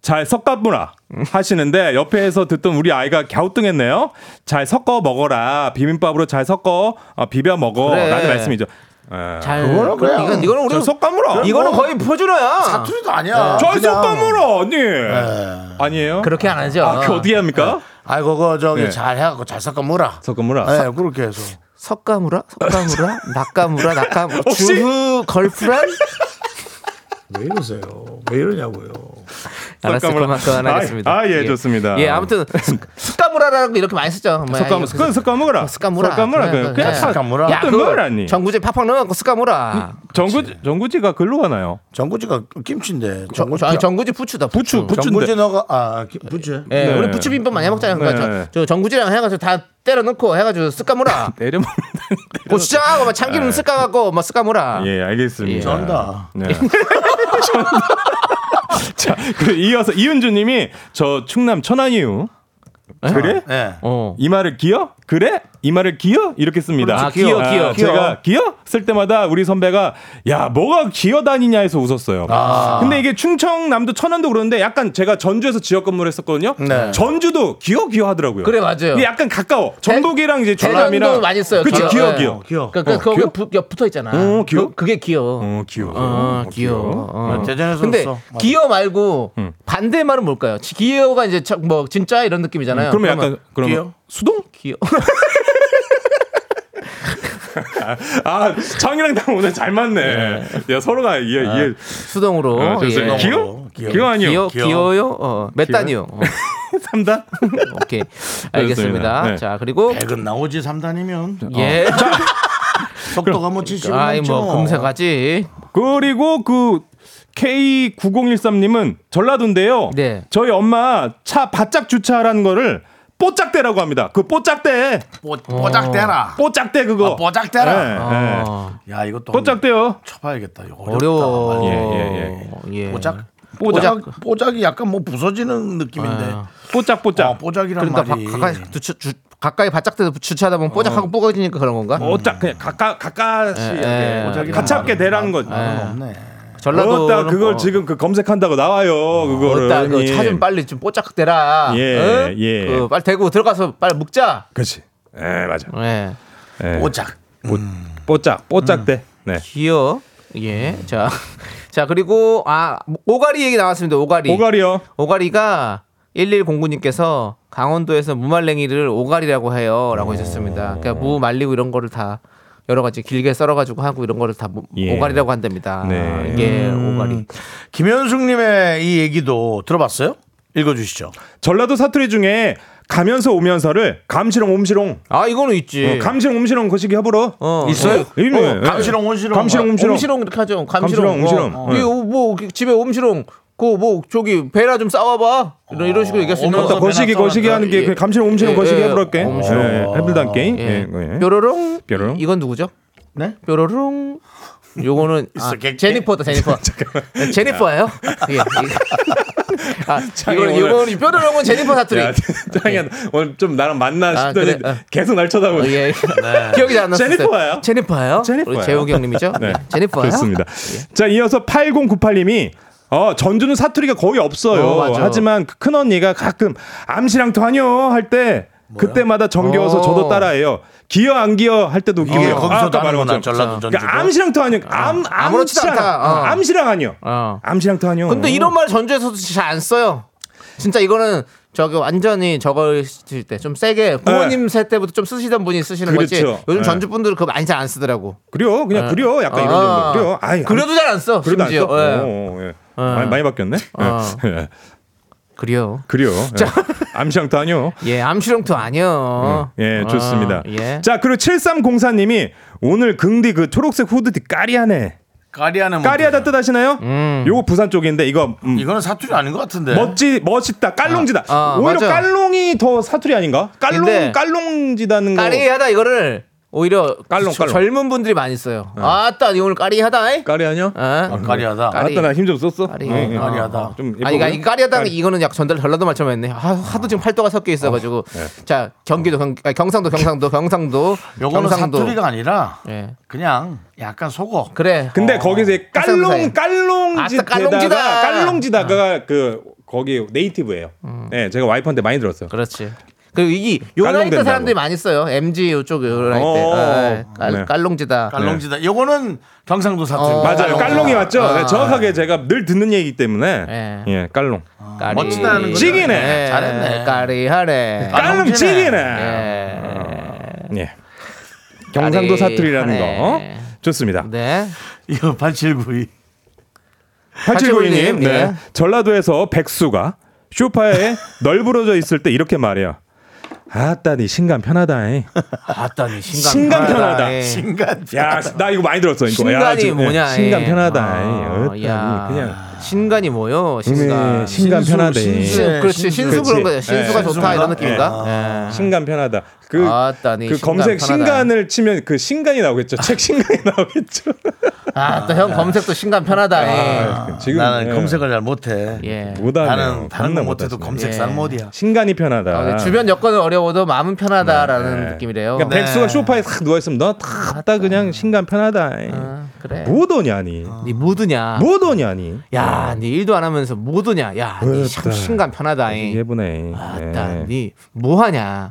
Speaker 8: 잘 섞어보라 하시는데 옆에서 듣던 우리 아이가 갸우뚱했네요. 잘 섞어 먹어라 비빔밥으로 잘 섞어 어, 비벼 먹어
Speaker 2: 그래.
Speaker 8: 라는 말씀이죠. 에.
Speaker 2: 잘
Speaker 1: 그거는 그냥
Speaker 2: 이건 이거는 우리
Speaker 8: 잘 섞어 먹어라.
Speaker 2: 이거는 거의 표준어야.
Speaker 1: 사투리도
Speaker 2: 네.
Speaker 1: 아니야.
Speaker 8: 잘
Speaker 1: 그냥. 예. 네.
Speaker 8: 섞어 먹어라 언니. 아니에요?
Speaker 2: 그렇게 안 하죠.
Speaker 8: 아, 그 어떻게 합니까?
Speaker 1: 아이 그거 저기
Speaker 8: 네.
Speaker 1: 잘 해갖고 잘 섞어 물어.
Speaker 8: 섞어 먹어라.
Speaker 1: 네, 그렇게 해서.
Speaker 2: 석가무라?
Speaker 8: [laughs]
Speaker 2: 석가무라? 낙가무라? 낙가무라?
Speaker 8: 혹시-
Speaker 2: 주후
Speaker 8: [laughs]
Speaker 2: 걸프란?
Speaker 1: 왜 이러세요? 왜 이러냐고요.
Speaker 2: 알았어
Speaker 8: 석가무라.
Speaker 2: 그만 그만하겠습니다.
Speaker 8: 아, 아, 예, 좋습니다.
Speaker 2: 예 아무튼 스- 스카무라라고 이렇게 많이 쓰죠. 뭐,
Speaker 8: 섞어
Speaker 2: 아,
Speaker 8: 먹-
Speaker 2: 이거
Speaker 8: 그건 섞어 먹어라.
Speaker 2: 스카무라.
Speaker 8: 그냥 그냥,
Speaker 2: 그래, 그래.
Speaker 1: 스카무라.
Speaker 8: 야,
Speaker 2: 야,
Speaker 8: 그거
Speaker 2: 그거
Speaker 8: 뭐라니? 음,
Speaker 2: 전구지 그 팍팍 넣어갖고 스카무라.
Speaker 8: 정구 정구지가 글로 가나요?
Speaker 1: 전구지가 김치인데.
Speaker 2: 저- 아니, 전구지 부추다. 부추.
Speaker 8: 부추.
Speaker 1: 전구지 넣어가 아 기- 부추.
Speaker 2: 예,
Speaker 8: 네.
Speaker 2: 우리 부추 비빔밥 많이 해먹잖아요. 그러니까
Speaker 8: 네.
Speaker 2: 저, 저 전구지랑 해가지고 다 때려 넣고 해가지고
Speaker 8: [laughs]
Speaker 2: 스카무라.
Speaker 8: 내려 먹
Speaker 2: 고추장하고
Speaker 8: 네.
Speaker 2: 막 참기름 섞어갖고 뭐 스카무라.
Speaker 8: 예, 알겠습니다.
Speaker 2: 예.
Speaker 1: 전다.
Speaker 8: 네. [laughs] 자, 그 이어서 이은주님이 저 충남 천안이유. 그래?
Speaker 2: 아,
Speaker 1: 예.
Speaker 2: 어.
Speaker 8: 이 말을 기어? 그래? 이 말을 기어? 이렇게 씁니다.
Speaker 2: 그렇지, 그렇죠. 기어,
Speaker 8: 아,
Speaker 2: 기어, 기어.
Speaker 8: 제가 기어? 쓸 때마다 우리 선배가 야, 뭐가 기어 다니냐 해서 웃었어요.
Speaker 1: 아.
Speaker 8: 근데 이게 충청남도 천안도 그러는데 약간 제가 전주에서 지역 근무를 했었거든요.
Speaker 1: 네.
Speaker 8: 전주도 기어 기어 하더라고요.
Speaker 2: 그래, 맞아요.
Speaker 8: 근데 약간 가까워. 전북이랑 이제
Speaker 2: 대전도
Speaker 8: 전남이랑
Speaker 2: 많이 써요.
Speaker 8: 그치, 기어 기어.
Speaker 1: 기어.
Speaker 2: 그러니까
Speaker 8: 어, 기어?
Speaker 2: 그거 붙- 옆 붙어 있잖아.
Speaker 8: 어, 기어?
Speaker 2: 그게 기어.
Speaker 8: 어, 기어.
Speaker 2: 어, 기어.
Speaker 1: 아,
Speaker 2: 어.
Speaker 1: 대전에서
Speaker 2: 근데
Speaker 1: 왔어. 맞아.
Speaker 2: 기어 말고
Speaker 8: 음.
Speaker 2: 반대 말은 뭘까요? 지- 기어가 이제 참 뭐 진짜 이런
Speaker 8: 음,
Speaker 2: 느낌이잖아요.
Speaker 8: 그러면 약간 그러면
Speaker 1: 기어?
Speaker 8: 수동?
Speaker 2: 기어.
Speaker 8: 아, 창이랑 나 오늘 잘 맞네. 야, 서로가 이해 이해.
Speaker 2: [laughs] 수동으로.
Speaker 8: 아, 좋습니다.
Speaker 2: 아, 예.
Speaker 8: 기어?
Speaker 1: 기어.
Speaker 8: 기어 아니요.
Speaker 2: 기어, 기어요? 어, 몇 단이요? 어,
Speaker 8: 3단? [laughs]
Speaker 2: 오케이. 알겠습니다.
Speaker 8: 네. 어.
Speaker 2: 자, 그리고
Speaker 1: 백은 나오지 3단이면
Speaker 2: 예. [laughs]
Speaker 1: 속도가 뭐 70은
Speaker 2: 아이
Speaker 1: 넘죠.
Speaker 2: 뭐 금세 가지.
Speaker 8: 그리고 그 K9013님은 전라도인데요.
Speaker 2: 네.
Speaker 8: 저희 엄마 차 바짝 주차하라는 거를 뽀짝대라고 합니다. 그 뽀짝대,
Speaker 1: 뽀, 뽀짝대라.
Speaker 8: 뽀짝대 그거.
Speaker 1: 아, 뽀짝대라.
Speaker 8: 예, 예.
Speaker 2: 어,
Speaker 1: 야 이것도 한번
Speaker 8: 뽀짝대요.
Speaker 1: 쳐봐야겠다. 이거 어렵다.
Speaker 2: 어려워.
Speaker 8: 예, 예,
Speaker 2: 예.
Speaker 1: 뽀짝.
Speaker 8: 뽀짝.
Speaker 1: 뽀짝 뽀짝이 약간 뭐 부서지는 느낌인데.
Speaker 2: 아.
Speaker 8: 뽀짝뽀짝.
Speaker 1: 어, 뽀짝이란
Speaker 2: 그러니까
Speaker 1: 말이.
Speaker 2: 바- 가까이 주, 주, 가까이 바짝 대서 주차하다
Speaker 8: 어.
Speaker 2: 보면 뽀짝하고 뽀거지니까 그런 건가?
Speaker 8: 뽀짝 그냥 가까 가까시
Speaker 2: 예, 예.
Speaker 8: 이렇게 가깝게 대라는 거죠.
Speaker 2: 아,
Speaker 1: 없네.
Speaker 2: 전라도
Speaker 8: 어따 그걸 지금 그 검색한다고 나와요. 그거를.
Speaker 2: 뭐 어따
Speaker 8: 예.
Speaker 2: 그차좀 빨리 좀 뽀짝대라.
Speaker 8: 예,
Speaker 2: 어?
Speaker 8: 예.
Speaker 2: 그 빨리 대고 들어가서 빨리 묵자.
Speaker 8: 그렇지. 예, 맞아.
Speaker 2: 예.
Speaker 8: 예.
Speaker 1: 뽀짝.
Speaker 2: 음.
Speaker 8: 뽀짝, 뽀짝대. 네.
Speaker 2: 기어. 예. 자. [laughs] 자, 그리고 아, 오가리 얘기 나왔습니다. 오가리.
Speaker 8: 오가리요.
Speaker 2: 오가리가 1109님께서 강원도에서 무말랭이를 오가리라고 해요. 라고 해주셨습니다. 그러니까 무 말리고 이런 거를 다 여러 가지 길게 썰어가지고 하고 이런 거를 다 무-
Speaker 8: 예.
Speaker 2: 오가리라고 한답니다.
Speaker 8: 네.
Speaker 2: 이게 오가리.
Speaker 1: 음. 김현숙님의 이 얘기도 들어봤어요? 읽어주시죠.
Speaker 8: 전라도 사투리 중에 가면서 오면서를 감시롱 옴시롱
Speaker 2: 아, 이거는 있지.
Speaker 8: 어, 감시롱 옴시롱 거시기 해보러
Speaker 2: 어.
Speaker 1: 있어요?
Speaker 8: 예, 예.
Speaker 1: 어, 감시롱, 온시롱.
Speaker 8: 감시롱 옴시롱
Speaker 2: 옴시롱 이렇게 하죠. 감시롱.
Speaker 8: 감시롱, 옴시롱.
Speaker 2: 어.
Speaker 8: 어.
Speaker 2: 이게 뭐 집에 옴시롱 그 뭐 저기 배라 좀 싸와봐 이런 이런 식으로 얘기할 수 있는
Speaker 1: 오면서
Speaker 8: 또 어, 거시기 거시기 하는
Speaker 2: 예.
Speaker 8: 게 그 감시롱 옴시롱
Speaker 2: 예,
Speaker 8: 거시기
Speaker 2: 예.
Speaker 8: 해보러 게임
Speaker 2: 옴시롱.
Speaker 8: 해불단 게임
Speaker 2: 예.
Speaker 8: 예, 예. [laughs]
Speaker 2: 뾰로롱.
Speaker 8: 뾰로롱.
Speaker 2: 이건 누구죠?
Speaker 1: 네?
Speaker 2: 뾰로롱. 요거는 아,
Speaker 1: 있었겠지?
Speaker 2: 제니퍼다
Speaker 8: [laughs]
Speaker 2: 제니퍼. 제니퍼예요? 예. 아,
Speaker 8: 장애
Speaker 2: 이거는
Speaker 8: 오늘.
Speaker 2: 이거는 뾰로롱은 제니퍼 사투리.
Speaker 8: 야, 짱이야 오늘 좀 나랑 만나
Speaker 2: 예. 아,
Speaker 8: 싶더니
Speaker 2: 그래? 어.
Speaker 8: 계속 날 쳐다보네
Speaker 2: 어, 예. 기억이 안 났어요.
Speaker 8: 제니퍼예요?
Speaker 2: 제니퍼예요?
Speaker 8: 제니퍼예요.
Speaker 2: 우리 재욱이 형님이죠?
Speaker 8: 네.
Speaker 2: [laughs] 제니퍼예요?
Speaker 8: 좋습니다. 자, 이어서 8098님이 어, 전주는 사투리가 거의 없어요.
Speaker 2: 어, 맞아.
Speaker 8: 하지만 그 큰 언니가 가끔 암시랑 토하뇨 할 때 그때마다 정겨워서
Speaker 2: 어.
Speaker 8: 저도 따라해요. 기어 안 기어 할 때도
Speaker 1: 이게
Speaker 8: 기어. 예.
Speaker 1: 거기서 도
Speaker 8: 말한
Speaker 1: 하는 거나
Speaker 8: 것처럼.
Speaker 1: 전라도 전주.
Speaker 8: 그러니까 암시랑 토하뇨. 암
Speaker 2: 아무렇지도
Speaker 8: 암시랑,
Speaker 2: 않다. 어.
Speaker 8: 암시랑 아니요.
Speaker 2: 어.
Speaker 8: 암시랑 토하뇨.
Speaker 2: 근데 이런 말 전주에서도 잘 안 써요. 진짜 이거는 저기 완전히 저거실 때 좀 세게 부모님 세 때부터 좀 쓰시던 분이 쓰시는 거지.
Speaker 8: 네. 그렇죠.
Speaker 2: 요즘
Speaker 8: 네.
Speaker 2: 전주 분들은 그거 많이 잘 안 쓰더라고.
Speaker 8: 그려 그냥
Speaker 2: 어.
Speaker 8: 그려 약간 이런
Speaker 2: 아.
Speaker 8: 정도 그려. 아이, 암-
Speaker 2: 그려도 잘 안 써.
Speaker 8: 음, 그려도 안
Speaker 2: 심지어.
Speaker 8: 써.
Speaker 2: 예.
Speaker 8: 어, 예. 많이, 많이 바뀌었네.
Speaker 2: 어.
Speaker 8: [laughs] 예.
Speaker 2: 그려.
Speaker 8: 그려. 예. 암시랑 토하뇨.
Speaker 2: 예, 암시롱토 아니요.
Speaker 8: 예,
Speaker 2: 아,
Speaker 8: 좋습니다.
Speaker 2: 예.
Speaker 8: 자, 그리고 7304님이 오늘 긍디 그 초록색 후드티 까리하네.
Speaker 1: 까리아는 뭐
Speaker 8: 까리하다 뜻 아시나요?
Speaker 2: 음.
Speaker 8: 요거 부산 쪽인데 이거 음,
Speaker 1: 이거는 사투리 아닌 것 같은데.
Speaker 8: 멋지 멋있다 깔롱지다.
Speaker 2: 네. 아, 아,
Speaker 8: 오히려
Speaker 2: 맞아.
Speaker 8: 깔롱이 더 사투리 아닌가? 깔롱
Speaker 2: 근데
Speaker 8: 깔롱지다는 거.
Speaker 2: 까리하다 이거를 오히려
Speaker 8: 뭐 깔롱,
Speaker 2: 저-
Speaker 8: 깔롱. 네.
Speaker 2: 젊은 분들이 많이 써요. 아따, 니 오늘 까리하다. 이?
Speaker 8: 까리하냐?
Speaker 2: 아,
Speaker 1: 까리아다.
Speaker 2: 까리.
Speaker 8: 아따 나 힘 좀 썼어.
Speaker 2: 까리.
Speaker 8: 응, 응.
Speaker 2: 아.
Speaker 1: 까리아다.
Speaker 8: 좀
Speaker 2: 아니,
Speaker 8: 예뻐
Speaker 2: 그러니까 이
Speaker 8: 보여?
Speaker 2: 까리하다는 이거는 약 전달 전라도 말처럼 했네. 아, 하도 지금 팔도가 섞여 있어가지고. 자, 경기도, 경, 아니, 경상도, 경상도, 경상도.
Speaker 1: 요거는
Speaker 2: 경상도.
Speaker 1: 사투리가 아니라
Speaker 2: 예.
Speaker 1: 그냥 약간 속어.
Speaker 2: 그래.
Speaker 8: 근데
Speaker 2: 어.
Speaker 8: 거기서 이
Speaker 2: 사이.
Speaker 8: 깔롱 깔롱지
Speaker 2: 아따, 깔롱지다. 아.
Speaker 8: 깔롱지다 깔롱지다가 그 거기 네이티브예요.
Speaker 2: 음.
Speaker 8: 네, 제가 와이프한테 많이 들었어요.
Speaker 2: 그렇지. 그리고 이게 요
Speaker 8: 깔롱
Speaker 2: 나이 때
Speaker 8: 된다고.
Speaker 2: 사람들이 많이 써요. MG 요쪽 요 나이 때.
Speaker 8: 어.
Speaker 2: 아, 깔,
Speaker 8: 네.
Speaker 2: 깔롱지다.
Speaker 1: 깔롱지다. 네. 요거는 경상도 사투리.
Speaker 2: 어.
Speaker 8: 맞아요.
Speaker 2: 깔롱.
Speaker 8: 깔롱이 맞죠?
Speaker 2: 아.
Speaker 8: 네, 정확하게 제가 늘 듣는 얘기이기 때문에
Speaker 2: 예.
Speaker 8: 예, 깔롱.
Speaker 2: 까리.
Speaker 1: 멋지다는 거죠.
Speaker 8: 찍이네.
Speaker 2: 예,
Speaker 1: 잘했네.
Speaker 2: 까리하네.
Speaker 8: 깔롱
Speaker 1: 깔롱지네.
Speaker 8: 찌개네. 예.
Speaker 2: 까리
Speaker 8: 경상도 사투리라는 거.
Speaker 2: 하네.
Speaker 8: 좋습니다.
Speaker 2: 네.
Speaker 1: 이거 8792.
Speaker 8: 8792님,
Speaker 2: 예.
Speaker 8: 네. 전라도에서 백수가 [laughs] 쇼파에 널브러져 있을 때 이렇게 말해요. 아따, 니 신감 편하다. 잉.
Speaker 2: 아따니 신간
Speaker 8: 신간
Speaker 2: 편하다.
Speaker 8: 편하다.
Speaker 2: 예.
Speaker 1: 인간.
Speaker 8: 야, 나 이거 많이 들었어. 이거. 야,
Speaker 2: 신간이
Speaker 8: 저, 예,
Speaker 2: 뭐냐? 예.
Speaker 8: 신감 편하다.
Speaker 2: 아,
Speaker 8: 잉.
Speaker 2: 야.
Speaker 8: 어따니 그냥.
Speaker 2: 신간이 뭐요? 신간.
Speaker 8: 음, 신감 편하다.
Speaker 2: 신수,
Speaker 8: 잉.
Speaker 2: 그렇지 신수
Speaker 8: 네. 그렇지.
Speaker 2: 그런 거예요. 신수가
Speaker 8: 예.
Speaker 2: 좋다 이런 느낌인가? 예.
Speaker 8: 네. 신감 편하다. 그,
Speaker 2: 아따니
Speaker 8: 그
Speaker 2: 네, 신간
Speaker 8: 검색
Speaker 2: 편하다.
Speaker 8: 신간을 치면 그 신간이 나오겠죠. 책 신간이 나오겠죠.
Speaker 2: 아, 또 형 검색도 신간 편하다. 예.
Speaker 8: 지금,
Speaker 1: 나는
Speaker 8: 예.
Speaker 1: 검색을 잘 못해.
Speaker 8: 아,
Speaker 2: 예.
Speaker 8: [laughs] 못하네요.
Speaker 1: 나는 다른
Speaker 8: 겁나
Speaker 1: 건 못해도
Speaker 8: 못하시네.
Speaker 1: 검색
Speaker 2: 예.
Speaker 1: 쌍모디야.
Speaker 8: 신간이 편하다.
Speaker 2: 아, 주변 여건은 어려워도 마음은 편하다라는 느낌이래요.
Speaker 8: 그러니까
Speaker 1: 네.
Speaker 8: 백수가 쇼파에 탁 누워있으면 너다다 그냥 신간 편하다.
Speaker 2: 아, 그래.
Speaker 8: 뭐 오더냐니?
Speaker 1: 아.
Speaker 2: 네 무드냐?
Speaker 8: 뭐 오더냐니?
Speaker 2: 야, 네 일도 안 하면서 뭐드냐? 야, 네
Speaker 8: 그렇다.
Speaker 2: 참 신간 편하다. 예.
Speaker 8: 예쁘네.
Speaker 2: 아따,
Speaker 8: 네.
Speaker 2: 네뭐 하냐?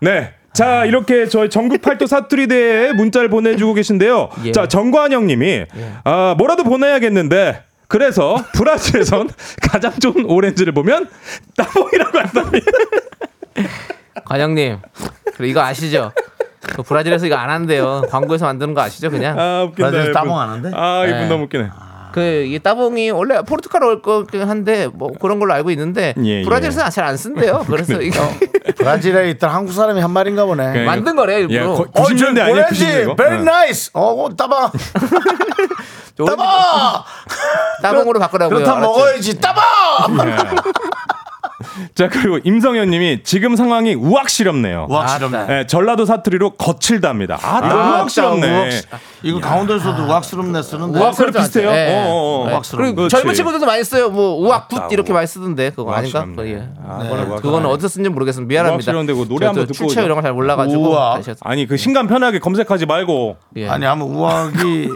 Speaker 8: 네.
Speaker 2: 아.
Speaker 8: 자, 이렇게 저희 전국 팔도 사투리 대회에 문자를 보내주고 계신데요.
Speaker 2: 예.
Speaker 8: 자, 정관영 님이, 아, 뭐라도 보내야겠는데, 그래서 브라질에선 [laughs] 가장 좋은 오렌지를 보면 따봉이라고 한답니다.
Speaker 2: 과장님, 그리고 이거 아시죠? 그 브라질에서 이거 안 한대요. 광고에서 만드는 거 아시죠? 그냥
Speaker 8: 아, 웃긴다.
Speaker 1: 브라질에서
Speaker 8: 이분.
Speaker 1: 따봉 안 한대?
Speaker 8: 아, 이분
Speaker 2: 네.
Speaker 8: 너무 웃기네.
Speaker 2: 그 이게 따봉이 원래 포르투갈 올 거긴 한데 뭐 그런 걸로 알고 있는데
Speaker 8: 예, 어. 예.
Speaker 2: 브라질에서는 잘
Speaker 8: [laughs]
Speaker 2: 안 쓴대요. 그래서 이게
Speaker 1: 브라질에 있던 한국 사람이 한 말인가 보네.
Speaker 8: 네.
Speaker 2: 만든 거래요
Speaker 8: 야,
Speaker 2: 일부러.
Speaker 8: 거- 90년대
Speaker 1: 어, 저
Speaker 8: 아니야?
Speaker 1: 오렌지,
Speaker 8: 90년대 이거?
Speaker 1: very
Speaker 8: 네.
Speaker 1: nice. 어, 따봐, [laughs]
Speaker 2: 저 오렌지
Speaker 1: 따봐.
Speaker 2: 따봉으로 바꾸라고요.
Speaker 1: 그렇다
Speaker 8: 뭐,
Speaker 2: 알았죠?
Speaker 1: 먹어야지.
Speaker 8: 네.
Speaker 1: 따봐.
Speaker 8: 예. 자, 그리고 임성현 님이 지금 상황이 우악시럽네요.
Speaker 1: 와, 싫었네.
Speaker 8: 예, 전라도 사투리로 거칠답니다. 아, 또
Speaker 1: 아,
Speaker 8: 우악시럽네.
Speaker 1: 우악시- 이거 강원도에서도 우악스럽네 쓰는데.
Speaker 8: 우악- 그래, 비슷해요?
Speaker 2: 예.
Speaker 8: 어, 어, 어.
Speaker 2: 예.
Speaker 8: 막스러운
Speaker 2: 그리고
Speaker 8: 거.
Speaker 2: 젊은
Speaker 8: 그렇지.
Speaker 2: 친구들도 많이 써요. 뭐 우악굿
Speaker 8: 맞다,
Speaker 2: 이렇게
Speaker 8: 우악.
Speaker 2: 많이 쓰던데 그거 아닌가?
Speaker 8: 우악스럽네.
Speaker 2: 그거 예.
Speaker 8: 아,
Speaker 2: 그거는-
Speaker 8: 우악.
Speaker 2: 그거는 어디서 쓰는지 모르겠습니다. 미안합니다.
Speaker 8: 우악스러운데 그거 노래
Speaker 2: 저도
Speaker 8: 한번 듣고
Speaker 2: 출처
Speaker 8: 오죠.
Speaker 2: 이런 걸 잘 몰라가지고
Speaker 1: 우악.
Speaker 2: 다시 했-
Speaker 8: 아니, 그 신간 편하게 검색하지 말고.
Speaker 2: 예.
Speaker 1: 아니, 아무 우악이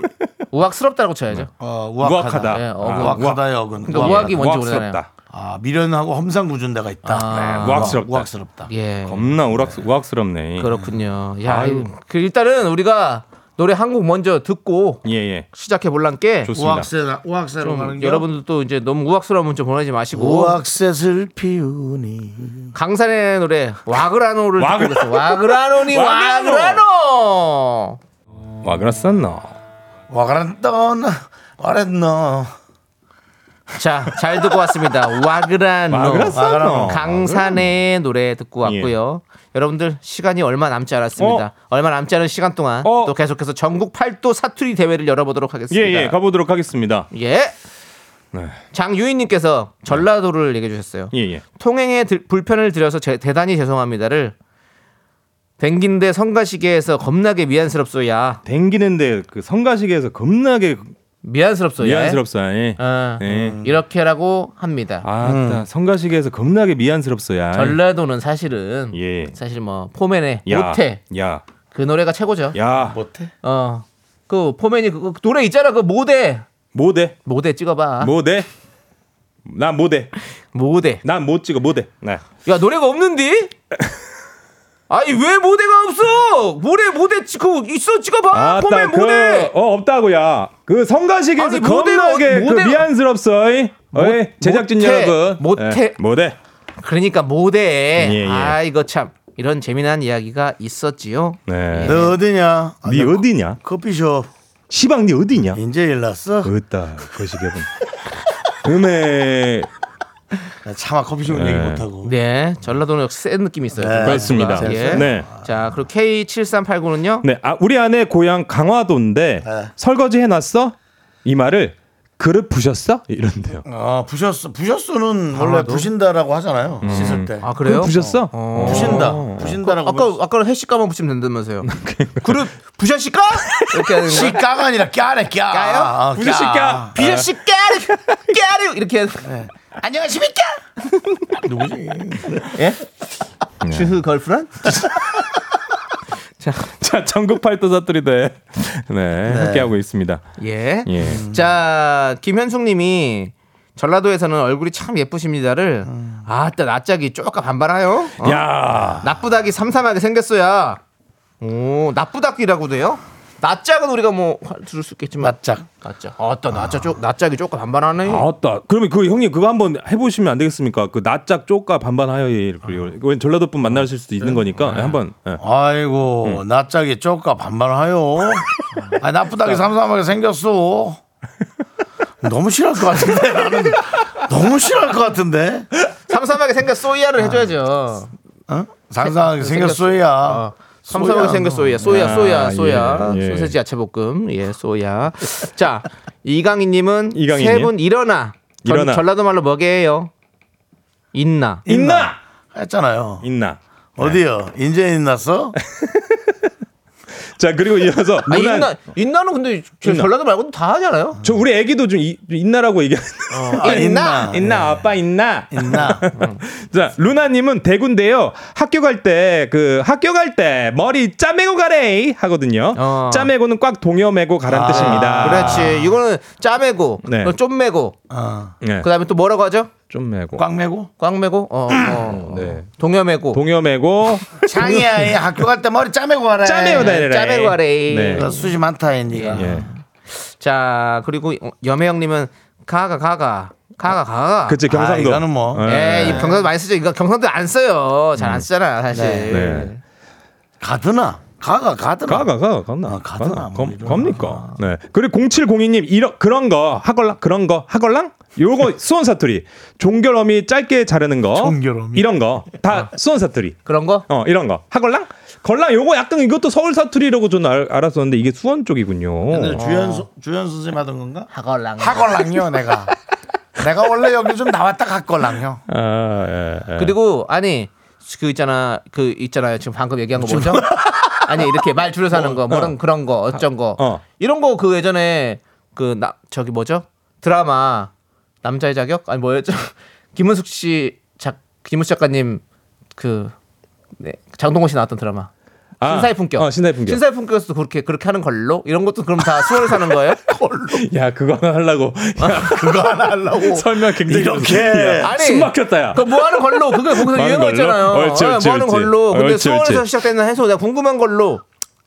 Speaker 2: 우악스럽다라고 쳐야죠.
Speaker 8: [laughs]
Speaker 1: 어, 우악하다.
Speaker 8: 우악하다.
Speaker 2: 예, 어,
Speaker 1: 아, 우악하다의 어근.
Speaker 2: 그러니까
Speaker 1: 우악하다.
Speaker 2: 우악이 뭔지 모르잖아요.
Speaker 8: 우악스럽다.
Speaker 1: 아, 미련하고 험상궂은 데가 있다.
Speaker 2: 아.
Speaker 8: 네, 우악스럽다.
Speaker 1: 우악스럽다.
Speaker 2: 예.
Speaker 8: 겁나 우락, 우악스럽네.
Speaker 2: 그렇군요. 야,
Speaker 8: 아유.
Speaker 2: 이- 그 일단은 우리가 노래 한 곡 먼저 듣고
Speaker 8: 예, 예.
Speaker 2: 시작해 볼란 게 음,
Speaker 8: 좋습니다.
Speaker 1: 우악세, 우악세로 가는 게.
Speaker 2: 여러분들도 이제 너무 우악스러운 문자 보내지 마시고
Speaker 1: 우악셋을 피우니.
Speaker 2: 강산의 노래 와그라노를 듣고
Speaker 8: 와그라-
Speaker 2: 오겠어요. 와그라노니
Speaker 8: 와그라노!
Speaker 2: 와그라노.
Speaker 8: 와, 그랬었나?
Speaker 1: 와그란 떠나, 와랬노.
Speaker 2: 자, 잘 듣고 왔습니다. 와그라노.
Speaker 8: 와그라노. 와그라노.
Speaker 2: 강산의 노래 예. 듣고 왔고요. 여러분들 시간이 얼마 남지 않았습니다.
Speaker 8: 어?
Speaker 2: 얼마 남지 않은 시간 동안
Speaker 8: 어?
Speaker 2: 또 계속해서 전국 팔도 사투리 대회를 열어보도록
Speaker 8: 예,
Speaker 2: 하겠습니다.
Speaker 8: 예. 가보도록 하겠습니다.
Speaker 2: 예.
Speaker 8: 네.
Speaker 2: 장유인님께서 전라도를 얘기해 주셨어요.
Speaker 8: 예, 예.
Speaker 2: 통행에 들- 불편을 드려서 제- 대단히 죄송합니다를 댕긴데 성가시게해서 겁나게 미안스럽소야.
Speaker 8: 댕기는데 그 성가시게에서 겁나게
Speaker 2: 미안스럽소야.
Speaker 8: 미안스럽소야. 예.
Speaker 2: 어,
Speaker 8: 예.
Speaker 2: 이렇게라고 합니다.
Speaker 8: 아, 따, 성가시게에서 겁나게 미안스럽소야.
Speaker 2: 전라도는 사실은
Speaker 8: 예.
Speaker 2: 사실 뭐 포맨의
Speaker 8: 야,
Speaker 2: 모태
Speaker 8: 야,
Speaker 2: 그 노래가 최고죠.
Speaker 8: 야.
Speaker 1: 못해?
Speaker 2: 어 그 포맨이 그, 그 노래 있잖아 그 모대
Speaker 8: 모대.
Speaker 2: 모대 찍어봐
Speaker 8: 모대. 난 모대.
Speaker 2: 모대
Speaker 8: 난 못 찍어 모대. 네.
Speaker 2: 야 노래가
Speaker 8: [laughs]
Speaker 2: 없는디? 아니 왜 모대가 없어? 모래 모대 찍고 그 있어 찍어봐 포맨
Speaker 8: 그,
Speaker 2: 모대
Speaker 8: 어 없다고야. 그 성가시게에서
Speaker 2: 아니, 모대가
Speaker 8: 겁나게
Speaker 2: 어디- 모대가-
Speaker 8: 그 미안스럽소이. 어이 제작진
Speaker 2: 모태,
Speaker 8: 여러분.
Speaker 2: 모태.
Speaker 8: 예, 모대.
Speaker 2: 그러니까 모대에
Speaker 8: 예, 예.
Speaker 2: 아 이거 참 이런 재미난 이야기가 있었지요
Speaker 8: 네.
Speaker 1: 너 어디냐? 아,
Speaker 8: 네
Speaker 1: 나
Speaker 8: 어디냐?
Speaker 1: 커피숍.
Speaker 8: 시방 네 어디냐?
Speaker 1: 이제 일 났어?
Speaker 8: 그 어따 거시기분. 음에
Speaker 1: 나 아, 차마 커피숍은
Speaker 8: 네.
Speaker 1: 얘기 못하고.
Speaker 2: 네 전라도는 역시 센 느낌이 있어요
Speaker 1: 네.
Speaker 8: 그렇습니다.
Speaker 2: 예.
Speaker 8: 네.
Speaker 2: 자 그리고 K7389는요
Speaker 8: 네, 아 우리 아내 고향 강화도인데
Speaker 1: 네.
Speaker 8: 설거지 해놨어? 이 말을 그릇 부셨어? 이런데요.
Speaker 1: 아, 부셨어. 부셨어는 원래 부신다라고 하잖아요. 씻을 때.
Speaker 2: 아
Speaker 8: 그릇
Speaker 2: 그래요? 어,
Speaker 8: 부셨어? 어.
Speaker 1: 부신다. 부신다라고.
Speaker 2: 아까 아까 해시까만
Speaker 8: [laughs]
Speaker 2: 붙이면 된다면서요.
Speaker 8: 네.
Speaker 2: 그룹 부샤시까? 이렇게 하는 거.
Speaker 1: 까가 아니라 까네 까.
Speaker 2: 까요?
Speaker 1: 아,
Speaker 8: 부르실까?
Speaker 2: 부샤시까? 까르 이렇게 하는 거. 안녕하십니까?
Speaker 1: 누구지?
Speaker 2: 예? 주흐 걸프란?
Speaker 8: [laughs] 자, 전국 팔도 사투리대. 네, 함께 하고 있습니다.
Speaker 2: 예.
Speaker 8: 예.
Speaker 2: 자 김현숙님이 전라도에서는 얼굴이 참 예쁘십니다를 아따 낯짝이 쪼까 반발하요. 어?
Speaker 8: 야.
Speaker 2: 나쁘다기 삼삼하게 생겼어야. 오 나쁘다기라고 돼요? 낯짝은 우리가 뭐 들을 수 있겠지만
Speaker 1: 낯짝.
Speaker 2: 낯짝 아따 낯짝 쪼 낯짝이 쪼까 반발하네.
Speaker 8: 아따. 그러면 그 형님 그거 한번 해보시면 안 되겠습니까? 그 낯짝 쪼까 반반하여
Speaker 2: 아.
Speaker 8: 이거 전라도분 만나실 수도
Speaker 2: 네.
Speaker 8: 있는 거니까 예, 한번.
Speaker 2: 어,
Speaker 8: 예.
Speaker 1: 아이고, 낯짝이 쪼까 반말하요. 아, 나쁘다게 삼삼하게 생겼어. 너무 싫어할 것 같은데. 나는 너무 싫어할 것 같은데.
Speaker 2: 삼삼하게 생겼
Speaker 8: 아.
Speaker 2: 소이야를 해줘야죠.
Speaker 1: 어? 상상하게 생겼어야.
Speaker 2: 어, 삼삼하게 생겼 소이야, 소이야,
Speaker 8: 아,
Speaker 2: 소이야,
Speaker 8: 예,
Speaker 2: 소이야.
Speaker 8: 예.
Speaker 2: 소세지 야채볶음, 예, 소이야. 자, 이강인님은
Speaker 8: 이강인님.
Speaker 2: 세 분 일어나. 전-
Speaker 8: 일어나.
Speaker 2: 전라도 말로 뭐게요? 있나.
Speaker 8: 있나?
Speaker 1: 했잖아요.
Speaker 8: 있나?
Speaker 1: [laughs] 어디요? 인제 인났어?
Speaker 8: 자 그리고 이어서
Speaker 2: 아,
Speaker 8: 누나-
Speaker 2: 인나 인나는 근데 저
Speaker 8: 인나.
Speaker 2: 전라도 말고도 다 하잖아요.
Speaker 8: 저 우리 애기도 좀 이- 있나라고 얘기하는데 [laughs]
Speaker 2: 아, 인나.
Speaker 8: 있나 아빠 있나
Speaker 1: 있나?
Speaker 8: 자 루나님은 대구인데요 학교 갈 때 그 학교 갈 때 머리 짜매고 가래 하거든요
Speaker 2: 어.
Speaker 8: 짜매고는 꽉 동여매고 가란
Speaker 2: 아,
Speaker 8: 뜻입니다
Speaker 2: 그렇지. 이거는 짜매고,
Speaker 8: 네.
Speaker 2: 이건 좀 매고,
Speaker 1: 어.
Speaker 8: 네.
Speaker 2: 그다음에 또 뭐라고 하죠?
Speaker 8: 좀 매고
Speaker 1: 꽉 매고?
Speaker 2: 꽝 매고, 어, 어,
Speaker 8: 네.
Speaker 2: 동여 매고. [laughs]
Speaker 8: 동여매고
Speaker 1: 장이야, [laughs] 이 학교 갈 때 머리 짜매고 가라.
Speaker 2: 네.
Speaker 8: 짜매고 다니래
Speaker 2: 짜매고 가래.
Speaker 8: 네.
Speaker 1: 너 수지 많다, 이 니가.
Speaker 8: 예.
Speaker 2: 자 그리고 염혜영님은 가가 가가 가가 가가.
Speaker 8: 그치 경상도
Speaker 1: 아, 이거는 뭐.
Speaker 8: 예.
Speaker 2: 예, 이 경상도 많이 쓰죠. 이거 경상도 안 써요. 잘 안 쓰잖아, 사실.
Speaker 8: 음. 네.
Speaker 1: 가드나? 가가 가드나?
Speaker 8: 가가 가가 겁나
Speaker 1: 아, 가드나,
Speaker 8: 가나.
Speaker 1: 뭐
Speaker 8: 겁-
Speaker 1: 이런
Speaker 8: 겁니까? 네. 그리고 0702님 이런 그런 거 하걸랑 그런 거 하걸랑 요거
Speaker 1: [laughs]
Speaker 8: 수원 사투리 종결 어미 짧게 자르는 거
Speaker 1: 종결 어미.
Speaker 8: 이런 거 다
Speaker 1: 아.
Speaker 8: 수원 사투리
Speaker 2: 그런 거?
Speaker 8: 어 이런 거 하걸랑 걸랑 요거 약간 이것도 서울 사투리라고 저는 알, 알았었는데 이게 수원
Speaker 1: 옛날에
Speaker 2: 네,
Speaker 8: 쪽이군요.
Speaker 1: 주연, 소- 주연 선생님 하던 건가?
Speaker 2: 어, 하걸랑.
Speaker 1: 하걸랑요, 내가. 내가 원래 여기 좀 나왔다 [laughs] 갔걸랑요.
Speaker 8: 아, 예, 예.
Speaker 2: 그리고 아니 그 있잖아 그 있잖아요 지금 방금 얘기한 거 뭐죠? [laughs] 아니 이렇게 말 줄여서 하는 거 뭐런 그런 거 어쩐 거
Speaker 8: 어.
Speaker 2: 이런 거 그 예전에 그 나 저기 뭐죠 드라마 남자의 자격 아니 뭐였죠 [laughs] 김은숙 씨작 김은숙 작가님 그 네, 장동건 씨 나왔던 드라마
Speaker 8: 아,
Speaker 2: 신사의 품격
Speaker 8: 어, 신사의 품격.
Speaker 2: 신사의 품격에서도 그렇게 그렇게 하는 걸로 이런 것도 그럼 다 수월을 사는
Speaker 8: [laughs]
Speaker 2: 거예요?
Speaker 8: 야 그거 하나 하려고 야,
Speaker 1: 아, 그거 하나 하려고.
Speaker 8: 어, 설명 굉장히
Speaker 1: 이렇게.
Speaker 8: 야, 숨 막혔다 야.
Speaker 2: 그뭐 하는 걸로 그게 거기서
Speaker 8: 뭐 하는 걸로?
Speaker 2: 유행했잖아요.
Speaker 8: 옳지, 옳지,
Speaker 2: 뭐 하는
Speaker 8: 옳지.
Speaker 2: 걸로. 근데
Speaker 8: 옳지,
Speaker 2: 수원에서
Speaker 8: 옳지.
Speaker 2: 시작되는 해소 내가 궁금한 걸로.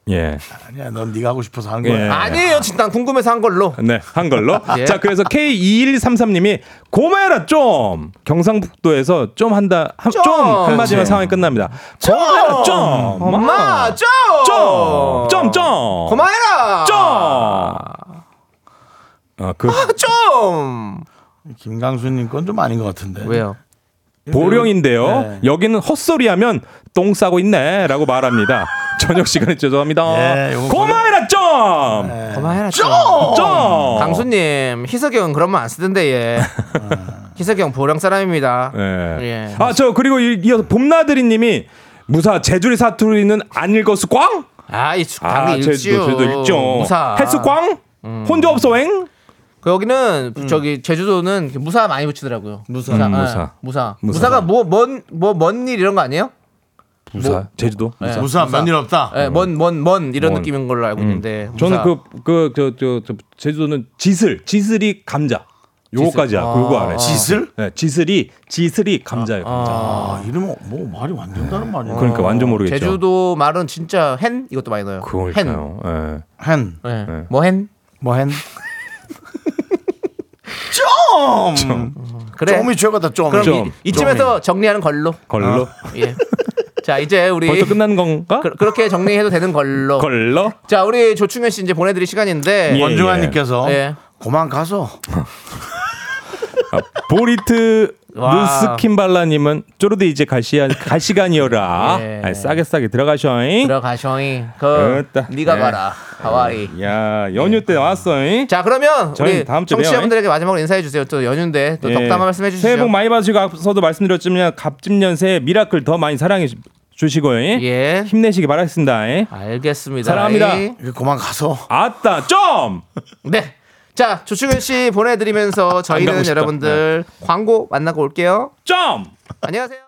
Speaker 8: 예.
Speaker 1: 아니야, 넌 네가 하고 싶어서 한
Speaker 8: 예.
Speaker 1: 거야.
Speaker 2: 아니에요, 진짜 난 궁금해서 한 걸로.
Speaker 8: 네, 한걸로.
Speaker 2: 예.
Speaker 8: 자, 그래서 K2133님이 고마워라 좀. 경상북도에서 좀 한다 한, 좀,
Speaker 2: 좀.
Speaker 8: 한마디면 상황이 끝납니다. 고마워라 좀.
Speaker 2: 엄마, 좀!
Speaker 8: 좀. 좀 좀.
Speaker 2: 고마해라!
Speaker 8: 좀. 아, 그
Speaker 2: 좀!
Speaker 1: 김강수님 건 좀 아닌 것 같은데.
Speaker 2: 왜요?
Speaker 8: 보령인데요.
Speaker 1: 네.
Speaker 8: 여기는 헛소리하면 똥 싸고 있네라고 말합니다. 저녁 시간에 죄송합니다.
Speaker 1: 예, 네. 요건
Speaker 8: 고마워라 좀.
Speaker 1: 예.
Speaker 2: 고마해라, 좀!
Speaker 8: 좀.
Speaker 2: 어. 강수님, 희석이 형은 그런 말 안
Speaker 8: [laughs]
Speaker 2: 쓰던데, 얘. 희석이 형 보령 사람입니다.
Speaker 8: 예.
Speaker 2: 예.
Speaker 8: 아, 저 그리고 이- 이어서 봄나들이님이 무사 제주리 사투리는 안 읽었을 꽝?
Speaker 2: 아, 이 주-
Speaker 8: 아,
Speaker 2: 당이
Speaker 8: 제주도
Speaker 2: 읽지요.
Speaker 8: 제주도 읽죠.
Speaker 2: 무사. 음.
Speaker 8: 헬스 꽝? 혼자 없어 엥?
Speaker 2: 그 여기는 저기 제주도는 이렇게 무사 많이 붙이더라고요. 무사,
Speaker 8: 음, 무사.
Speaker 2: 무사,
Speaker 8: 무사가-
Speaker 2: 무사가 뭐, 뭐먼뭐먼일 이런 거 아니에요?
Speaker 8: 무사. 뭐, 제주도.
Speaker 2: 예,
Speaker 1: 무사 면일 없다.
Speaker 2: 예, 먼먼 먼 이런
Speaker 8: 먼.
Speaker 2: 느낌인 걸로 알고 있는데
Speaker 8: 음. 저는
Speaker 2: 무사.
Speaker 8: 그그저저 저, 저- 제주도는 지슬, 지슬이 감자. 요거까지 야
Speaker 2: 지슬.
Speaker 8: 그거
Speaker 2: 아.
Speaker 8: 알아요.
Speaker 1: 지슬?
Speaker 8: 네, 지슬이 지슬이 감자예요. 감자.
Speaker 1: 아, 이러면 뭐 말이 안 된다는 말이야.
Speaker 2: 어.
Speaker 8: 그러니까 완전 모르겠죠.
Speaker 2: 제주도 말은 진짜 hen 이것도 많이 넣어요.
Speaker 8: 그걸까요? 예.
Speaker 1: 헨.
Speaker 2: 헨, 예. 뭐 헨?
Speaker 1: 뭐 헨? 좀!
Speaker 2: 그래.
Speaker 1: 좀이 죄가다 좀.
Speaker 2: 그럼
Speaker 8: 좀.
Speaker 2: 이, 쯤에서 정리하는 걸로.
Speaker 8: 걸로.
Speaker 2: [laughs] 예. 자 이제 우리
Speaker 8: 벌써 끝난 건가?
Speaker 2: 그, 렇게 정리해도 되는 걸로.
Speaker 8: 걸로.
Speaker 2: 자 우리 조충현 씨 이제 보내드릴 시간인데.
Speaker 8: 예.
Speaker 1: 원중환님께서
Speaker 2: 예.
Speaker 1: 고만 가서
Speaker 8: 아, 보리트
Speaker 2: 와.
Speaker 8: 루스킨발라님은 쪼르데 이제 갈 시간 갈 시간이어라.
Speaker 2: 예.
Speaker 8: 아, 싸게 싸게 들어가셔잉.
Speaker 2: 들어가셔이. 그
Speaker 8: 됐다.
Speaker 2: 네가
Speaker 8: 예.
Speaker 2: 가라 하와이.
Speaker 8: 야 연휴 때 나왔어잉.
Speaker 2: 자 그러면
Speaker 8: 저희
Speaker 2: 우리
Speaker 8: 다음 주에 봬요,
Speaker 2: 청취자분들에게 마지막으로 인사해 주세요. 또 연휴인데 또
Speaker 8: 예.
Speaker 2: 덕담 한 말씀 해주시죠.
Speaker 8: 새해 복 많이 받으시고 앞서도 말씀드렸지만 갑진년 새해 미라클 더 많이 사랑해 주- 주시고요.
Speaker 2: 예.
Speaker 8: 힘내시기 바라겠습니다.
Speaker 2: 알겠습니다.
Speaker 8: 사랑합니다.
Speaker 2: 예.
Speaker 1: 고만 가서
Speaker 8: 아따 점.
Speaker 2: 네. 자 조충현 씨 보내드리면서
Speaker 8: 가고 싶다.
Speaker 2: 저희는
Speaker 8: 네.
Speaker 2: 여러분들 광고 만나고 올게요.
Speaker 8: 점.
Speaker 2: 안녕하세요.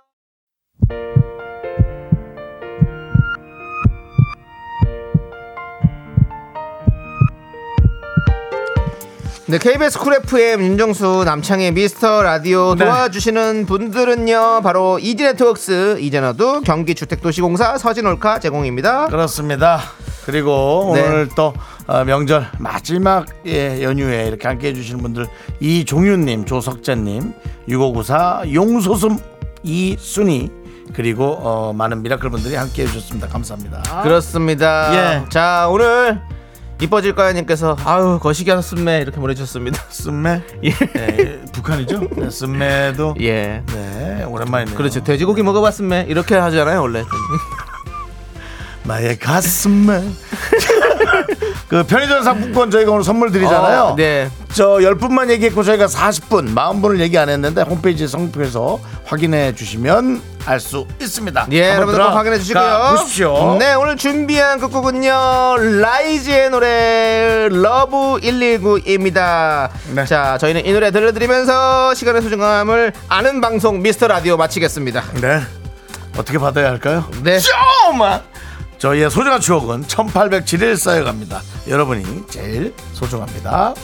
Speaker 2: 네, KBS 쿨 FM 윤정수 남창의 미스터 라디오 도와주시는 분들은요 바로 이지네트웍스 이제너두 경기주택도시공사 서진올카 제공입니다.
Speaker 1: 그렇습니다. 그리고
Speaker 2: 네.
Speaker 1: 오늘 또 어, 명절 마지막 예, 연휴에 이렇게 함께 해주시는 분들 이종윤님, 조석재님, 6594, 용소숨, 이순희 그리고 어, 많은 미라클 분들이 함께 해주셨습니다. 감사합니다.
Speaker 2: 그렇습니다.
Speaker 1: 예.
Speaker 2: 자 오늘 이뻐질 거야님께서 아유 거시기 하셨음매 이렇게 보내주셨습니다. [laughs]
Speaker 1: 쓴매
Speaker 2: 예.
Speaker 1: 네, 북한이죠? 네, 쓴매도
Speaker 2: 예.
Speaker 1: 네 오랜만이네요.
Speaker 2: 그렇죠. 돼지고기 먹어봤음매 이렇게 하잖아요 원래.
Speaker 1: 나의 가슴에 [laughs] 그 편의점 상품권 저희가 오늘 선물 드리잖아요.
Speaker 2: 어, 네.
Speaker 1: 저 10분만 얘기했고 저희가 40분, 40분을 얘기 안 했는데 홈페이지 성표에서 확인해 주시면 알 수 있습니다.
Speaker 2: 예,
Speaker 1: 한번
Speaker 2: 여러분들 꼭
Speaker 1: 들어가
Speaker 2: 확인해 주시고요.
Speaker 1: 보십시오.
Speaker 2: 네, 오늘 준비한 끝곡은요. 라이즈의 노래 러브 119입니다.
Speaker 1: 네.
Speaker 2: 자, 저희는 이 노래 들려드리면서 시간의 소중함을 아는 방송 미스터 라디오 마치겠습니다.
Speaker 1: 네. 어떻게 받아야 할까요?
Speaker 2: 네.
Speaker 1: 조금만. 저희의 소중한 추억은 1807일 쌓여갑니다. 여러분이 제일 소중합니다.